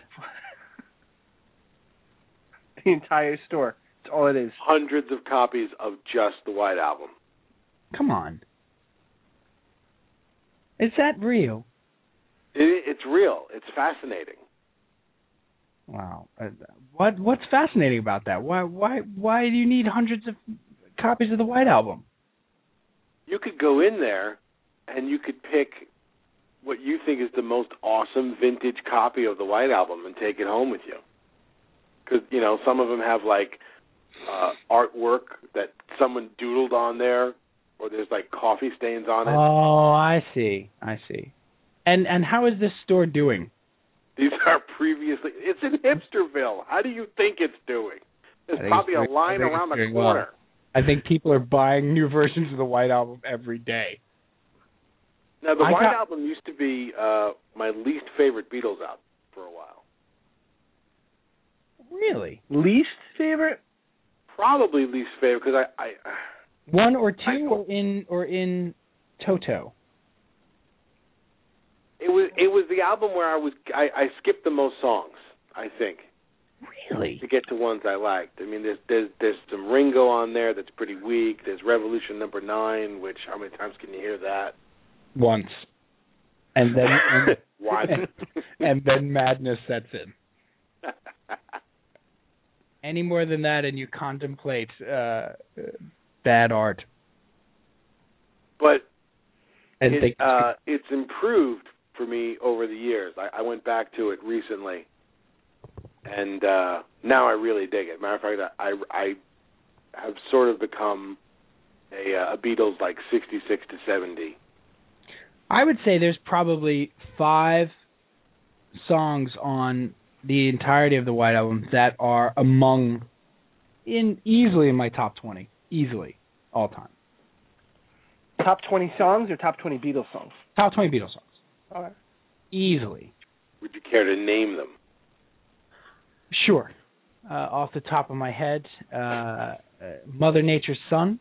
The entire store. It's all it is. hundreds of copies of just the White Album. Come on. Is that real? It, it's real. It's fascinating. Wow. Uh, What what's fascinating about that? Why why why do you need hundreds of copies of the White Album? You could go in there and you could pick what you think is the most awesome vintage copy of the White Album and take it home with you. Because you know some of them have like uh, artwork that someone doodled on there, or there's like coffee stains on it. Oh, I see. I see. And and how is this store doing? These are previously. It's in Hipsterville. How do you think it's doing? There's I think probably it's a doing- I line think it's around the doing well. corner. I think people are buying new versions of the White Album every day. Now the I White got- Album used to be uh my least favorite Beatles album for a while. Really? Least favorite? Probably least favorite because I, I One or I- two or in or in Toto. it was it was the album where I was I, I skipped the most songs I think Really? to get to ones I liked. I mean there's there's there's some Ringo on there that's pretty weak. There's Revolution Number Nine, which how many times can you hear that? Once. And then and, Why? and then madness sets in. Any more than that and you contemplate uh bad art. But And it, they, uh, it's improved for me over the years. I, I went back to it recently, and uh, now I really dig it. Matter of fact, I I have sort of become a, uh, a Beatles like sixty six to seventy. I would say there's probably five songs on the entirety of the White Album that are among in easily in my top twenty, easily all time. Top 20 songs or top 20 Beatles songs? Top twenty Beatles songs, All right. easily. Would you care to name them? Sure. Uh, off the top of my head, uh, uh, Mother Nature's Son.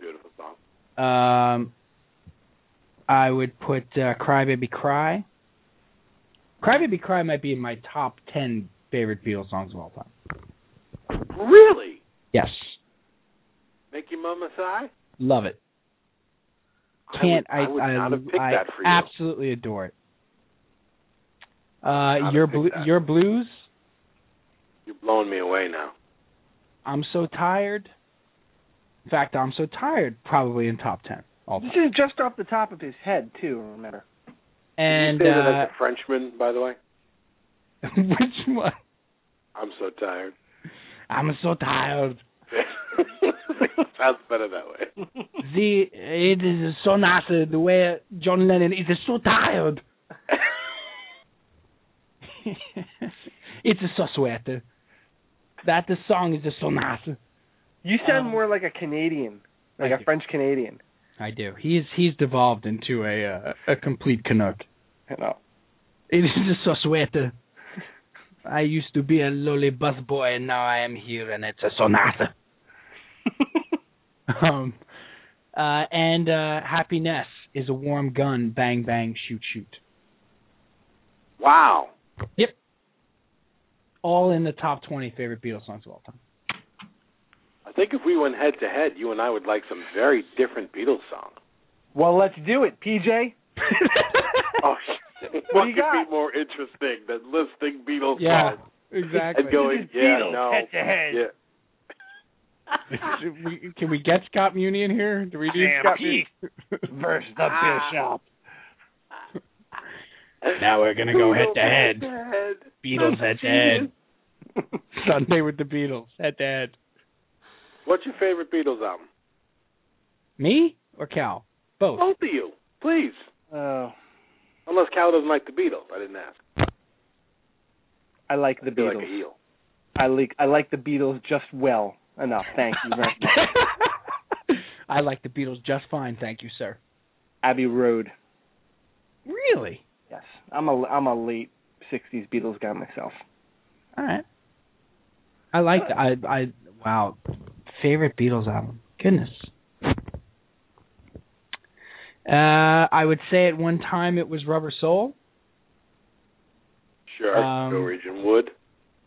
Beautiful song. Um, I would put uh, Cry Baby Cry. Cry Baby Cry might be in my top ten favorite Beatles songs of all time. Really? Yes, Make your mama sigh? love it. Can't I? I would, I would not have picked I that for you. absolutely adore it. Uh, have your picked blu- that. your blues. You're blowing me away now. I'm so tired. In fact, I'm so tired. Probably in top ten all This time. is just off the top of his head, too, remember. And Did you say that uh, as a Frenchman, by the way? which one? I'm so tired. I'm so tired. Sounds better that way. The it is so nice uh, the way John Lennon is so tired. it's so sweat. That the song is so nice. You sound Um, more like a Canadian, like thank a you. French Canadian. I do. He's he's devolved into a uh, a complete Canuck. You know. It is so sweat. I used to be a lowly busboy, and now I am here, and it's a sonata. um, uh, and uh, happiness is a warm gun. Bang bang, shoot shoot. Wow. All in the top twenty favorite Beatles songs of all time. I think if we went head to head, you and I would like some very different Beatles songs. Well, let's do it, PJ. Oh, What what do you could got? be more interesting than listing Beatles Yeah, songs exactly. and going, yeah, no, head. yeah. Should we- Can we get Scott Muni in here? Do we do Sam Scott Peak. Muni? versus the bishop. now we're gonna go head to head. Beatles head to head. Sunday with the Beatles head to head. What's your favorite Beatles album? Me or Cal? Both. Both of you, please. Oh, Unless Cal doesn't like the Beatles, I didn't ask. I like the I feel like Beatles. a heel. I like I like the Beatles just well enough. Thank you very much. I like the Beatles just fine, thank you, sir. Abbey Road. Really? Yes, I'm a I'm a late '60s Beatles guy myself. All right. I like the, I I wow. Favorite Beatles album. Goodness. Uh I would say at one time it was Rubber Soul. Sure. Um, Norwegian Wood.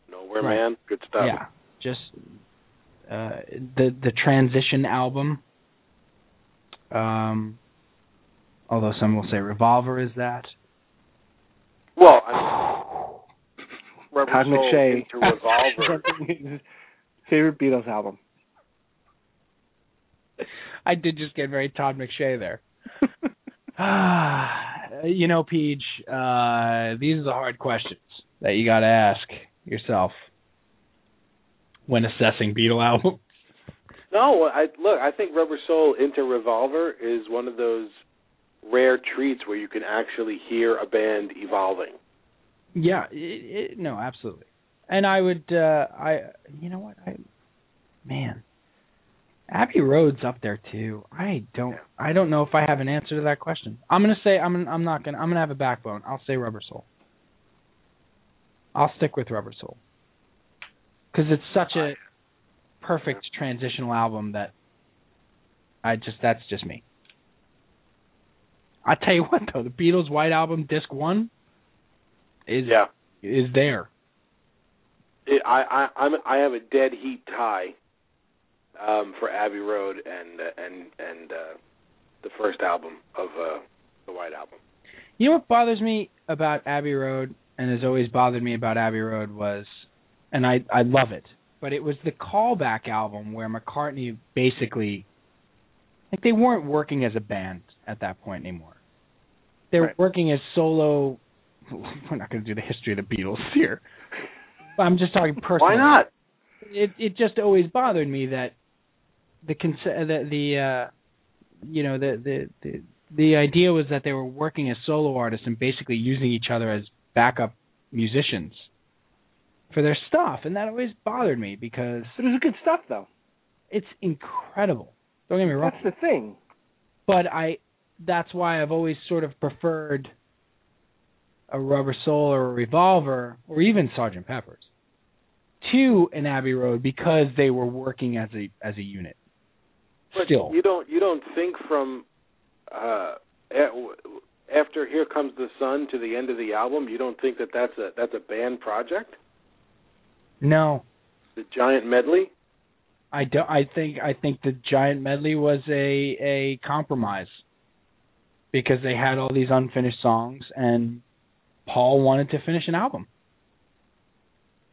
Nowhere Right. Man. Good stuff. Yeah. Just uh the the transition album. Um although some will say Revolver is that. Well, Uh, I mean, Rubber Todd Soul McShay. into Revolver. Favorite Beatles album. I did just get very Todd McShay there. Ah, you know, Peach, uh, these are the hard questions that you got to ask yourself when assessing Beatle albums. no, I look. I think Rubber Soul into Revolver is one of those rare treats where you can actually hear a band evolving. Yeah, it, it, no, absolutely. And I would, uh, I, you know what, I, man, Abbey Road's up there too. I don't, I don't know if I have an answer to that question. I'm gonna say I'm, I'm not gonna, I'm gonna have a backbone. I'll say Rubber Soul. I'll stick with Rubber Soul because it's such a perfect transitional album that I just, that's just me. I tell you what though, the Beatles' White Album Disc One is Yeah. is there. It, I I I'm, I have a dead heat tie um, for Abbey Road and uh, and and uh, the first album of uh, the White Album. You know what bothers me about Abbey Road and has always bothered me about Abbey Road was and I I love it. but it was the callback album where McCartney basically like they weren't working as a band at that point anymore. They were Right. working as solo we're not going to do the history of the Beatles here. But I'm just talking Why personally. not? It it just always bothered me that the conce- the the uh you know the the the the idea was that they were working as solo artists and basically using each other as backup musicians for their stuff and that always bothered me because But it was good stuff though. it's incredible. Don't get me wrong, That's the thing. but I that's why I've always sort of preferred a Rubber Soul or a Revolver or even Sergeant Pepper's to an Abbey Road because they were working as a as a unit. But Still, you don't you don't think from uh, a- w- after Here Comes the Sun to the end of the album, you don't think that that's a that's a band project, no, the giant medley. I don't. I think I think the Giant Medley was a a compromise because they had all these unfinished songs and Paul wanted to finish an album,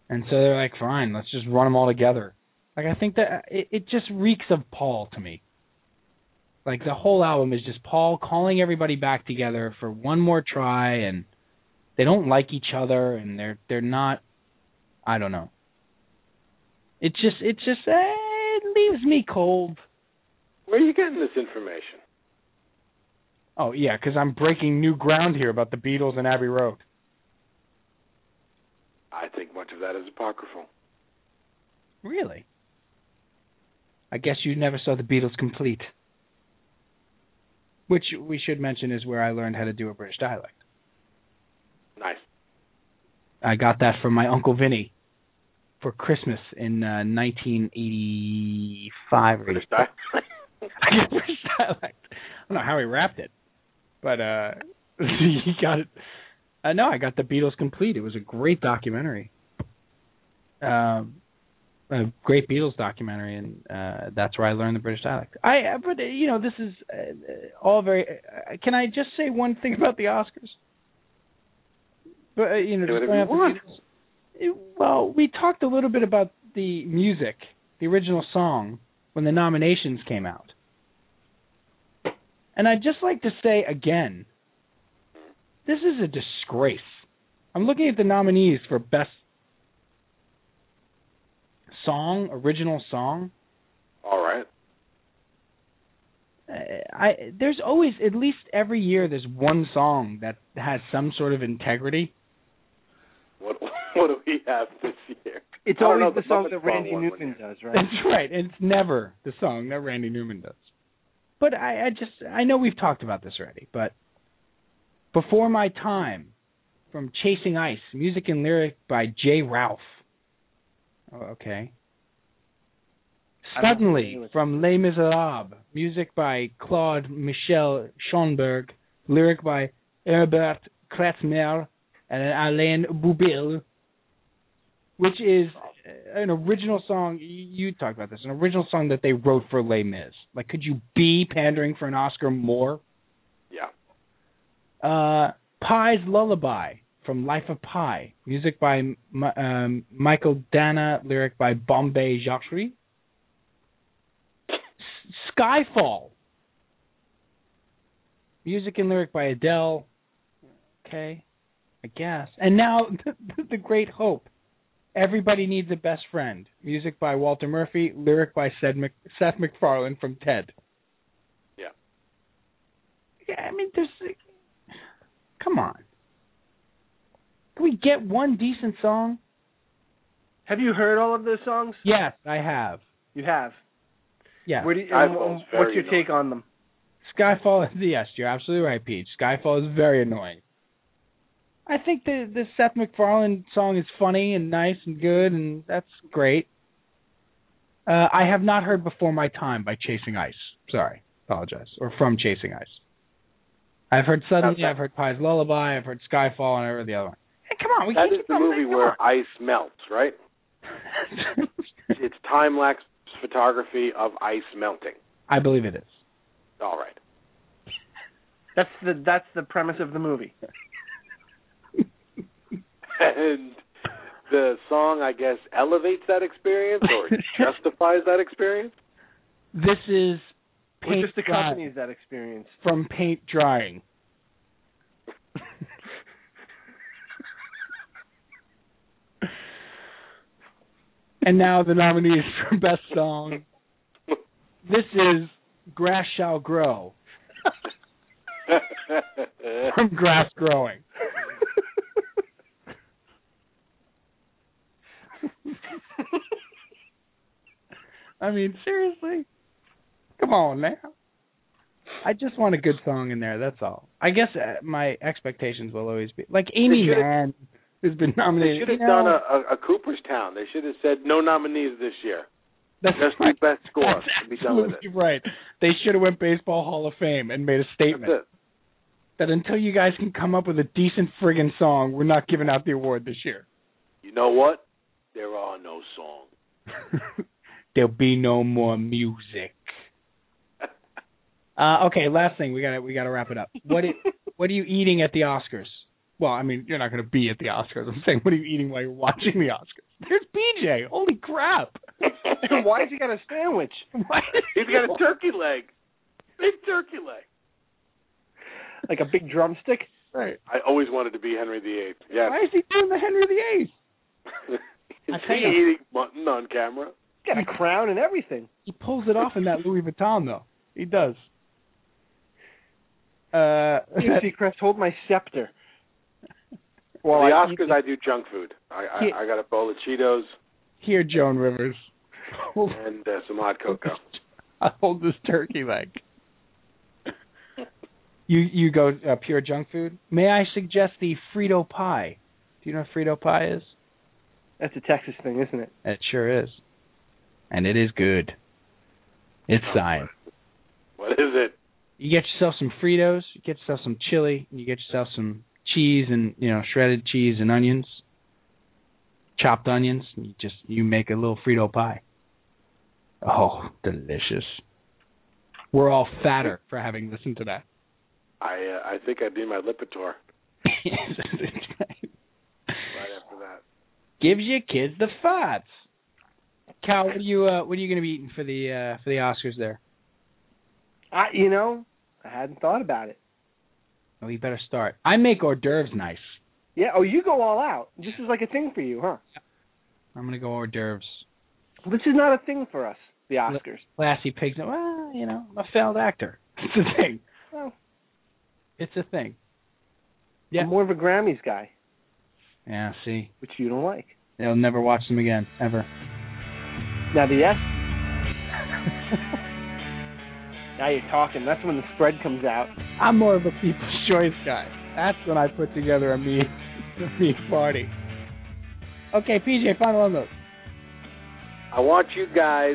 and so they're like, fine, let's just run them all together. Like I think that uh, it, it just reeks of Paul to me. Like the whole album is just Paul calling everybody back together for one more try, and they don't like each other, and they're they're not. I don't know. It just it just eh, it leaves me cold. Where are you getting this information? Oh yeah, because I'm breaking new ground here about the Beatles and Abbey Road. I think much of that is apocryphal. Really? I guess you never saw the Beatles complete. Which we should mention is where I learned how to do a British dialect. Nice. I got that from my uncle Vinny for Christmas in uh, 1985 or British dialect. I get British dialect. I don't know how he wrapped it, but uh he got it. Uh, no, I got the Beatles complete. It was a great documentary, um, a great Beatles documentary, and uh that's where I learned the British dialect. I, uh, but uh, you know, this is uh, all very. Uh, can I just say one thing about the Oscars? But uh, you know, Do just whatever you going off the want. Beatles- it- well, we talked a little bit about the music, the original song, when the nominations came out. And I'd just like to say again, this is a disgrace. I'm looking at the nominees for best song, original song. All right. Uh, I there's always at least every year there's one song that has some sort of integrity. What what do we have this year? It's I always don't know, the the song Muppets that song Randy won one Newman does, right? That's right. And it's never the song that Randy Newman does. But I, I just I know we've talked about this already, but before my time, from Chasing Ice, music and lyric by Jay Ralph. Oh, okay. I don't Suddenly, know what- from Les Miserables, music by Claude Michel Schoenberg, lyric by Herbert Kretzmer and Alain Boubil, which is an original song. You talked about this, an original song that they wrote for Les Mis. Like, could you be pandering for an Oscar more? Yeah. Uh, Pie's Lullaby from Life of Pi, music by M- um, Michael Dana, lyric by Bombay Jacquerie. S- Skyfall, music and lyric by Adele. Okay, I guess. And now The Great Hope. Everybody needs a best friend. Music by Walter Murphy, lyric by Seth, Mc- Seth MacFarlane from TED. Yeah. Yeah, I mean, there's Come on. Can we get one decent song? Have you heard all of those songs? Yes, I have. You have. Yeah. Where do you, I've um, always what's very your take on them? Skyfall is yes, you're absolutely right, Peach. Skyfall is very annoying. I think the the Seth MacFarlane song is funny and nice and good and that's great. Uh, I have not heard Before My Time by Chasing Ice. Sorry. Apologize. Or from Chasing Ice. I've heard Suddenly, that- I've heard Pie's Lullaby, I've heard Skyfall, and I heard the other one. Hey, come on, we That can't is keep the on- movie come where ice melts, right? on. It's time lapse photography of ice melting. I believe it is. All right. That's the that's the premise of the movie. And the song, I guess, elevates that experience or justifies that experience. This is It paint just accompanies that experience. dry- from paint drying. and now the nominees for best song. This is Grass Shall Grow from Grass Growing. I mean, seriously? Come on now. I just want a good song in there. That's all. I guess uh, my expectations will always be like Amy should've- Mann, who's been they nominated. should have you done know, a, a, a Cooperstown. They should have said no nominees this year. that's Just right. do best score. That's Be done with absolutely right. They should have went Baseball Hall of Fame and made a That's statement it. that until you guys can come up with a decent friggin' song, we're not giving out the award this year. You know what? There are no songs. There'll be no more music. Uh, okay, last thing we gotta we gotta wrap it up. What i- what are you eating at the Oscars? Well, I mean you're not gonna be at the Oscars. I'm saying what are you eating while you're watching the Oscars? There's BJ. Holy crap! Why has he got a sandwich? Why did He's you- got a turkey leg. Big turkey leg. Like a big drumstick? Right. I always wanted to be Henry VIII. Yes. Why is he doing the Henry VIII? Is I tell he you. eating mutton on camera? He's got a crown and everything. He pulls it off in that Louis Vuitton though. He does. Uh, King Seacrest, hold my scepter. Well, the I- Oscars, I do junk food. I I, Yeah. I got a bowl of Cheetos here, Joan Rivers. and uh, some hot cocoa. I hold this turkey leg. You you go uh, pure junk food. May I suggest the Frito pie? Do you know what Frito pie is? That's a Texas thing, isn't it? It sure is, and it is good. It's science. What is it? Oh. You get yourself some Fritos, you get yourself some chili, and you get yourself some cheese and you know shredded cheese and onions, chopped onions. And you just you make a little Frito pie. Oh, delicious. We're all fatter for having listened to that. I uh, I think I need my Lipitor right after that. Gives your kids the fats. Cal, what are you uh, what are you going to be eating for the uh, for the Oscars there? I, you know, I hadn't thought about it. Well, you better start. I make hors d'oeuvres nice. Yeah. Oh, you go all out. This is like a thing for you, huh? I'm going to go hors d'oeuvres. This is not a thing for us. The Oscars. Classy pigs. Well, you know, I'm a failed actor. It's a thing. Well, It's a thing. Yeah. I'm more of a Grammys guy, Yeah, see. which you don't like. They'll never watch them again, ever. Now the S. Now you're talking. That's when the spread comes out. I'm more of a people's choice guy. That's when I put together a me a me party. Okay, PJ, final on those. I want you guys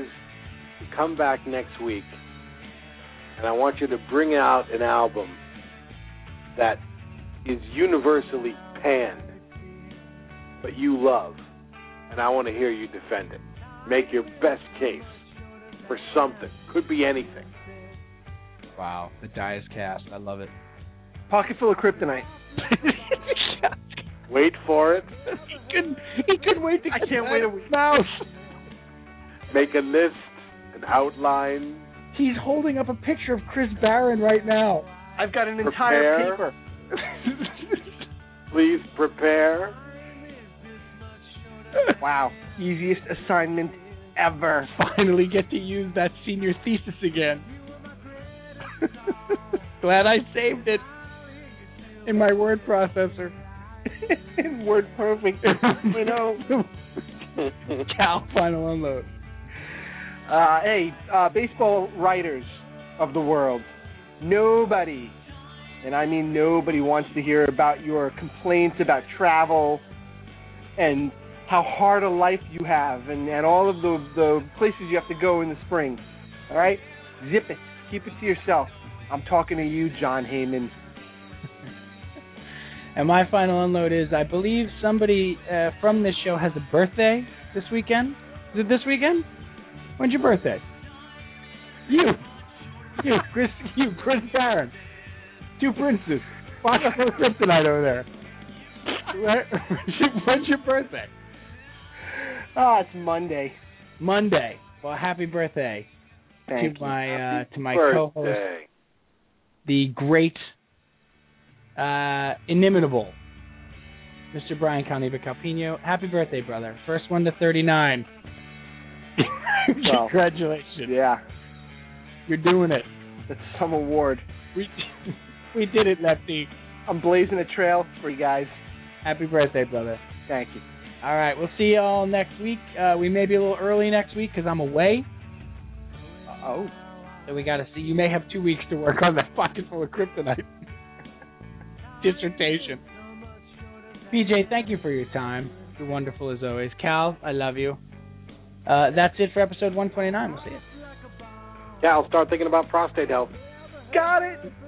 to come back next week, and I want you to bring out an album that is universally panned, but you love, and I want to hear you defend it. Make your best case for something. Could be anything. Wow, the die is cast. I love it. Pocket full of kryptonite. Wait for it. he couldn't. He couldn't wait to. I can't wait a week. Mouse. Make a list, an outline. He's holding up a picture of Chris Barron right now. I've got an Prepare. entire paper. Please prepare. Wow. Easiest assignment ever. Finally, get to use that senior thesis again. Glad I saved it in my word processor. Word perfect. you know. Cal, final unload. Uh, hey, uh, baseball writers of the world, nobody, and I mean nobody, wants to hear about your complaints about travel and how hard a life you have and, and all of the, the places you have to go in the spring. All right? Zip it. Keep it to yourself. I'm talking to you, John Heyman. And my final unload is I believe somebody uh, from this show has a birthday this weekend. Is it this weekend? When's your birthday? You. You, Chris, you, Prince Baron. Two princes. Watch out for kryptonite over there. Where- When's your birthday? Oh, it's Monday. Monday. Well, happy birthday Thank to you. my uh, Happy to my co-host, birthday. the great, uh, inimitable, Mr. Brian Coniva Calpino. Happy birthday, brother! First one to thirty-nine. Well, Congratulations! Yeah, You're doing it. that's some award. We we did it, Lefty. I'm blazing a trail for you guys. Happy birthday, brother! Thank you. All right, we'll see y'all next week. Uh, we may be a little early next week because I'm away, Oh, so we got to see. You may have two weeks to work on that pocket full of kryptonite dissertation. PJ, thank you for your time. You're wonderful as always. Cal, I love you. Uh, that's it for episode 129. We'll see you. Yeah, I'll start thinking about prostate health. got it.